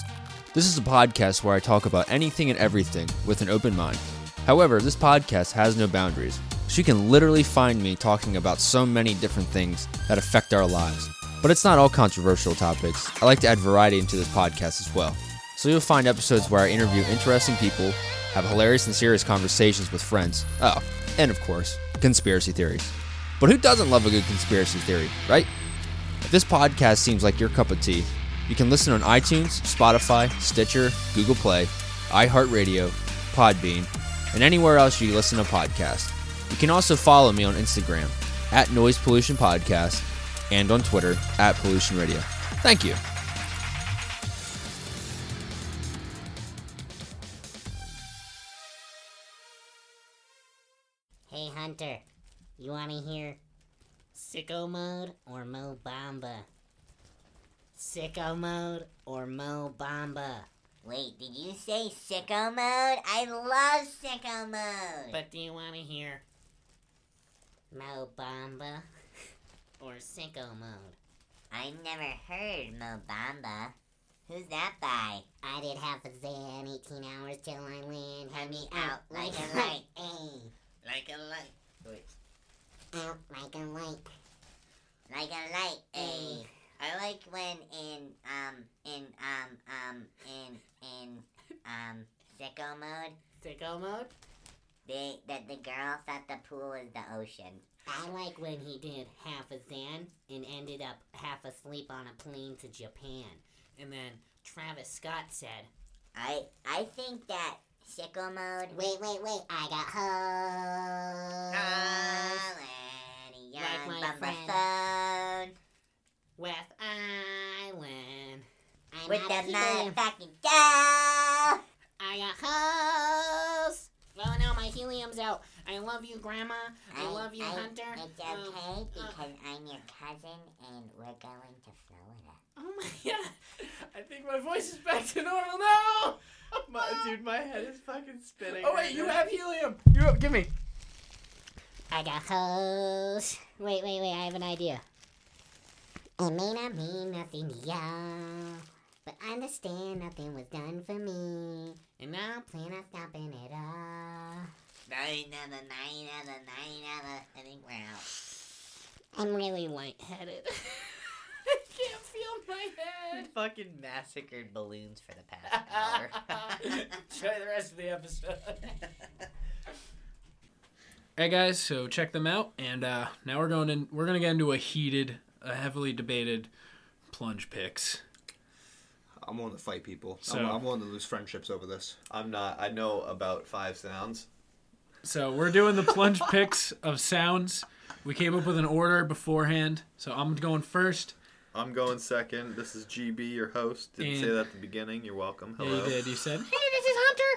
Speaker 10: This is a podcast where I talk about anything and everything with an open mind. However, this podcast has no boundaries, so you can literally find me talking about so many different things that affect our lives. But it's not all controversial topics. I like to add variety into this podcast as well. So you'll find episodes where I interview interesting people, have hilarious and serious conversations with friends. Oh, and of course, conspiracy theories. But who doesn't love a good conspiracy theory, right? If this podcast seems like your cup of tea, you can listen on iTunes, Spotify, Stitcher, Google Play, iHeartRadio, Podbean, and anywhere else you listen to podcasts. You can also follow me on Instagram at Noise Pollution Podcast and on Twitter at Pollution Radio. Thank you.
Speaker 11: Hey Hunter, you wanna hear Sicko Mode or Mo Bamba? Sicko Mode or Mo Bamba?
Speaker 3: Wait, did you say sicko mode? I love sicko mode.
Speaker 11: But do you wanna hear Mo Bamba or Sicko Mode?
Speaker 3: I never heard Mo Bamba. Who's that by?
Speaker 11: I did half a Zan, 18 hours till I land. Had me
Speaker 3: out like a light.
Speaker 11: ayy.
Speaker 3: Like a light. Wait.
Speaker 11: Out like a light.
Speaker 3: Like a light,
Speaker 11: Mm.
Speaker 3: eh? I like when in um in um um in in um sicko mode
Speaker 11: Sicko Mode?
Speaker 3: they that the girl thought the pool was the ocean.
Speaker 11: I like when he did half a Zan and ended up half asleep on a plane to Japan. And then Travis Scott said,
Speaker 3: I I think that sicko mode
Speaker 11: Wait, wait, wait, I got hoes
Speaker 3: Millennium
Speaker 11: Like my
Speaker 3: Bumbaphone
Speaker 11: West Island. I'm
Speaker 3: with
Speaker 11: out
Speaker 3: the
Speaker 11: of here.
Speaker 3: motherfucking doll.
Speaker 11: I got hoes. Oh no, my helium's out. I love you, Grandma. I, love you, Hunter.
Speaker 3: It's
Speaker 11: Um,
Speaker 3: okay
Speaker 11: uh,
Speaker 3: because I'm your cousin and we're going to Florida.
Speaker 11: oh my god. I think my voice is back to normal now.
Speaker 4: My, dude, my head is fucking spinning.
Speaker 11: Oh wait, you have helium. You have, give me. I got hoes. Wait, wait, wait. I have an idea. It may not mean nothing to y'all, but understand nothing was done for me, and I don't plan on stopping it all.
Speaker 3: Nine of the nine of the nine of the. I think we're out.
Speaker 11: I'm really lightheaded. I can't feel my head.
Speaker 3: Fucking massacred balloons for the past hour.
Speaker 11: Try the rest of the episode.
Speaker 4: Hey guys, so check them out, and uh, now we're going in. We're gonna get into a heated, a heavily debated plunge picks.
Speaker 5: I'm willing to fight people.
Speaker 4: So-
Speaker 5: I'm, I'm willing to lose friendships over this.
Speaker 7: I'm not. I know about five sounds.
Speaker 4: So we're doing the plunge picks of sounds. We came up with an order beforehand, so I'm going first.
Speaker 7: I'm going second. This is GB, your host. Didn't say
Speaker 4: And-
Speaker 7: that at the beginning. You're welcome.
Speaker 4: Yeah,
Speaker 7: Hello.
Speaker 4: you did. You said,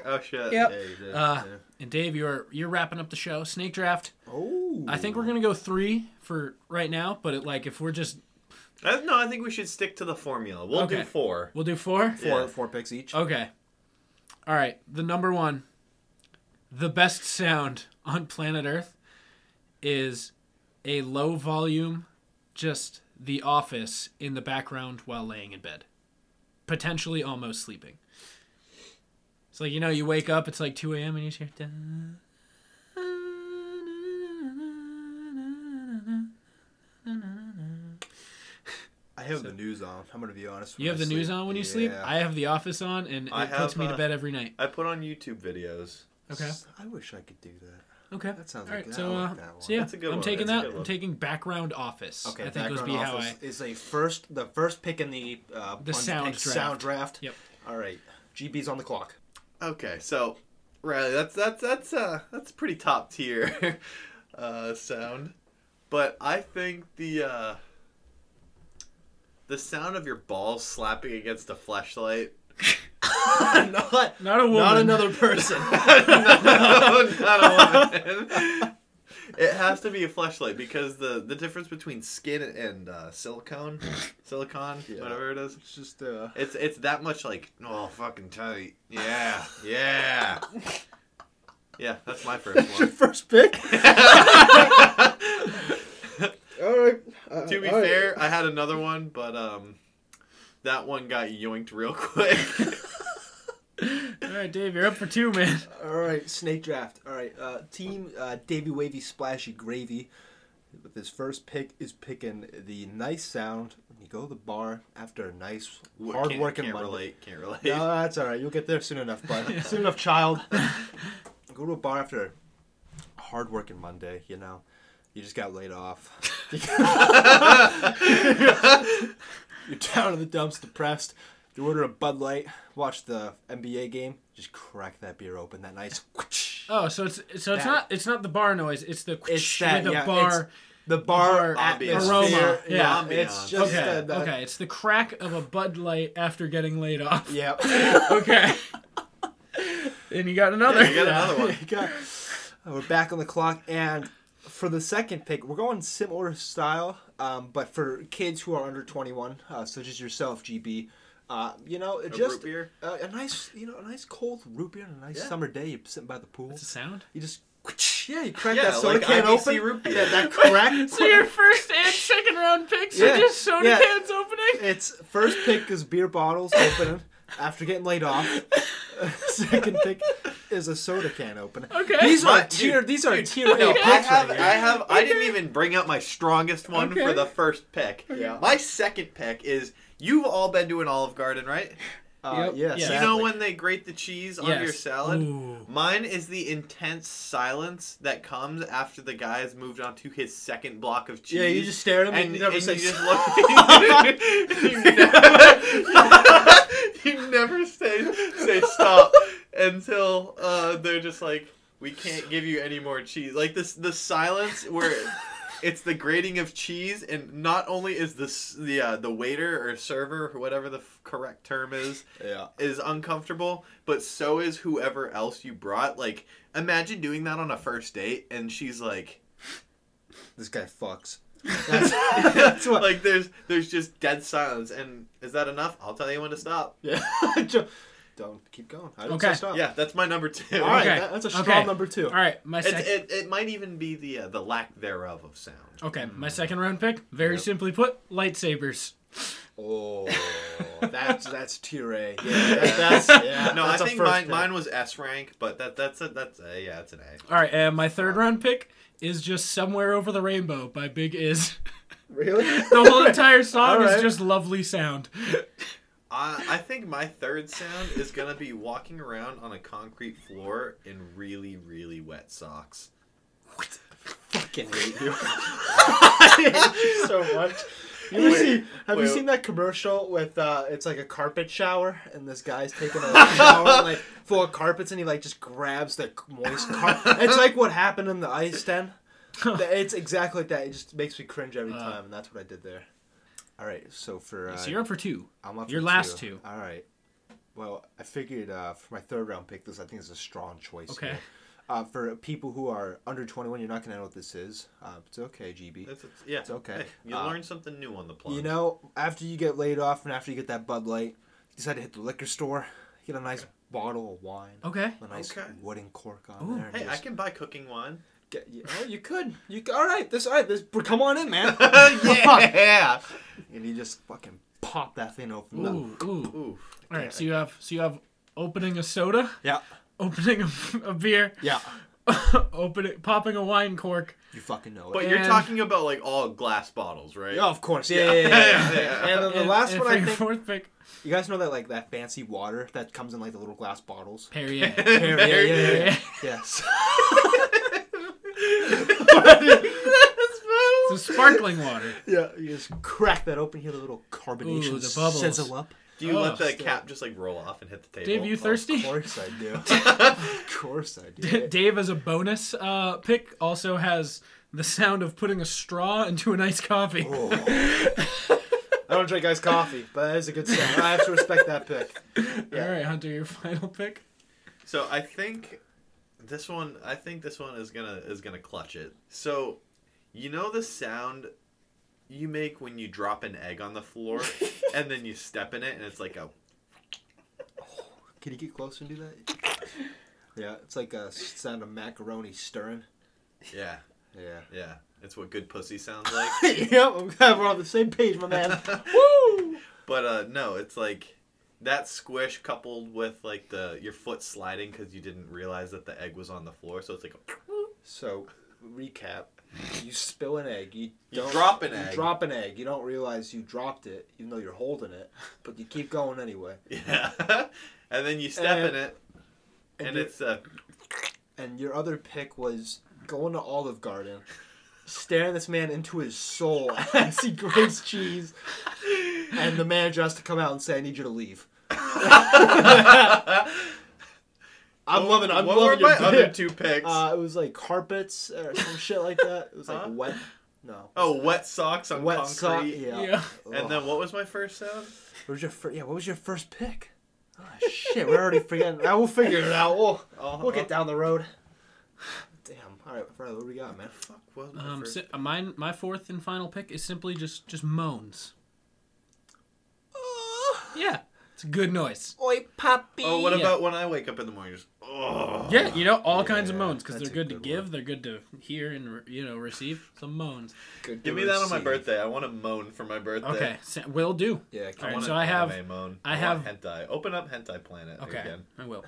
Speaker 7: Oh shit.
Speaker 4: Yep.
Speaker 7: Yeah, you did.
Speaker 4: uh,
Speaker 7: Yeah.
Speaker 4: and Dave, you're you're wrapping up the show. Snake draft.
Speaker 5: Oh.
Speaker 4: I think we're gonna go three for right now, but it, like if we're just
Speaker 7: I, Uh, no, I think we should stick to the formula. We'll
Speaker 4: Okay.
Speaker 7: do four.
Speaker 4: we'll do four.
Speaker 5: four
Speaker 7: Yeah.
Speaker 5: four picks each.
Speaker 4: Okay. All right. The number one, the best sound on planet Earth is a low volume, just the office in the background while laying in bed, potentially almost sleeping. It's like, you know, you wake up, it's like 2 a.m., and you just hear. da-
Speaker 5: I have the news on. I'm gonna be honest.
Speaker 4: You have the news on when you sleep? I have The Office on, and it
Speaker 7: I
Speaker 4: puts
Speaker 7: have,
Speaker 4: me to
Speaker 7: uh,
Speaker 4: bed every night.
Speaker 7: I put on YouTube videos.
Speaker 4: Okay.
Speaker 5: I wish I could do that.
Speaker 4: Okay.
Speaker 5: That sounds
Speaker 4: All right.
Speaker 5: like- I
Speaker 4: so,
Speaker 5: like
Speaker 4: uh,
Speaker 5: that one.
Speaker 4: so yeah,
Speaker 7: That's a good
Speaker 4: I'm
Speaker 7: one.
Speaker 4: taking
Speaker 7: That's a
Speaker 4: that.
Speaker 7: good
Speaker 4: I'm
Speaker 7: one.
Speaker 4: taking background office.
Speaker 5: Okay,
Speaker 4: I think would be
Speaker 5: background
Speaker 4: how I.
Speaker 5: office is a first the first pick in the uh,
Speaker 4: The
Speaker 5: plunge
Speaker 4: sound
Speaker 5: pick,
Speaker 4: draft.
Speaker 5: sound draft.
Speaker 4: Yep.
Speaker 5: All right, GB's on the clock.
Speaker 7: Okay, so Riley, that's that's that's uh that's pretty top tier uh, sound, but I think the uh, the sound of your balls slapping against a flashlight. not
Speaker 4: Not a woman.
Speaker 5: Not another person.
Speaker 7: no, not a woman. It has to be a flashlight because the, the difference between skin and uh, silicone, silicon, whatever it is,
Speaker 5: it's just uh,
Speaker 7: it's it's that much like oh fucking tight. Yeah, yeah, yeah. That's my first
Speaker 5: your
Speaker 7: one.
Speaker 5: first pick. all right. Uh,
Speaker 7: to be
Speaker 5: all right.
Speaker 7: fair, I had another one, but um, that one got yoinked real quick.
Speaker 4: All right, Dave, you're up for two, man.
Speaker 5: All right, snake draft. All right, uh, team uh, Davy Wavy Splashy Gravy. With his first pick is picking the nice sound when you go to the bar after a nice hard
Speaker 7: can't,
Speaker 5: working
Speaker 7: can't
Speaker 5: Monday.
Speaker 7: relate. Can't relate.
Speaker 5: No, that's all right. You'll get there soon enough, bud. Soon enough, child. Go to a bar after a hard working Monday. You know, you just got laid off. You're down in the dumps, depressed. You order a Bud Light, watch the NBA game, just crack that beer open. That nice.
Speaker 4: Oh, so it's so it's
Speaker 5: That-
Speaker 4: not it's not the bar noise. It's the
Speaker 5: It's
Speaker 4: with
Speaker 5: that
Speaker 4: the
Speaker 5: yeah,
Speaker 4: bar.
Speaker 5: it's the bar,
Speaker 4: bar
Speaker 5: atmosphere.
Speaker 4: aroma,
Speaker 5: Yeah,
Speaker 7: yeah.
Speaker 5: it's
Speaker 7: Ambiance.
Speaker 5: just
Speaker 4: okay,
Speaker 5: that. that-
Speaker 4: okay, it's the crack of a Bud Light after getting laid off.
Speaker 5: Yeah.
Speaker 4: Okay. and you got another.
Speaker 7: You got another one.
Speaker 5: You got- Uh, We're back on the clock, and for the second pick, we're going similar style, um, but for kids who are under 21, uh, such as yourself, GB. Uh, you know, just
Speaker 7: beer?
Speaker 5: Uh, a nice, you know, a nice cold root beer on a nice summer day. You're sitting by the pool.
Speaker 4: It's a sound.
Speaker 5: You just, yeah, you crack
Speaker 7: Yeah,
Speaker 5: that soda
Speaker 7: like
Speaker 5: can
Speaker 7: IBC
Speaker 5: open.
Speaker 7: root beer.
Speaker 5: Yeah, that crack.
Speaker 4: So your first and second round picks
Speaker 5: Yeah,
Speaker 4: are just soda
Speaker 5: yeah.
Speaker 4: cans opening.
Speaker 5: It's first pick is beer bottles opening after getting laid off. Second pick is a soda can opener.
Speaker 4: Okay.
Speaker 5: These are
Speaker 7: My-
Speaker 5: tier.
Speaker 7: dude,
Speaker 5: These are tier
Speaker 7: No,
Speaker 5: A
Speaker 7: I
Speaker 5: picks.
Speaker 7: have,
Speaker 5: right
Speaker 7: I
Speaker 5: here.
Speaker 7: have, I didn't even bring out my strongest one
Speaker 4: Okay.
Speaker 7: for the first pick.
Speaker 5: Yeah.
Speaker 7: My second pick is you've all been to an Olive Garden, right?
Speaker 5: Uh,
Speaker 4: Yep.
Speaker 5: yes,
Speaker 4: Yeah.
Speaker 7: You
Speaker 5: sadly.
Speaker 7: know when they grate the cheese on
Speaker 4: Yes.
Speaker 7: your salad?
Speaker 4: Ooh.
Speaker 7: Mine is the intense silence that comes after the guy has moved on to his second block of cheese.
Speaker 5: Yeah, you just stare at him and,
Speaker 7: and,
Speaker 5: you never
Speaker 7: and
Speaker 5: say.
Speaker 7: you just look. you never, you never say say stop until uh, they're just like, we can't give you any more cheese. Like this, the silence where. It's the grating of cheese, and not only is this the uh, the waiter or server or whatever the f- correct term is,
Speaker 5: yeah.
Speaker 7: is uncomfortable, but so is whoever else you brought. Like, imagine doing that on a first date, and she's like,
Speaker 5: This guy fucks. That's, that's what.
Speaker 7: like there's there's just dead silence. And is that enough? I'll tell you when to stop.
Speaker 5: yeah. Jo- Don't keep going. I don't
Speaker 4: Okay.
Speaker 5: say stop.
Speaker 7: Yeah, that's my number two.
Speaker 5: Oh. All right.
Speaker 4: Okay.
Speaker 5: That, that's a strong
Speaker 4: Okay.
Speaker 5: number two.
Speaker 4: All right, my
Speaker 7: It,
Speaker 4: second.
Speaker 7: it, it might even be the uh, the lack thereof of sound.
Speaker 4: Okay, my second round pick. Very simply put, lightsabers.
Speaker 5: Oh, that's that's tier A. Yeah. That, that's yeah.
Speaker 7: No, I
Speaker 5: that's a
Speaker 7: think
Speaker 5: first
Speaker 7: mine
Speaker 5: pick.
Speaker 7: mine was S rank, but that that's a, that's a, yeah, it's an A.
Speaker 4: All right, and my third round pick is just "Somewhere Over the Rainbow" by Big Iz.
Speaker 5: Really?
Speaker 4: The whole entire song
Speaker 5: All right.
Speaker 4: is just lovely sound.
Speaker 7: I I think my third sound is gonna be walking around on a concrete floor in really really wet socks.
Speaker 5: Fucking hate you.
Speaker 7: So much.
Speaker 5: Have you
Speaker 7: Wait,
Speaker 5: seen, have you
Speaker 7: wait.
Speaker 5: seen that commercial with uh, it's like a carpet shower and this guy's taking a shower like full of carpets and he like just grabs the moist carpet. It's like what happened in the ice den. It's exactly like that. It just makes me cringe every time, and that's what I did there. All right, so for uh,
Speaker 4: So you're up for two.
Speaker 5: I'm up
Speaker 4: your
Speaker 5: for
Speaker 4: last two.
Speaker 5: All right. Well, I figured uh, for my third round pick, this I think is a strong choice.
Speaker 4: Okay.
Speaker 5: here. Uh, for people who are under 21, you're not gonna know what this is. Uh, it's okay, GB.
Speaker 7: It's, it's, yeah,
Speaker 5: It's okay.
Speaker 7: Hey, you
Speaker 5: Uh,
Speaker 7: learn something new on the plane.
Speaker 5: You know, after you get laid off and after you get that Bud Light, you decide to hit the liquor store, get a nice bottle of wine,
Speaker 4: Okay.
Speaker 5: a nice
Speaker 7: Okay.
Speaker 5: wooden cork on there. and
Speaker 7: Hey, I
Speaker 5: just
Speaker 7: can buy cooking wine.
Speaker 5: get- you, oh, you could. You c- all right? This all right? This come on in, man.
Speaker 7: yeah.
Speaker 5: and you just fucking pop that thing open. up.
Speaker 4: Ooh, ooh.
Speaker 7: Oof.
Speaker 4: All right, so you have so you have opening a soda,
Speaker 5: Yeah,
Speaker 4: opening a, a beer,
Speaker 5: yeah.
Speaker 4: opening popping a wine cork.
Speaker 5: You fucking know it.
Speaker 7: But you're
Speaker 4: And-
Speaker 7: talking about like all glass bottles, right?
Speaker 5: Yeah, Oh, of course. Yeah, yeah, yeah. yeah, And then the
Speaker 4: and-
Speaker 5: last
Speaker 4: and
Speaker 5: one,
Speaker 4: for
Speaker 5: I
Speaker 4: your
Speaker 5: think
Speaker 4: fourth pick.
Speaker 5: you guys know that like that fancy water that comes in like the little glass bottles.
Speaker 4: Perrier.
Speaker 5: Yeah, yeah, yeah, yeah, yeah.
Speaker 4: Perrier.
Speaker 5: yes.
Speaker 4: It's a sparkling water.
Speaker 5: Yeah, you just crack that open, hear the little carbonation
Speaker 4: Ooh, the bubbles.
Speaker 5: sizzle up.
Speaker 7: Do you
Speaker 4: Oh,
Speaker 7: let the
Speaker 4: still-
Speaker 7: cap just like roll off and hit the table?
Speaker 4: Dave, you
Speaker 5: Of
Speaker 4: thirsty?
Speaker 5: course I do. of course I do.
Speaker 4: Dave, as a bonus uh, pick, also has the sound of putting a straw into an iced coffee.
Speaker 5: Oh, I don't drink iced coffee, but that is a good sound. I have to respect that pick.
Speaker 4: All right, Hunter, your final pick.
Speaker 7: So I think this one, I think this one is gonna is gonna clutch it. So, you know the sound you make when you drop an egg on the floor, and then you step in it, and it's like a
Speaker 5: Can you get closer and do that? Yeah, it's like a sound of macaroni stirring.
Speaker 7: yeah,
Speaker 5: Yeah.
Speaker 7: yeah. It's what good pussy sounds like.
Speaker 5: yep, I'm glad we're on the same page, my man.
Speaker 7: But uh, no, it's like that squish coupled with like the your foot sliding because you didn't realize that the egg was on the floor. So it's like a,
Speaker 5: So, recap. You spill an egg. You,
Speaker 7: you
Speaker 5: don't,
Speaker 7: drop an
Speaker 5: you
Speaker 7: egg.
Speaker 5: drop an egg. You don't realize you dropped it, even though you're holding it, but you keep going anyway.
Speaker 7: Yeah, and then you step in it, and,
Speaker 5: and you-
Speaker 7: it's uh,
Speaker 5: and your other pick was going to Olive Garden, staring this man into his soul as he grates cheese, and the manager has to come out and say, "I need you to leave." I'm loving. I'm
Speaker 7: what were
Speaker 5: loving your
Speaker 7: my other
Speaker 5: pick.
Speaker 7: two picks?
Speaker 5: Uh, it was like carpets or some shit like that. It was like
Speaker 7: Huh?
Speaker 5: wet. No.
Speaker 7: oh, wet socks on
Speaker 5: wet
Speaker 7: concrete.
Speaker 5: sock. Yeah.
Speaker 4: Yeah.
Speaker 7: And then what was my first sound?
Speaker 5: What was your fir- yeah? What was your first pick? Oh, shit, we're already forgetting. I will figure it out. We'll, we'll get down the road. Damn. All right, Fred, what do we got, man?
Speaker 6: Fuck, was my
Speaker 4: Um,
Speaker 6: first.
Speaker 4: si- uh, mine, my fourth and final pick is simply just just moans. Yeah, it's a good noise.
Speaker 6: Oh, what
Speaker 4: Yeah.
Speaker 6: about when I wake up in the morning? Just oh,
Speaker 4: Yeah, you know all kinds of moans because
Speaker 5: that's
Speaker 4: they're
Speaker 5: a
Speaker 4: good,
Speaker 5: good
Speaker 4: to give, they're good to hear, and re- you know receive some moans.
Speaker 7: Give me that on my birthday. I want to moan for my birthday.
Speaker 4: Okay, so, will do.
Speaker 7: Yeah.
Speaker 4: All
Speaker 7: I
Speaker 4: right,
Speaker 7: want
Speaker 4: so
Speaker 7: an
Speaker 4: I have-
Speaker 7: anime moan.
Speaker 4: I
Speaker 7: want
Speaker 4: have-
Speaker 7: hentai. Open up hentai planet
Speaker 4: Okay,
Speaker 7: again.
Speaker 4: I will.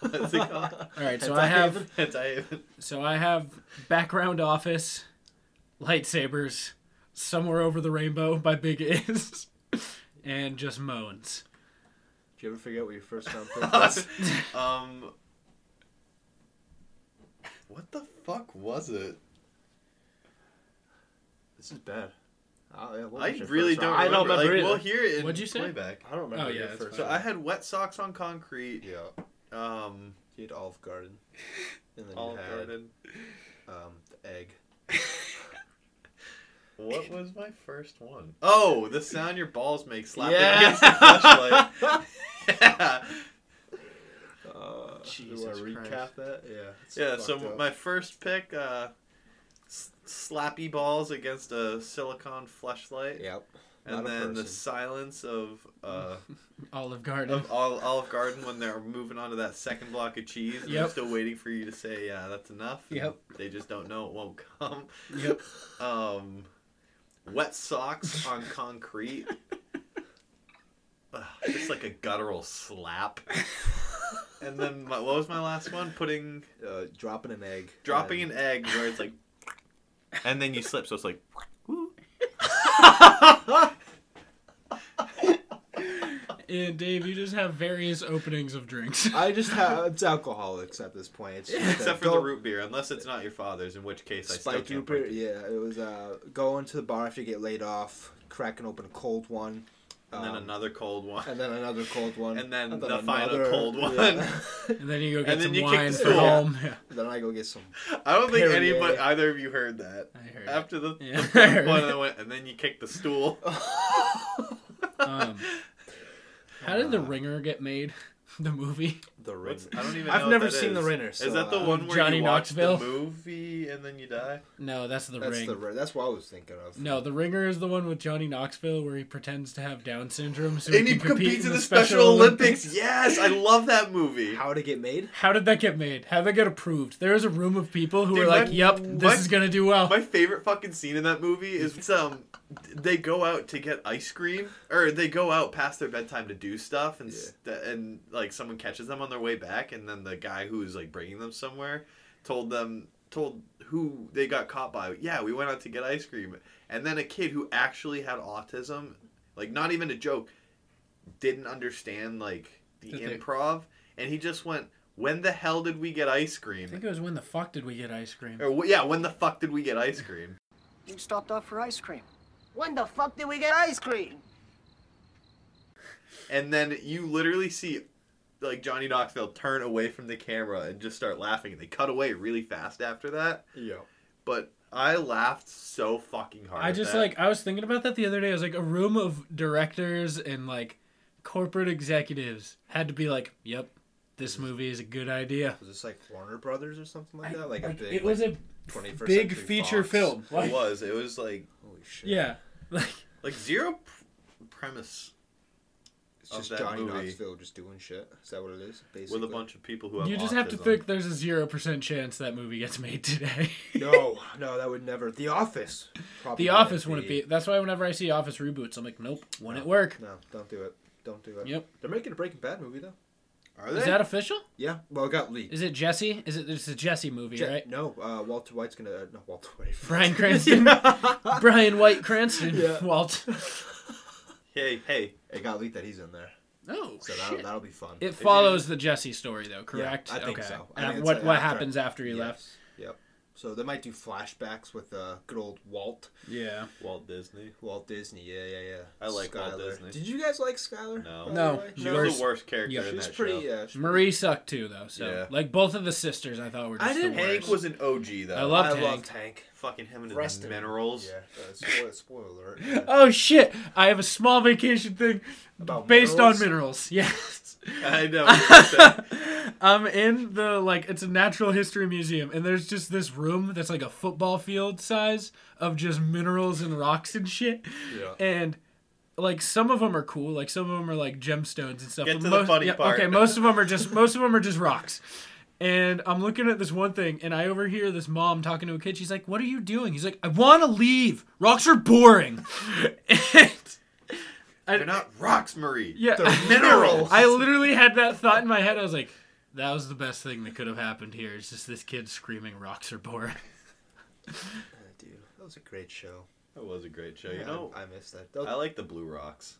Speaker 7: What's it called?
Speaker 4: All right, so I have
Speaker 7: hentai. Haven.
Speaker 4: so I have background office, lightsabers, somewhere over the rainbow by Big Is, and just moans.
Speaker 5: Did you ever figure out what your first round pick was?
Speaker 7: Um. What the fuck was it?
Speaker 5: this is bad. Oh, yeah, what
Speaker 7: I
Speaker 5: was your
Speaker 7: really
Speaker 5: first
Speaker 7: don't.
Speaker 5: round?
Speaker 7: Remember.
Speaker 5: I don't remember.
Speaker 7: like,
Speaker 5: either.
Speaker 7: We'll hear it. In
Speaker 4: What'd you say?
Speaker 7: Playback.
Speaker 5: I don't remember.
Speaker 4: Oh, yeah,
Speaker 5: your
Speaker 4: that's
Speaker 5: first
Speaker 4: fine.
Speaker 7: So
Speaker 5: round.
Speaker 7: I had wet socks on concrete.
Speaker 5: yeah,
Speaker 7: Um,
Speaker 5: you had Olive Garden, and then
Speaker 7: Olive
Speaker 5: you had
Speaker 7: Garden.
Speaker 5: um the egg.
Speaker 7: What was my first one? Oh, the sound your balls make slapping
Speaker 5: Yeah.
Speaker 7: against the flashlight. yeah.
Speaker 5: Uh,
Speaker 4: Jesus
Speaker 5: do I recap
Speaker 4: Christ.
Speaker 5: that? Yeah. it's
Speaker 7: Oh, Yeah,
Speaker 5: fucked
Speaker 7: so
Speaker 5: up.
Speaker 7: my first pick, uh, s- slappy balls against a silicon flashlight,
Speaker 5: Yep. not
Speaker 7: and
Speaker 5: a
Speaker 7: then the
Speaker 5: person.
Speaker 7: silence of uh,
Speaker 4: Olive Garden.
Speaker 7: of Ol- Olive Garden when they're moving on to that second block of cheese, and
Speaker 4: Yep.
Speaker 7: they're still waiting for you to say, "Yeah, that's enough." and
Speaker 4: Yep.
Speaker 7: They just don't know it won't come.
Speaker 4: Yep.
Speaker 7: Um, wet socks on concrete. Ugh, just like a guttural slap. and then my, what was my last one? Putting
Speaker 5: Uh, dropping an egg.
Speaker 7: dropping
Speaker 5: and
Speaker 7: an egg where it's like, and then you slip, so it's like.
Speaker 4: And Dave, you just have various openings of drinks.
Speaker 5: I just have it's alcoholics at this point. It's just
Speaker 7: Except
Speaker 5: a-
Speaker 7: for the
Speaker 5: don't-
Speaker 7: root beer, unless it's not your father's, in which case I still
Speaker 5: Spike
Speaker 7: can't
Speaker 5: Rupert,
Speaker 7: drink it.
Speaker 5: yeah, it was uh, going to the bar after you get laid off, cracking open a cold one,
Speaker 7: And then
Speaker 5: um,
Speaker 7: another cold one.
Speaker 5: and then another cold one,
Speaker 7: And then the
Speaker 5: another-
Speaker 7: final cold one.
Speaker 4: And then you go get
Speaker 7: And then
Speaker 4: some
Speaker 7: you kick
Speaker 4: wine
Speaker 7: the
Speaker 4: for
Speaker 7: stool.
Speaker 4: home. Yeah,
Speaker 5: then I go get some.
Speaker 7: I don't think
Speaker 5: Perrier.
Speaker 7: anybody, either of you heard that.
Speaker 4: I heard. it.
Speaker 7: After the,
Speaker 4: Yeah.
Speaker 7: the first one, I went, and then you kicked the stool.
Speaker 4: Um, how did The Ringer get made? The movie?
Speaker 5: The ring.
Speaker 7: What's- I don't even.
Speaker 5: I've
Speaker 7: know what
Speaker 5: never
Speaker 7: that
Speaker 5: seen
Speaker 7: is.
Speaker 5: The Ringer, so,
Speaker 7: is that the
Speaker 5: uh,
Speaker 7: one where
Speaker 4: Johnny
Speaker 7: you watch
Speaker 4: Knoxville?
Speaker 7: the movie and then you die?
Speaker 4: No, that's The
Speaker 5: That's
Speaker 4: Ring.
Speaker 5: the ri- that's what I was thinking of.
Speaker 4: no, The Ringer is the one with Johnny Knoxville where he pretends to have Down syndrome so
Speaker 7: and
Speaker 4: he
Speaker 7: he
Speaker 4: can compete
Speaker 7: competes
Speaker 4: in
Speaker 7: in
Speaker 4: the
Speaker 7: Special Olympics. Yes, I love that movie.
Speaker 5: How to get made?
Speaker 4: How did that get made? How did that get approved? There is a room of people who
Speaker 7: Dude,
Speaker 4: are like,
Speaker 7: my-
Speaker 4: "Yep,
Speaker 7: my-
Speaker 4: this is gonna do well."
Speaker 7: My favorite fucking scene in that movie is it's, um they go out to get ice cream or they go out past their bedtime to do stuff and st- and like someone catches them on their way back and then the guy who's like bringing them somewhere told them told who they got caught by yeah we went out to get ice cream and then a kid who actually had autism like not even a joke didn't understand like the
Speaker 4: Did they-
Speaker 7: improv and he just went when the hell did we get ice
Speaker 4: I
Speaker 7: cream
Speaker 4: think it was when the fuck did we get ice cream?
Speaker 7: or yeah when the fuck did we get ice cream
Speaker 2: You stopped off for ice cream. When the fuck did we get ice cream?
Speaker 7: and then you literally see like Johnny Knoxville turn away from the camera and just start laughing and they cut away really fast after that.
Speaker 5: Yeah.
Speaker 7: But I laughed so fucking hard.
Speaker 4: I
Speaker 7: at
Speaker 4: just
Speaker 7: that.
Speaker 4: like I was thinking about that the other day. I was like, a room of directors and like corporate executives had to be like, "Yep, this movie is a good idea."
Speaker 5: Was this like Warner Brothers or something like that? Like a
Speaker 4: Like,
Speaker 5: big.
Speaker 4: it was a
Speaker 5: 21st
Speaker 4: big
Speaker 5: Century
Speaker 4: feature
Speaker 5: Fox.
Speaker 4: film.
Speaker 7: it
Speaker 4: Like,
Speaker 7: was. It was like
Speaker 5: Holy shit.
Speaker 4: yeah, like
Speaker 7: like zero p- premise
Speaker 5: It's
Speaker 7: of
Speaker 5: just
Speaker 7: that
Speaker 5: Johnny
Speaker 7: movie.
Speaker 5: Knoxville just doing shit. Is that what it is? Basically.
Speaker 7: with a bunch of people who have
Speaker 4: you just have to
Speaker 7: autism.
Speaker 4: think there's a zero percent chance that movie gets made today.
Speaker 5: No, no, that would never. The Office. Probably
Speaker 4: the Office wouldn't be. That's why whenever I see Office reboots, I'm like, nope, wouldn't work.
Speaker 5: No, don't do it. Don't do it.
Speaker 4: Yep.
Speaker 5: They're making a Breaking Bad movie though.
Speaker 7: Are they?
Speaker 4: Is that official?
Speaker 5: Yeah. Well, it got leaked.
Speaker 4: Is it Jesse? Is it? It's a Jesse movie,
Speaker 5: Je-
Speaker 4: right?
Speaker 5: No, uh, Walter White's gonna. Uh, no, Walter White.
Speaker 4: Brian Cranston, Brian White Cranston,
Speaker 5: Yeah.
Speaker 4: Walt.
Speaker 7: hey, hey.
Speaker 5: It got leaked that he's in there,
Speaker 4: Oh
Speaker 5: so
Speaker 4: shit.
Speaker 5: that'll, that'll be fun.
Speaker 4: It follows the Jesse story, though, correct?
Speaker 5: Yeah, I think so. I
Speaker 4: And
Speaker 5: think it's
Speaker 4: what
Speaker 5: like
Speaker 4: what
Speaker 5: after-
Speaker 4: happens after he
Speaker 5: Yes.
Speaker 4: left?
Speaker 5: Yep. So they might do flashbacks with uh, good old Walt,
Speaker 4: Yeah.
Speaker 7: Walt Disney.
Speaker 5: Walt Disney. Yeah, yeah, yeah.
Speaker 7: I like Walt Disney.
Speaker 5: Did you guys like Skyler?
Speaker 7: No.
Speaker 5: by the
Speaker 4: No.
Speaker 5: way?
Speaker 7: She
Speaker 4: No.
Speaker 7: was
Speaker 4: Worst-
Speaker 7: the worst character
Speaker 4: yeah,
Speaker 7: in
Speaker 5: She's
Speaker 7: that
Speaker 5: pretty.
Speaker 7: show.
Speaker 5: Yeah. She's
Speaker 4: Marie sucked too, though. So
Speaker 7: Yeah.
Speaker 4: like both of the sisters, I thought were just
Speaker 5: I didn't-
Speaker 4: the worst.
Speaker 7: Hank was an OG though.
Speaker 4: I loved
Speaker 5: I
Speaker 4: Hank.
Speaker 5: love Tank.
Speaker 7: fucking him and
Speaker 5: Rest
Speaker 7: his
Speaker 5: in-
Speaker 7: minerals.
Speaker 5: Yeah. Uh, spoiler, spoiler alert.
Speaker 4: Oh shit! I have a small vacation thing
Speaker 5: About
Speaker 4: based
Speaker 5: minerals?
Speaker 4: on minerals. Yes.
Speaker 7: I know.
Speaker 4: I'm in the like it's a natural history museum and there's just this room that's like a football field size of just minerals and rocks and shit.
Speaker 6: Yeah.
Speaker 4: And like some of them are cool, like some of them are like gemstones and stuff.
Speaker 6: Get
Speaker 4: but
Speaker 6: to the funny part.
Speaker 4: Okay, most of them are just most of them are just rocks. And I'm looking at this one thing and I overhear this mom talking to a kid. She's like, "What are you doing?" He's like, "I want to leave. Rocks are boring." and
Speaker 6: They're not rocks, Marie.
Speaker 4: Yeah.
Speaker 6: They're minerals.
Speaker 4: I literally had that thought in my head. I was like, that was the best thing that could have happened here. It's just this kid screaming rocks are boring.
Speaker 5: Dude, that was a great show.
Speaker 7: That was a great show.
Speaker 5: Yeah,
Speaker 7: you know,
Speaker 5: I, I missed that.
Speaker 7: I
Speaker 5: That-
Speaker 7: like the blue rocks.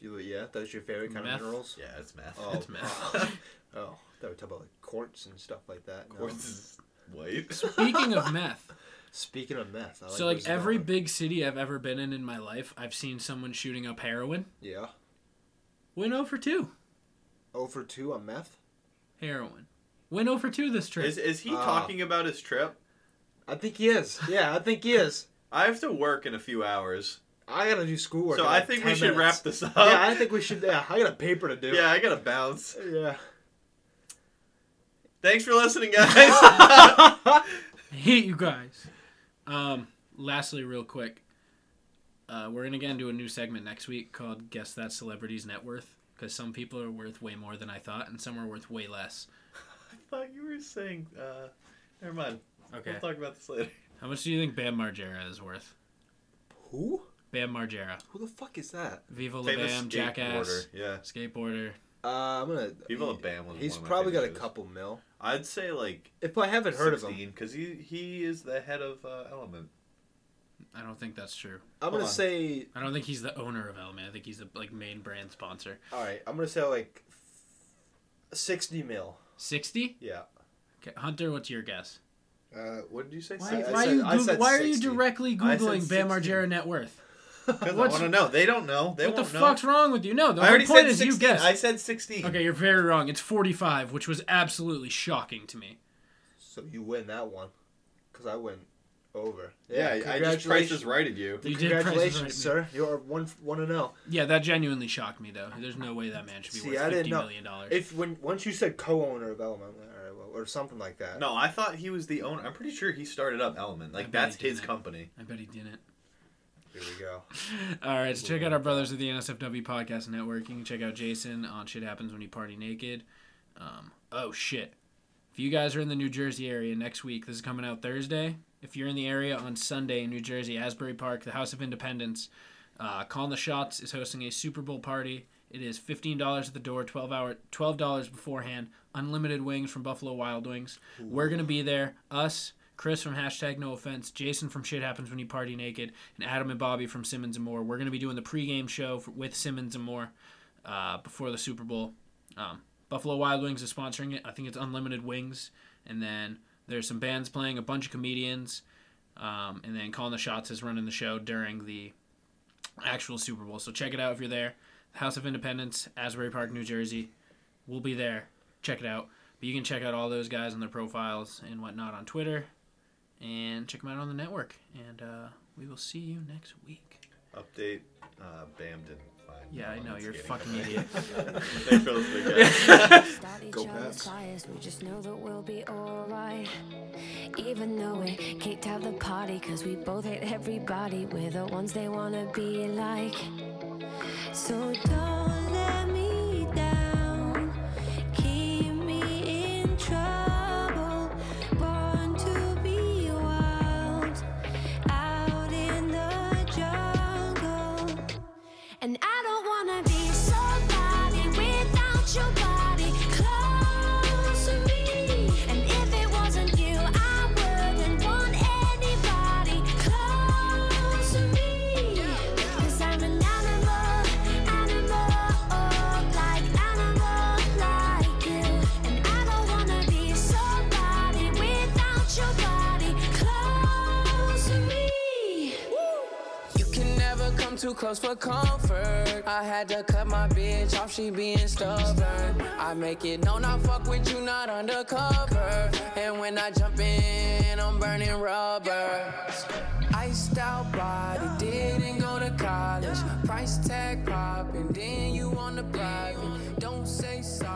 Speaker 5: you- yeah, that's your favorite kind
Speaker 4: Meth.
Speaker 5: of minerals.
Speaker 7: Yeah, it's math.
Speaker 5: Oh,
Speaker 4: That's meth.
Speaker 5: oh, that would talk about like quartz and stuff like that. No.
Speaker 7: Quartz is white.
Speaker 4: Speaking of meth,
Speaker 5: Speaking of meth, I like
Speaker 4: so like
Speaker 5: where's it
Speaker 4: every
Speaker 5: going?
Speaker 4: big city I've ever been in in my life, I've seen someone shooting up heroin.
Speaker 5: yeah,
Speaker 4: Went 0 for 2.
Speaker 5: over two on meth.
Speaker 4: Heroin. Went 0 for 2 this trip.
Speaker 7: Is, is he
Speaker 5: Ah.
Speaker 7: talking about his trip?
Speaker 5: I think he is. Yeah, I think he is.
Speaker 7: I have to work in a few hours,
Speaker 5: I gotta do schoolwork.
Speaker 7: so
Speaker 5: in,
Speaker 7: I
Speaker 5: like,
Speaker 7: think
Speaker 5: 10
Speaker 7: we should
Speaker 5: minutes.
Speaker 7: wrap this up.
Speaker 5: Yeah, I think we should. Yeah, I got a paper to do.
Speaker 7: Yeah, I gotta bounce.
Speaker 5: Yeah.
Speaker 7: Thanks for listening, guys.
Speaker 4: I hate you guys. Um, lastly, real quick, uh, we're gonna get into a new segment next week called "Guess That Celebrity's Net Worth" because some people are worth way more than I thought, and some are worth way less.
Speaker 7: thought you were saying. Uh, never mind.
Speaker 4: Okay.
Speaker 7: We'll talk about this later.
Speaker 4: How much do you think Bam Margera is worth?
Speaker 5: Who?
Speaker 4: Bam Margera,
Speaker 5: Who the fuck is that?
Speaker 4: Viva La Bam, Jackass,
Speaker 7: Yeah.
Speaker 4: skateboarder.
Speaker 5: Uh, I'm gonna.
Speaker 7: People at Bam was
Speaker 5: He's
Speaker 7: one of my
Speaker 5: probably got a
Speaker 7: favorite shows.
Speaker 5: couple mil.
Speaker 7: I'd say like
Speaker 5: If I haven't heard of him,
Speaker 7: sixteen because he he is the head of uh, Element.
Speaker 4: I don't think that's true.
Speaker 5: I'm
Speaker 7: Hold
Speaker 5: gonna
Speaker 7: on.
Speaker 5: say.
Speaker 4: I don't think he's the owner of Element. I think he's the like main brand sponsor.
Speaker 5: All right, I'm gonna say like sixty mil.
Speaker 4: Sixty?
Speaker 5: Yeah.
Speaker 4: Okay, Hunter, what's your guess?
Speaker 6: Uh, what did you say?
Speaker 4: Why,
Speaker 5: I- I
Speaker 4: why
Speaker 5: said-
Speaker 4: are you
Speaker 5: I
Speaker 4: Goog-
Speaker 5: said
Speaker 4: why are you
Speaker 5: 60.
Speaker 4: directly
Speaker 7: I said
Speaker 4: googling Bam
Speaker 7: 60.
Speaker 4: Margera net worth?
Speaker 7: Because I
Speaker 4: What's-
Speaker 7: want to know. They don't know. They
Speaker 4: what the
Speaker 7: won't know.
Speaker 4: fuck's wrong with you? No, the
Speaker 7: I
Speaker 4: whole
Speaker 7: already
Speaker 4: point
Speaker 7: said
Speaker 4: is you
Speaker 7: sixteen.
Speaker 4: guessed.
Speaker 7: I said sixteen.
Speaker 4: Okay, you're very wrong. It's 45, which was absolutely shocking to me.
Speaker 5: So you win that one, because I went over.
Speaker 7: Yeah, I just Price is righted you.
Speaker 4: You did
Speaker 5: Congratulations,
Speaker 4: Price is Right.
Speaker 5: sir. You are one one and oh. zero.
Speaker 4: Yeah, that genuinely shocked me, though. There's no way that man should be
Speaker 5: See,
Speaker 4: worth
Speaker 5: I didn't
Speaker 4: fifty
Speaker 5: know.
Speaker 4: million dollars.
Speaker 5: If when once you said co-owner of Element all right, well, or something like that.
Speaker 7: No, I thought he was the owner. I'm pretty sure he started up Element.
Speaker 4: I
Speaker 7: Like
Speaker 4: bet
Speaker 7: that's
Speaker 4: he did
Speaker 7: his
Speaker 4: that.
Speaker 7: company.
Speaker 4: I bet he didn't.
Speaker 5: Here we go.
Speaker 4: All right, so check out our brothers of the NSFW Podcast Network. You can check out Jason on Shit Happens When You Party Naked. Um, oh, shit. If you guys are in the New Jersey area next week, this is coming out Thursday. If you're in the area on Sunday in New Jersey, Asbury Park, the House of Independence, uh, Calling the Shots is hosting a Super Bowl party. It is fifteen dollars at the door, twelve hour, twelve dollars beforehand. Unlimited wings from Buffalo Wild Wings. We're gonna be there. Us, Chris from hashtag No Offense, Jason from Shit Happens When You Party Naked, and Adam and Bobby from Simmons and More. We're gonna be doing the pregame show for, with Simmons and More uh, before the Super Bowl. Um, Buffalo Wild Wings is sponsoring it. I think it's Unlimited Wings, and then there's some bands playing, a bunch of comedians, um, and then Calling the Shots is running the show during the actual Super Bowl. So check it out if you're there. House of Independence, Asbury Park, New Jersey. We'll be there. Check it out. But you can check out all those guys and their profiles and whatnot on Twitter, and check them out on the network. And uh, we will see you next week.
Speaker 7: Update. Uh, Bam didn't find.
Speaker 4: Yeah, I know
Speaker 7: Element's
Speaker 4: you're a
Speaker 7: skating
Speaker 4: fucking
Speaker 7: company.
Speaker 4: idiot.
Speaker 7: Thanks for listening, guys.
Speaker 12: start each other's fires. We just know that we'll be alright. Even though we kicked out the party, cause we both hate everybody. We're the ones they wanna be like. So don't let me down. Keep me in trouble. Born to be wild. Out in the jungle. And I don't wanna be somebody without your body close to me. And if it wasn't you, I wouldn't want anybody close to me. Cause I'm an animal, animal, like animal, like you. And I don't wanna be somebody without your body close to me.
Speaker 13: You can never come too close for comfort. I had to cut my bitch off, she being stubborn. I make it known I fuck with you, not undercover. And when I jump in, I'm burning rubber. Iced out body, didn't go to college. Price tag popping, then you on the private. Don't say sorry.